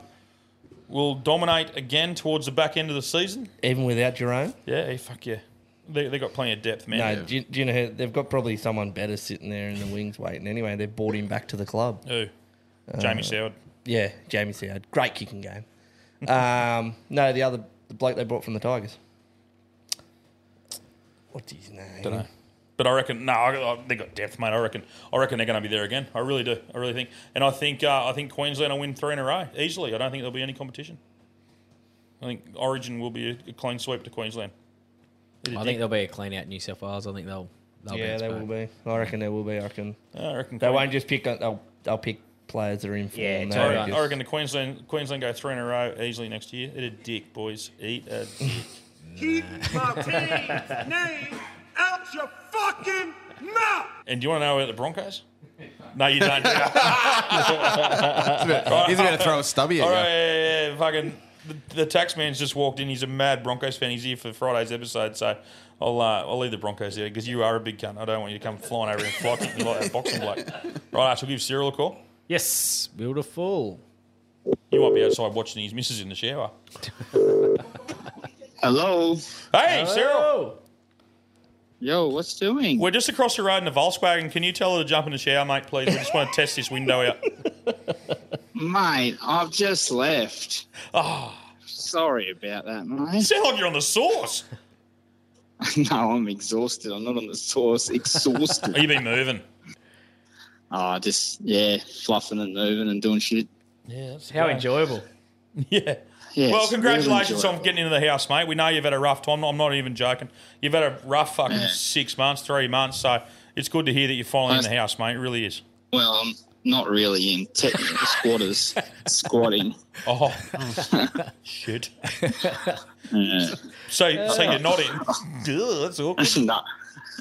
[SPEAKER 9] will dominate again towards the back end of the season.
[SPEAKER 10] Even without Jerome.
[SPEAKER 9] Yeah, hey, fuck yeah. They they got plenty of depth, man.
[SPEAKER 10] no, do, you, do you know who- they've got probably someone better sitting there in the wings waiting? Anyway, they've brought him back to the club.
[SPEAKER 9] Who?
[SPEAKER 8] Uh,
[SPEAKER 9] Jamie Seward.
[SPEAKER 10] Yeah, Jamie Seward. Great kicking game. um, no, the other the bloke they brought from the Tigers. What's his name?
[SPEAKER 9] Dunno. But I reckon no, I- I- they got depth, mate. I reckon, I reckon they're going to be there again. I really do. I really think, and I think, uh, I think Queensland will win three in a row easily. I don't think there'll be any competition. I think Origin will be a, a clean sweep to Queensland.
[SPEAKER 8] I think they'll be a clean out in New South Wales. I think they'll. they'll
[SPEAKER 10] yeah,
[SPEAKER 8] bounce
[SPEAKER 10] they
[SPEAKER 8] back.
[SPEAKER 10] will be. I reckon they will be. I reckon.
[SPEAKER 9] I reckon
[SPEAKER 10] they
[SPEAKER 9] Queen-
[SPEAKER 10] won't just pick. They'll they'll pick players that are in form.
[SPEAKER 8] Yeah,
[SPEAKER 10] They'll
[SPEAKER 9] I reckon,
[SPEAKER 10] just-
[SPEAKER 9] I reckon the Queensland Queensland go three in a row easily next year. Eat a dick, boys. Eat a dick.
[SPEAKER 3] Keep my team's name out your fucking mouth.
[SPEAKER 9] and do you want to know about the Broncos? No, you don't. do you?
[SPEAKER 11] about- he's about to throw a stubby at
[SPEAKER 9] All
[SPEAKER 11] you.
[SPEAKER 9] right, yeah, yeah, yeah, fucking. The, the tax man's just walked in. He's a mad Broncos fan. He's here for Friday's episode, so I'll uh, I'll leave the Broncos there because you are a big cunt. I don't want you to come flying over and fly kick me like that boxing bloke. Right, I shall give Cyril a call.
[SPEAKER 8] Yes, beautiful.
[SPEAKER 9] You might be outside watching his missus in the shower.
[SPEAKER 17] Hello.
[SPEAKER 9] Hey,
[SPEAKER 8] Oh,
[SPEAKER 9] Cyril.
[SPEAKER 17] Yo, what's doing?
[SPEAKER 9] We're just across the road in a Volkswagen. Can you tell her to jump in the shower, mate, please? We just want to test this window out.
[SPEAKER 17] Mate, I've just left.
[SPEAKER 9] Oh.
[SPEAKER 17] Sorry about that, mate.
[SPEAKER 9] Sound like you're on the sauce.
[SPEAKER 17] no, I'm exhausted. I'm not on the sauce. Exhausted.
[SPEAKER 9] you been moving?
[SPEAKER 17] Oh, just, yeah, fluffing and moving and doing shit.
[SPEAKER 9] Yeah.
[SPEAKER 8] How enjoyable.
[SPEAKER 9] Yeah.
[SPEAKER 17] Yeah,
[SPEAKER 9] well,
[SPEAKER 17] it's
[SPEAKER 9] congratulations
[SPEAKER 17] really
[SPEAKER 9] on getting into the house, mate. We know you've had a rough time. I'm not even joking. You've had a rough fucking six months, three months. So it's good to hear that you're finally in the house, mate. It really is.
[SPEAKER 17] Well, I'm not really in technical squatters, squatting.
[SPEAKER 9] Oh, shit.
[SPEAKER 17] Yeah.
[SPEAKER 9] So, so you're not in. Ugh, that's awkward.
[SPEAKER 17] no.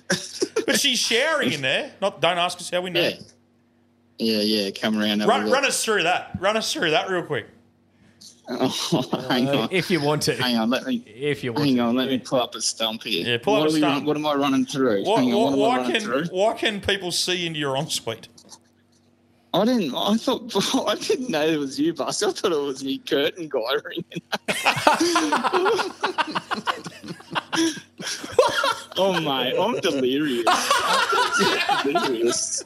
[SPEAKER 9] But she's showering in there. Not. Don't ask us how we know.
[SPEAKER 17] Yeah, yeah, come around. have a
[SPEAKER 9] Run,
[SPEAKER 17] look.
[SPEAKER 9] run us through that. Run us through that real quick.
[SPEAKER 17] Oh, hang on.
[SPEAKER 8] Uh, If you want to.
[SPEAKER 17] Hang on, let me.
[SPEAKER 8] If you
[SPEAKER 17] want hang on, let me pull up a stump here. Yeah,
[SPEAKER 9] pull
[SPEAKER 17] what
[SPEAKER 9] up
[SPEAKER 17] are
[SPEAKER 9] a
[SPEAKER 17] we
[SPEAKER 9] stump.
[SPEAKER 17] run- what am I running through?
[SPEAKER 9] Why,
[SPEAKER 17] hang on,
[SPEAKER 9] why,
[SPEAKER 17] what am I
[SPEAKER 9] why
[SPEAKER 17] running
[SPEAKER 9] can
[SPEAKER 17] through?
[SPEAKER 9] why can people see into your ensuite?
[SPEAKER 17] I didn't. I thought. I didn't know it was you, Bus. I thought it was me, curtain guy ringing. oh mate, I'm delirious. I'm delirious.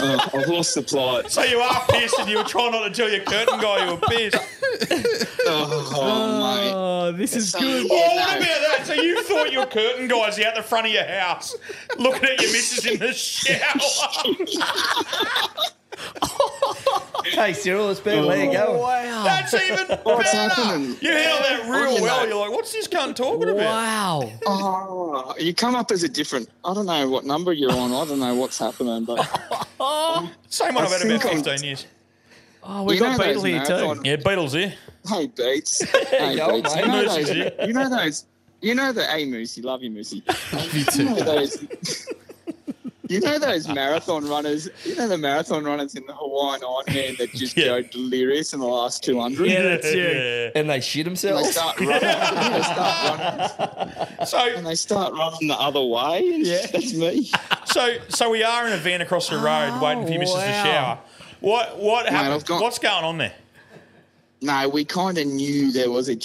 [SPEAKER 17] Oh, I've lost the plot.
[SPEAKER 9] So you are pissed, and you were trying not to tell your curtain guy you were pissed.
[SPEAKER 17] Oh, mate.
[SPEAKER 8] Oh, this is
[SPEAKER 9] Oh,
[SPEAKER 8] good.
[SPEAKER 9] what about that? So you thought your curtain guys out the front of your house looking at your missus in the shower?
[SPEAKER 10] Hey, Cyril, it's been where you go.
[SPEAKER 8] Wow.
[SPEAKER 9] That's even better.
[SPEAKER 10] What's happening?
[SPEAKER 9] You handle that
[SPEAKER 17] Oh,
[SPEAKER 9] real
[SPEAKER 17] you
[SPEAKER 9] well.
[SPEAKER 17] know.
[SPEAKER 9] You're like, what's this cunt talking about?
[SPEAKER 17] Wow. Oh, you come up as a different. I don't know what number you're on. I don't know what's happening, but
[SPEAKER 9] Same one
[SPEAKER 17] I
[SPEAKER 9] I've had about
[SPEAKER 17] think I'm-
[SPEAKER 9] 15 years.
[SPEAKER 8] Oh,
[SPEAKER 17] we've You got know Beetle those here too. marathon-
[SPEAKER 9] Yeah, Beetle's here.
[SPEAKER 17] Hey Beats.
[SPEAKER 9] There
[SPEAKER 17] Hey
[SPEAKER 9] you go,
[SPEAKER 17] Beats.
[SPEAKER 9] mate.
[SPEAKER 17] You know
[SPEAKER 9] Moosey's
[SPEAKER 17] those.
[SPEAKER 9] here.
[SPEAKER 17] You know those. You know the. Hey Moosey, love you Moosey.
[SPEAKER 11] You
[SPEAKER 17] You
[SPEAKER 11] too.
[SPEAKER 17] know those. You know those marathon runners. You know the marathon runners in the Hawaiian Ironman that just go delirious in the last two hundred.
[SPEAKER 10] Yeah, that's you. Yeah.
[SPEAKER 17] And they shit themselves. they start running. they start running.
[SPEAKER 9] So
[SPEAKER 17] and they start running the other way. Yeah, that's me.
[SPEAKER 9] So, so we are in a van across the road waiting for your missus to
[SPEAKER 17] Oh, wow.
[SPEAKER 9] shower. What, what
[SPEAKER 17] Mate,
[SPEAKER 9] happened?
[SPEAKER 17] I've got-
[SPEAKER 9] What's going on there?
[SPEAKER 17] No, we kind of knew there was a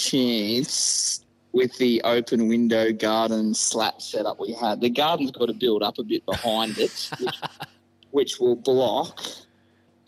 [SPEAKER 17] chance with the open window garden slat setup we had. The garden's got to build up a bit behind it, which, which will block.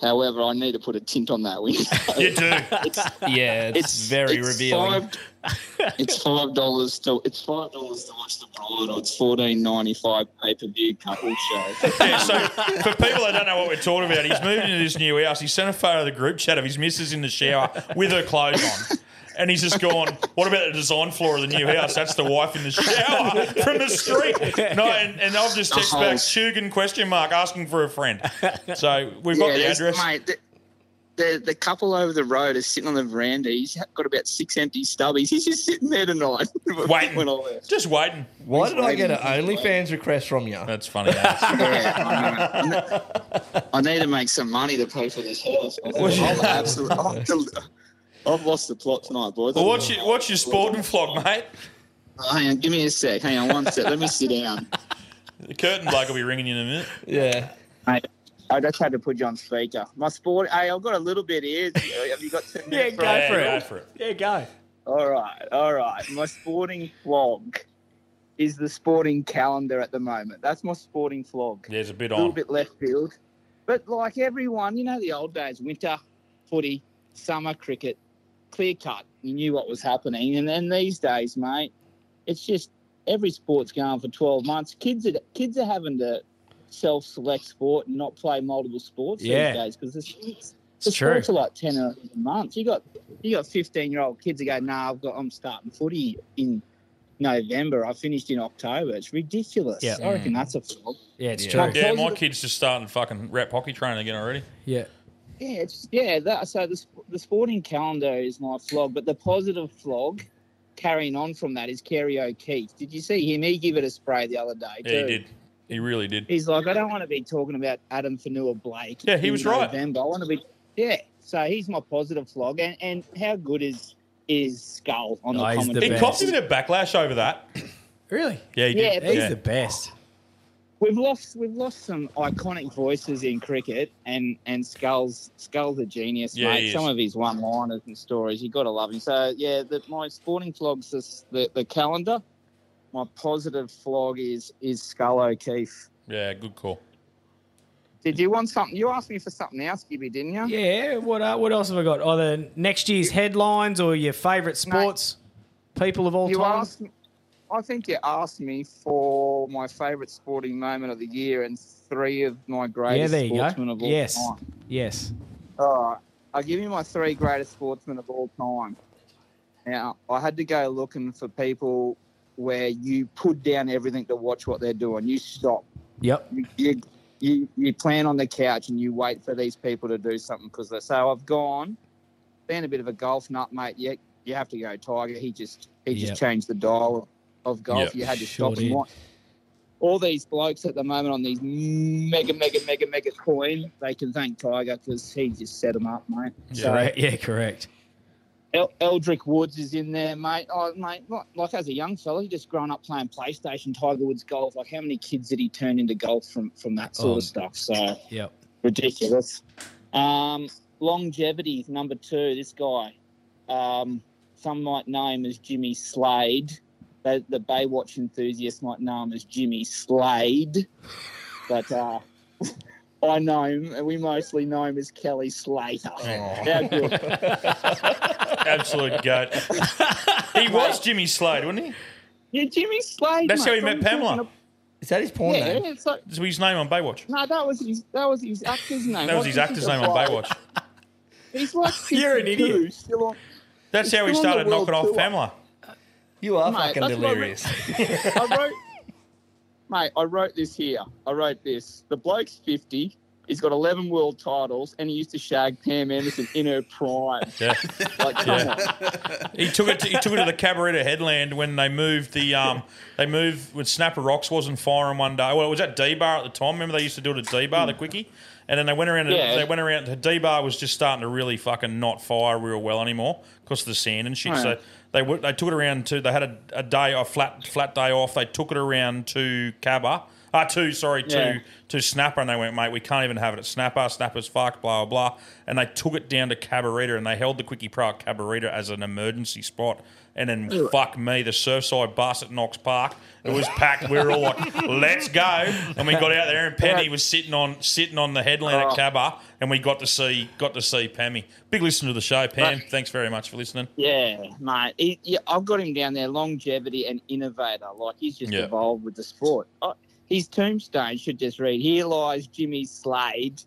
[SPEAKER 17] However, I need to put a tint on that window.
[SPEAKER 9] You do.
[SPEAKER 10] Yeah, it's, very revealing.
[SPEAKER 17] Five, it's five dollars to it's five dollars to watch the bride, or it's fourteen ninety five pay per view couple show.
[SPEAKER 9] Yeah, so for people that don't know what we're talking about, he's moved into this new house. He sent a photo of the group chat of his missus in the shower with her clothes on. And he's just gone, what about the design floor of the new house? That's the wife in the shower from the street. No, and, and I've just text back, Shugan question mark, asking for a friend. So we've got the
[SPEAKER 17] there's-
[SPEAKER 9] address.
[SPEAKER 17] Mate, the, the, the couple over the road is sitting on the veranda. He's got about six empty stubbies. He's just sitting there tonight.
[SPEAKER 9] Waiting.
[SPEAKER 17] When I left.
[SPEAKER 9] Just waiting.
[SPEAKER 10] Why did I get an OnlyFans request from you?
[SPEAKER 9] That's funny. eh?
[SPEAKER 17] Yeah, I, know. I need to make some money to pay for this house. I'm absolute- I'm del- I've lost the plot tonight, boys.
[SPEAKER 9] Well, what's your, what's your sporting flog, mate?
[SPEAKER 17] Hang on, give me a sec. Hang on one sec. Let me sit down.
[SPEAKER 9] The curtain bloke will be ringing you in a minute.
[SPEAKER 17] Yeah. I, I just had to put you on speaker. My sport. Hey, I've got a little bit here. Have you got two
[SPEAKER 8] Yeah,
[SPEAKER 17] minutes?
[SPEAKER 8] go
[SPEAKER 17] right?
[SPEAKER 8] for it. Yeah, go.
[SPEAKER 17] All right, all right. My sporting flog is the sporting calendar at the moment. That's my sporting flog.
[SPEAKER 9] There's a bit
[SPEAKER 17] A little
[SPEAKER 9] on.
[SPEAKER 17] bit left field, but like everyone, you know the old days: winter footy, summer cricket, clear cut. You knew what was happening, and then these days, mate, it's just every sport's going for twelve months. Kids are kids are having to self-select sport and not play multiple sports
[SPEAKER 8] Yeah.
[SPEAKER 17] these days because the,
[SPEAKER 8] It's
[SPEAKER 17] the
[SPEAKER 8] true.
[SPEAKER 17] sports are like ten or eleven months. You got you got fifteen year old kids that go, "Nah, I've got I'm starting footy in November. I finished in October. It's ridiculous.
[SPEAKER 9] Yeah.
[SPEAKER 17] I reckon
[SPEAKER 9] Mm.
[SPEAKER 17] that's a flog.
[SPEAKER 8] Yeah,
[SPEAKER 9] Yeah, my kid's just starting fucking rap hockey training again already.
[SPEAKER 8] Yeah.
[SPEAKER 17] Yeah, it's yeah. That, so the sp- the sporting calendar is my flog, but the positive flog carrying on from that is Kerry O'Keefe. Did you see him? He give it a spray the other day.
[SPEAKER 9] Yeah,
[SPEAKER 17] too.
[SPEAKER 9] he did. He really did.
[SPEAKER 17] He's like, I don't want to be talking about Adam Fanua Blake.
[SPEAKER 9] Yeah, he
[SPEAKER 17] in
[SPEAKER 9] was right.
[SPEAKER 17] November. I want to be. Yeah, so he's my positive flog, and and how good is is Skull on
[SPEAKER 8] Oh,
[SPEAKER 17] the commentary?
[SPEAKER 9] It cost him a bit of backlash over that.
[SPEAKER 8] Really?
[SPEAKER 9] Yeah, he did.
[SPEAKER 17] Yeah, but- He's
[SPEAKER 9] yeah.
[SPEAKER 8] the best.
[SPEAKER 17] We've lost we've lost some iconic voices in cricket, and and Skulls Skulls a genius,
[SPEAKER 18] Yeah, he
[SPEAKER 17] mate.
[SPEAKER 18] is.
[SPEAKER 17] Some of his one liners and stories, you got to love him. So yeah, the, my sporting flogs is the, the calendar. My positive flog is is Skull O'Keefe.
[SPEAKER 9] Yeah, good call.
[SPEAKER 17] Did you want something? You asked me for something else, Gibby, didn't you?
[SPEAKER 8] Yeah. What uh, What else have I got? Either next year's headlines or your favourite sports people of all
[SPEAKER 17] you
[SPEAKER 8] time.
[SPEAKER 17] asked. I think you asked me for my favourite sporting moment of the year, and three of my greatest
[SPEAKER 8] yeah. There you
[SPEAKER 17] sportsmen
[SPEAKER 8] go.
[SPEAKER 17] of all
[SPEAKER 8] Yes.
[SPEAKER 17] time.
[SPEAKER 8] Yes.
[SPEAKER 17] All right. I'll give you my three greatest sportsmen of all time. Now, I had to go looking for people where you put down everything to watch what they're doing. You stop.
[SPEAKER 8] Yep.
[SPEAKER 17] You, you, you, you plan on the couch and you wait for these people to do something because they so I've gone, been a bit of a golf nut, mate. You, you have to go Tiger. He just he just
[SPEAKER 8] Yep.
[SPEAKER 17] changed the dial of golf.
[SPEAKER 8] Yep.
[SPEAKER 17] You had to
[SPEAKER 8] Sure
[SPEAKER 17] stop and
[SPEAKER 8] did.
[SPEAKER 17] watch all these blokes at the moment on these mega, mega, mega, mega coin, they can thank Tiger because he just set them up, mate. So
[SPEAKER 8] Correct. Yeah. Correct.
[SPEAKER 17] El- Eldrick Woods is in there, mate. Oh, mate, like, like as a young fella, he just grown up playing PlayStation, Tiger Woods golf. Like how many kids did he turn into golf from from that sort
[SPEAKER 8] Um,
[SPEAKER 17] of stuff? So
[SPEAKER 8] Yep.
[SPEAKER 17] ridiculous. Um, longevity is number two. This guy, um, some might know him as Jimmy Slade. The, the Baywatch enthusiast might know him as Jimmy Slade, but uh, I know him, and we mostly know him as Kelly Slater. How good.
[SPEAKER 9] Absolute goat. he was Jimmy Slade, wasn't he?
[SPEAKER 17] Yeah, Jimmy Slade.
[SPEAKER 9] That's how
[SPEAKER 17] mate,
[SPEAKER 9] he met
[SPEAKER 17] from-
[SPEAKER 9] Pamela. Is that his
[SPEAKER 17] porn Yeah, name? yeah, it's like-
[SPEAKER 9] That's his name on Baywatch.
[SPEAKER 17] No, that was his. That was his actor's name.
[SPEAKER 9] That was his actor's name on Baywatch.
[SPEAKER 17] He's like
[SPEAKER 9] You're an
[SPEAKER 17] 62,
[SPEAKER 9] idiot.
[SPEAKER 17] Still on,
[SPEAKER 9] That's
[SPEAKER 17] he's
[SPEAKER 9] how he
[SPEAKER 17] still on
[SPEAKER 9] started
[SPEAKER 17] the world
[SPEAKER 9] knocking off
[SPEAKER 17] tour.
[SPEAKER 9] Pamela.
[SPEAKER 17] You
[SPEAKER 9] are fucking delirious.
[SPEAKER 17] I wrote, mate, I wrote this here. I wrote this. The bloke's 50. He's got 11 world titles, and he used to shag Pam Anderson in her prime.
[SPEAKER 9] Yeah.
[SPEAKER 17] Like, come
[SPEAKER 9] Yeah. He took it. To, he took it to the Cabaretta Headland when they moved the. Um, they moved when Snapper Rocks wasn't firing one day. Well, it was at D Bar at the time. Remember they used to do it at D Bar, the quickie, and then they went around.
[SPEAKER 17] Yeah.
[SPEAKER 9] To, they went around. The D Bar was just starting to really fucking not fire real well anymore because of the sand and shit.
[SPEAKER 17] Right.
[SPEAKER 9] So they w- they took it around to. They had a, a day off, flat flat day off. They took it around to Cabba. Uh, to sorry to
[SPEAKER 17] Yeah.
[SPEAKER 9] to Snapper, and they went, mate, we can't even have it at Snapper. Snapper's fucked, blah, blah, blah. And they took it down to Cabarita and they held the Quickie Pro at Cabarita as an emergency spot. And then,
[SPEAKER 17] Ew.
[SPEAKER 9] fuck me, the Surfside bus at Knox Park. It was packed. We were all like, let's go. And we got out there, and Penny was sitting on sitting on the headland
[SPEAKER 17] Oh.
[SPEAKER 9] at Cabba, and we got to see got to see Pammy. Big listen to the show, Pam. Thanks very much for listening.
[SPEAKER 17] Yeah, mate. He, yeah, I've got him down there. Longevity and innovator. Like he's just
[SPEAKER 9] Yeah.
[SPEAKER 17] evolved with the sport. I, his tombstone should just read: "Here lies Jimmy Slade,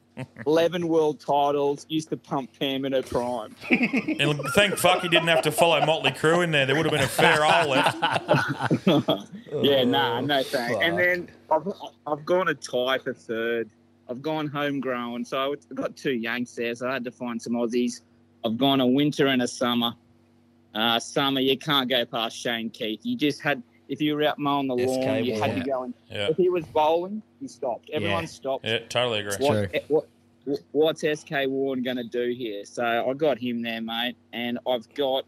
[SPEAKER 17] eleven world titles, used to pump Pam in her prime."
[SPEAKER 9] And thank fuck he didn't have to follow Motley Crue in there. There would have been a fair old left.
[SPEAKER 10] Oh,
[SPEAKER 17] yeah, nah, no thanks.
[SPEAKER 9] Uh, fuck.
[SPEAKER 17] And then I've I've gone a tie for third. I've gone homegrown, so I've got two Yanks there, so I had to find some Aussies. I've gone a winter and a summer. Uh, summer, you can't go past Shane Keith. You just had if you were out mowing the
[SPEAKER 9] SK
[SPEAKER 17] lawn, you had
[SPEAKER 9] ball.
[SPEAKER 17] to go and
[SPEAKER 9] Yeah.
[SPEAKER 17] if he was bowling, he stopped. Everyone stopped.
[SPEAKER 9] Yeah, totally agree.
[SPEAKER 17] What, eh, what, what's SK Warren going to do here? So I got him there, mate, and I've got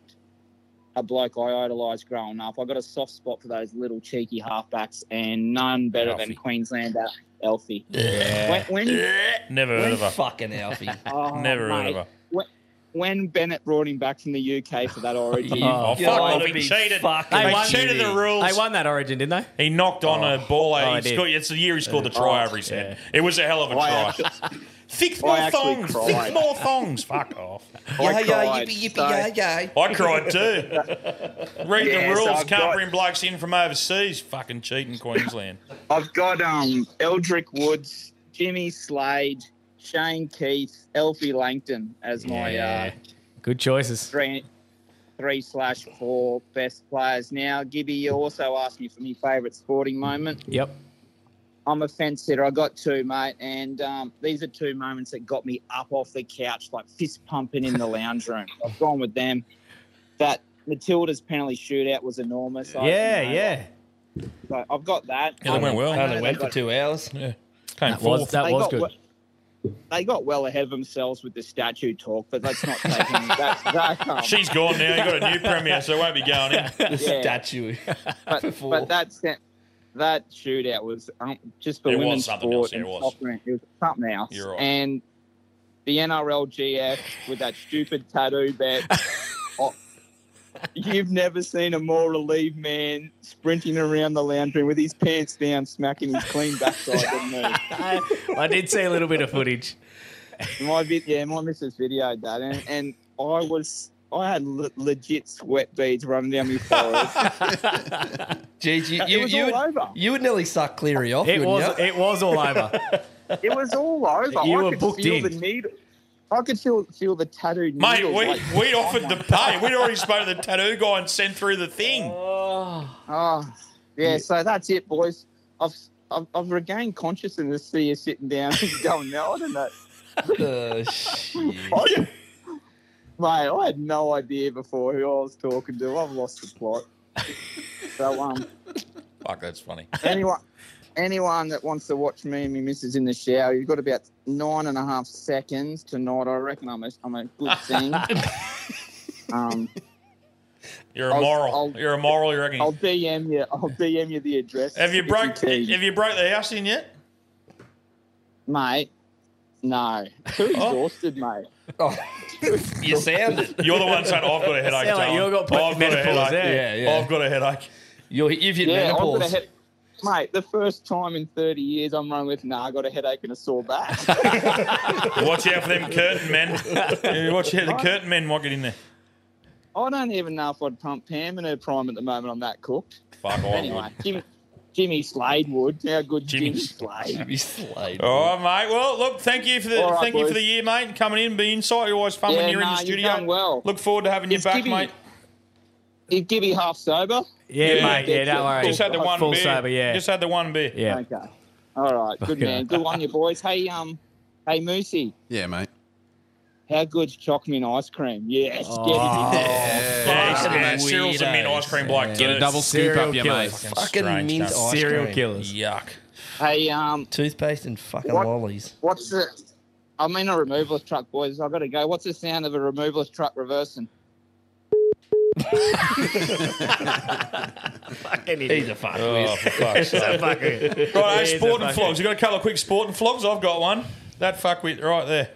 [SPEAKER 17] a bloke I idolised growing up. I got a soft spot for those little cheeky halfbacks, and none better
[SPEAKER 9] Alfie.
[SPEAKER 17] than Queenslander Elfie.
[SPEAKER 9] Yeah.
[SPEAKER 17] When, when,
[SPEAKER 9] Never heard of her.
[SPEAKER 17] Oh,
[SPEAKER 9] Never heard
[SPEAKER 17] mate.
[SPEAKER 9] of her.
[SPEAKER 17] When, when Bennett brought him back from the UK for that Origin,
[SPEAKER 9] Oh, fuck off. He cheated. They cheated the rules.
[SPEAKER 17] They won
[SPEAKER 8] that Origin, didn't
[SPEAKER 9] they? He knocked on a ball.
[SPEAKER 8] Oh,
[SPEAKER 9] out.
[SPEAKER 8] he
[SPEAKER 9] he
[SPEAKER 8] did.
[SPEAKER 9] scored, it's the year he scored the try
[SPEAKER 8] Oh,
[SPEAKER 9] over his head. It was a hell of a
[SPEAKER 8] I
[SPEAKER 9] try.
[SPEAKER 8] actually-
[SPEAKER 9] Fix
[SPEAKER 8] I
[SPEAKER 9] more
[SPEAKER 8] actually
[SPEAKER 9] thongs.
[SPEAKER 8] cried.
[SPEAKER 9] Fix more thongs. Fuck off.
[SPEAKER 8] Yeah, I yeah,
[SPEAKER 17] Oh
[SPEAKER 8] cried, yippee, yippee, so- yeah, yeah.
[SPEAKER 9] I cried too. Read
[SPEAKER 17] Yeah,
[SPEAKER 9] the
[SPEAKER 17] so
[SPEAKER 9] rules.
[SPEAKER 17] I've
[SPEAKER 9] Can't
[SPEAKER 17] got-
[SPEAKER 9] bring blokes in from overseas. Fucking cheating Queensland.
[SPEAKER 17] I've got um Eldrick Woods, Jimmy Slade, Shane Keith, Elfie Langton as my
[SPEAKER 8] Yeah.
[SPEAKER 17] uh,
[SPEAKER 8] Good choices.
[SPEAKER 17] three three slash four best players. Now, Gibby, you also asked me for my favourite sporting moment.
[SPEAKER 8] Yep.
[SPEAKER 17] I'm a fence sitter. I got two, mate, and um, these are two moments that got me up off the couch, like fist pumping in the lounge room. I've gone with them. That Matilda's penalty shootout was enormous. I-
[SPEAKER 8] Yeah,
[SPEAKER 17] you know,
[SPEAKER 8] yeah.
[SPEAKER 17] So I've got that.
[SPEAKER 8] Yeah, they went well.
[SPEAKER 17] I know
[SPEAKER 8] Oh, they went
[SPEAKER 17] got-
[SPEAKER 8] for two
[SPEAKER 10] hours.
[SPEAKER 9] Yeah.
[SPEAKER 8] That was, that
[SPEAKER 17] They
[SPEAKER 8] was
[SPEAKER 17] got
[SPEAKER 8] good.
[SPEAKER 17] what- they got well ahead of themselves with the statue talk, but that's not taking that. that um,
[SPEAKER 9] She's gone now. You got a new premier, so it won't be going in.
[SPEAKER 17] Yeah.
[SPEAKER 10] statue.
[SPEAKER 17] But, but that sen- that shootout was um, just for
[SPEAKER 9] It was
[SPEAKER 17] women's
[SPEAKER 9] something else,
[SPEAKER 17] sport
[SPEAKER 9] yeah,
[SPEAKER 17] and
[SPEAKER 9] it was.
[SPEAKER 17] soccer, it was something else.
[SPEAKER 9] You're right.
[SPEAKER 17] And the NRLGF with that stupid tattoo bet. Oh, You've never seen a more relieved man sprinting around the lounge room with his pants down, smacking his clean backside than me.
[SPEAKER 1] I did see a little bit of footage.
[SPEAKER 17] My vid- yeah, my missus videoed that, and, and I was I had le- legit sweat beads running down my forehead.
[SPEAKER 10] Jeez, you,
[SPEAKER 17] It
[SPEAKER 10] you,
[SPEAKER 17] was
[SPEAKER 10] you,
[SPEAKER 17] all
[SPEAKER 10] would, you would nearly suck Cleary off.
[SPEAKER 17] It
[SPEAKER 10] wouldn't
[SPEAKER 17] was-
[SPEAKER 10] you?
[SPEAKER 17] it was all over. it was all over.
[SPEAKER 10] You
[SPEAKER 17] I
[SPEAKER 10] were
[SPEAKER 17] could
[SPEAKER 10] booked
[SPEAKER 17] feel
[SPEAKER 10] in.
[SPEAKER 17] the needle. I could feel feel the tattooed
[SPEAKER 9] Mate,
[SPEAKER 17] needles,
[SPEAKER 9] we,
[SPEAKER 17] like- oh
[SPEAKER 9] we'd offered the pay. We'd already spoke to the tattoo guy and sent through the thing.
[SPEAKER 17] Oh, yeah. So that's it, boys. I've I've, I've regained consciousness. See you sitting down and going, no, I don't know. I- Mate, I had no idea before who I was talking to. I've lost the plot. So um,
[SPEAKER 9] Fuck, that's funny.
[SPEAKER 17] anyone anyone that wants to watch me and my missus in the shower, you've got about nine and a half seconds tonight. I reckon I'm a, I'm a good thing. um,
[SPEAKER 9] You're a
[SPEAKER 17] I'll-
[SPEAKER 9] moral.
[SPEAKER 17] I'll-
[SPEAKER 9] You're a moral. You reckon?
[SPEAKER 17] I'll DM you. I'll DM you the address.
[SPEAKER 9] Have you
[SPEAKER 17] if
[SPEAKER 9] broke?
[SPEAKER 17] can.
[SPEAKER 9] Have you broke the house in yet?
[SPEAKER 17] mate? No, too
[SPEAKER 9] Oh.
[SPEAKER 17] exhausted, mate.
[SPEAKER 10] you sounded.
[SPEAKER 9] You're the one saying I've got a headache.
[SPEAKER 17] Sound like
[SPEAKER 9] darling.
[SPEAKER 17] you've got
[SPEAKER 9] I've got a
[SPEAKER 17] menopause,
[SPEAKER 9] headache.
[SPEAKER 17] yeah. Yeah, yeah.
[SPEAKER 9] I've got a headache.
[SPEAKER 10] You're, you've
[SPEAKER 17] I've got a head- Mate, the first time in 30 years I'm running with, nah, I got a headache and a sore back.
[SPEAKER 9] Watch out for them curtain men. Yeah, Watch out, the curtain men might get in there.
[SPEAKER 17] I don't even know if I'd pump Pam in her prime at the moment. I'm that cooked.
[SPEAKER 9] Fuck, I
[SPEAKER 17] anyway, Jimmy, Jimmy Slade would. How good Jimmy, Slade.
[SPEAKER 10] Jimmy Slade.
[SPEAKER 1] Oh.
[SPEAKER 9] All right, mate. Well, look, thank you for the
[SPEAKER 17] All right,
[SPEAKER 9] thank you for
[SPEAKER 17] boys.
[SPEAKER 9] the year, mate, and coming in, being insight. You're always fun
[SPEAKER 17] Yeah,
[SPEAKER 9] when you're in
[SPEAKER 17] nah,
[SPEAKER 9] the
[SPEAKER 17] you've
[SPEAKER 9] studio.
[SPEAKER 17] done well.
[SPEAKER 9] Look forward to having you
[SPEAKER 17] Is
[SPEAKER 9] back,
[SPEAKER 17] Gibby-
[SPEAKER 9] mate.
[SPEAKER 17] Is Gibby half sober?
[SPEAKER 9] Yeah, mate, yeah, don't worry. Just had the one
[SPEAKER 17] full
[SPEAKER 9] beer.
[SPEAKER 17] sober, yeah.
[SPEAKER 9] Just had the one beer.
[SPEAKER 17] Yeah. Okay. All right. Good
[SPEAKER 9] Fucking
[SPEAKER 17] man. Good on you, boys. Hey, um, hey, Moosey.
[SPEAKER 11] Yeah, mate.
[SPEAKER 17] How good's chocolate ice cream? Yes.
[SPEAKER 11] Oh,
[SPEAKER 17] get it.
[SPEAKER 11] yeah. Yeah,
[SPEAKER 17] Fucking
[SPEAKER 11] mate,
[SPEAKER 9] Cyril's a mint ice cream bloke.
[SPEAKER 17] Yeah.
[SPEAKER 9] too.
[SPEAKER 17] Get a double scoop up your mate. Fucking
[SPEAKER 9] strange,
[SPEAKER 17] mint
[SPEAKER 9] don't-
[SPEAKER 17] ice Serial cream. killers.
[SPEAKER 9] Yuck.
[SPEAKER 17] Hey, um,
[SPEAKER 10] Toothpaste and fucking
[SPEAKER 17] What?
[SPEAKER 10] lollies.
[SPEAKER 17] what's the? I'm in a removalist truck, boys. I've got to go. What's the sound of a removalist truck reversing?
[SPEAKER 9] He's a fuck. Oh, for fuck's
[SPEAKER 10] He's a
[SPEAKER 9] sake.
[SPEAKER 10] fuckwit.
[SPEAKER 9] Right,
[SPEAKER 10] He's
[SPEAKER 9] hey,
[SPEAKER 10] a
[SPEAKER 9] sporting
[SPEAKER 10] fuckwit.
[SPEAKER 9] flogs. You got a couple of quick sporting flogs? I've got one. That fuckwit right there.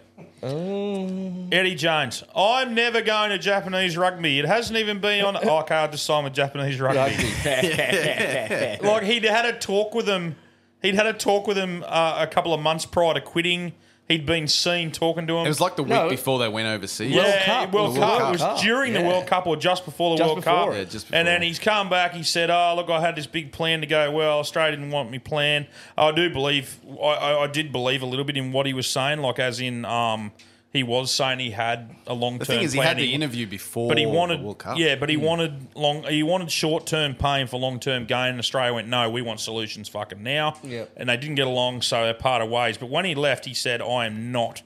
[SPEAKER 10] Oh.
[SPEAKER 9] Eddie Jones. I'm never going to Japanese rugby. It hasn't even been on. Oh, okay, I just signed with Japanese rugby.
[SPEAKER 10] Rugby.
[SPEAKER 9] like he'd had a talk with them. He'd had a talk with them uh, a couple of months prior to quitting. He'd been seen talking to him.
[SPEAKER 18] It was like the week before they went overseas.
[SPEAKER 9] Yeah, World Cup. It was during the
[SPEAKER 18] Yeah.
[SPEAKER 9] World Cup or just before the
[SPEAKER 18] Just
[SPEAKER 9] World
[SPEAKER 18] before.
[SPEAKER 9] Cup.
[SPEAKER 18] Yeah, just
[SPEAKER 9] And then he's come back. He said, "Oh, look, I had this big plan to go. Well, Australia didn't want me plan. I do believe. I, I, I did believe a little bit in what he was saying. Like, as in, um, he was saying he had a long term.
[SPEAKER 18] The thing is, he had the interview before
[SPEAKER 9] But he wanted,
[SPEAKER 18] the World Cup.
[SPEAKER 9] yeah. But he
[SPEAKER 18] Mm.
[SPEAKER 9] wanted long. He wanted short term pain for long term gain. And Australia went, no, we want solutions, fucking now.
[SPEAKER 18] Yep.
[SPEAKER 9] And they didn't get along, so they parted ways. But when he left, he said, I am not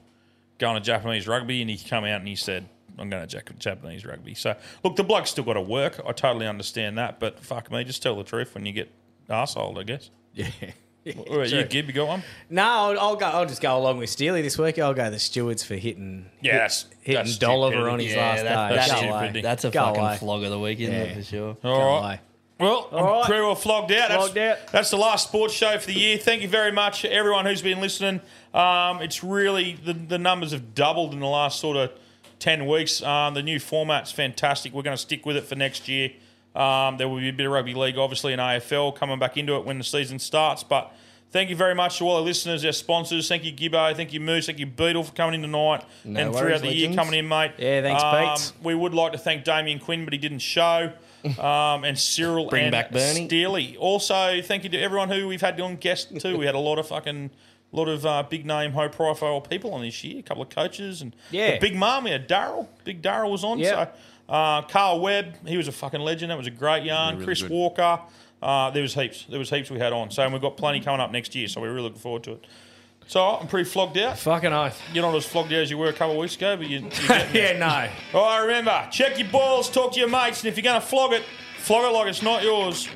[SPEAKER 9] going to Japanese rugby. And he come out and he said, I'm going to Jack- Japanese rugby. So look, the bloke's still got to work. I totally understand that. But fuck me, just tell the truth when you get arseholed, I guess. Yeah. you
[SPEAKER 1] true.
[SPEAKER 9] Gib, you got one?
[SPEAKER 1] No, I'll, I'll go. I'll just go along with Steely this week. I'll go the stewards for hitting.
[SPEAKER 9] Yeah,
[SPEAKER 1] hit-
[SPEAKER 9] that's-
[SPEAKER 1] hitting
[SPEAKER 9] that's
[SPEAKER 1] Dolliver
[SPEAKER 9] stupidity.
[SPEAKER 1] on his
[SPEAKER 9] Yeah,
[SPEAKER 1] last
[SPEAKER 9] that-
[SPEAKER 1] day.
[SPEAKER 9] that's
[SPEAKER 1] Go
[SPEAKER 9] stupidity.
[SPEAKER 1] away.
[SPEAKER 9] That's
[SPEAKER 10] a
[SPEAKER 1] Go
[SPEAKER 10] fucking
[SPEAKER 1] away.
[SPEAKER 10] flog of the week, isn't it, for sure? Go
[SPEAKER 9] All right.
[SPEAKER 10] away.
[SPEAKER 9] Well, I'm
[SPEAKER 10] All right.
[SPEAKER 9] pretty well flogged out.
[SPEAKER 10] Flogged
[SPEAKER 9] that's, That's the last sports show for the year. Thank you very much, everyone who's been listening. Um, it's really the, the numbers have doubled in the last sort of ten weeks. Um, the new format's fantastic. We're going to stick with it for next year. Um, there will be a bit of rugby league, obviously, and AFL coming back into it when the season starts. But thank you very much to all our listeners, our sponsors. Thank you, Gibbo. Thank you, Moose. Thank you, Beetle, for coming in tonight
[SPEAKER 1] No
[SPEAKER 9] and
[SPEAKER 1] worries,
[SPEAKER 9] throughout the year
[SPEAKER 1] legends.
[SPEAKER 9] coming in, mate. Um,
[SPEAKER 1] Yeah, thanks, Pete.
[SPEAKER 9] We would like to thank Damien Quinn, but he didn't show. Um, and Cyril
[SPEAKER 10] Bring
[SPEAKER 9] and
[SPEAKER 10] back Bernie.
[SPEAKER 9] Steely. Also, thank you to everyone who we've had on guest too. We had a lot of fucking lot of uh, big name, high profile people on this year. A couple of coaches and
[SPEAKER 1] Yeah.
[SPEAKER 9] the big mum. We had Daryl. Big Daryl was on.
[SPEAKER 1] Yep.
[SPEAKER 9] So uh, Carl Webb, he was a fucking legend. That was a great yarn.
[SPEAKER 1] really
[SPEAKER 9] Chris
[SPEAKER 1] good.
[SPEAKER 9] Walker. Uh, there was heaps. There was heaps we had on. So and we've got plenty coming up next year. So we're really looking forward to it. So I'm pretty flogged out.
[SPEAKER 1] Fucking oath.
[SPEAKER 9] You're not as flogged out as you were a couple of weeks ago, but you. Oh, You're yeah,
[SPEAKER 1] no.
[SPEAKER 9] All right, remember, check your balls, talk to your mates, and if you're going to flog it, flog it like it's not yours.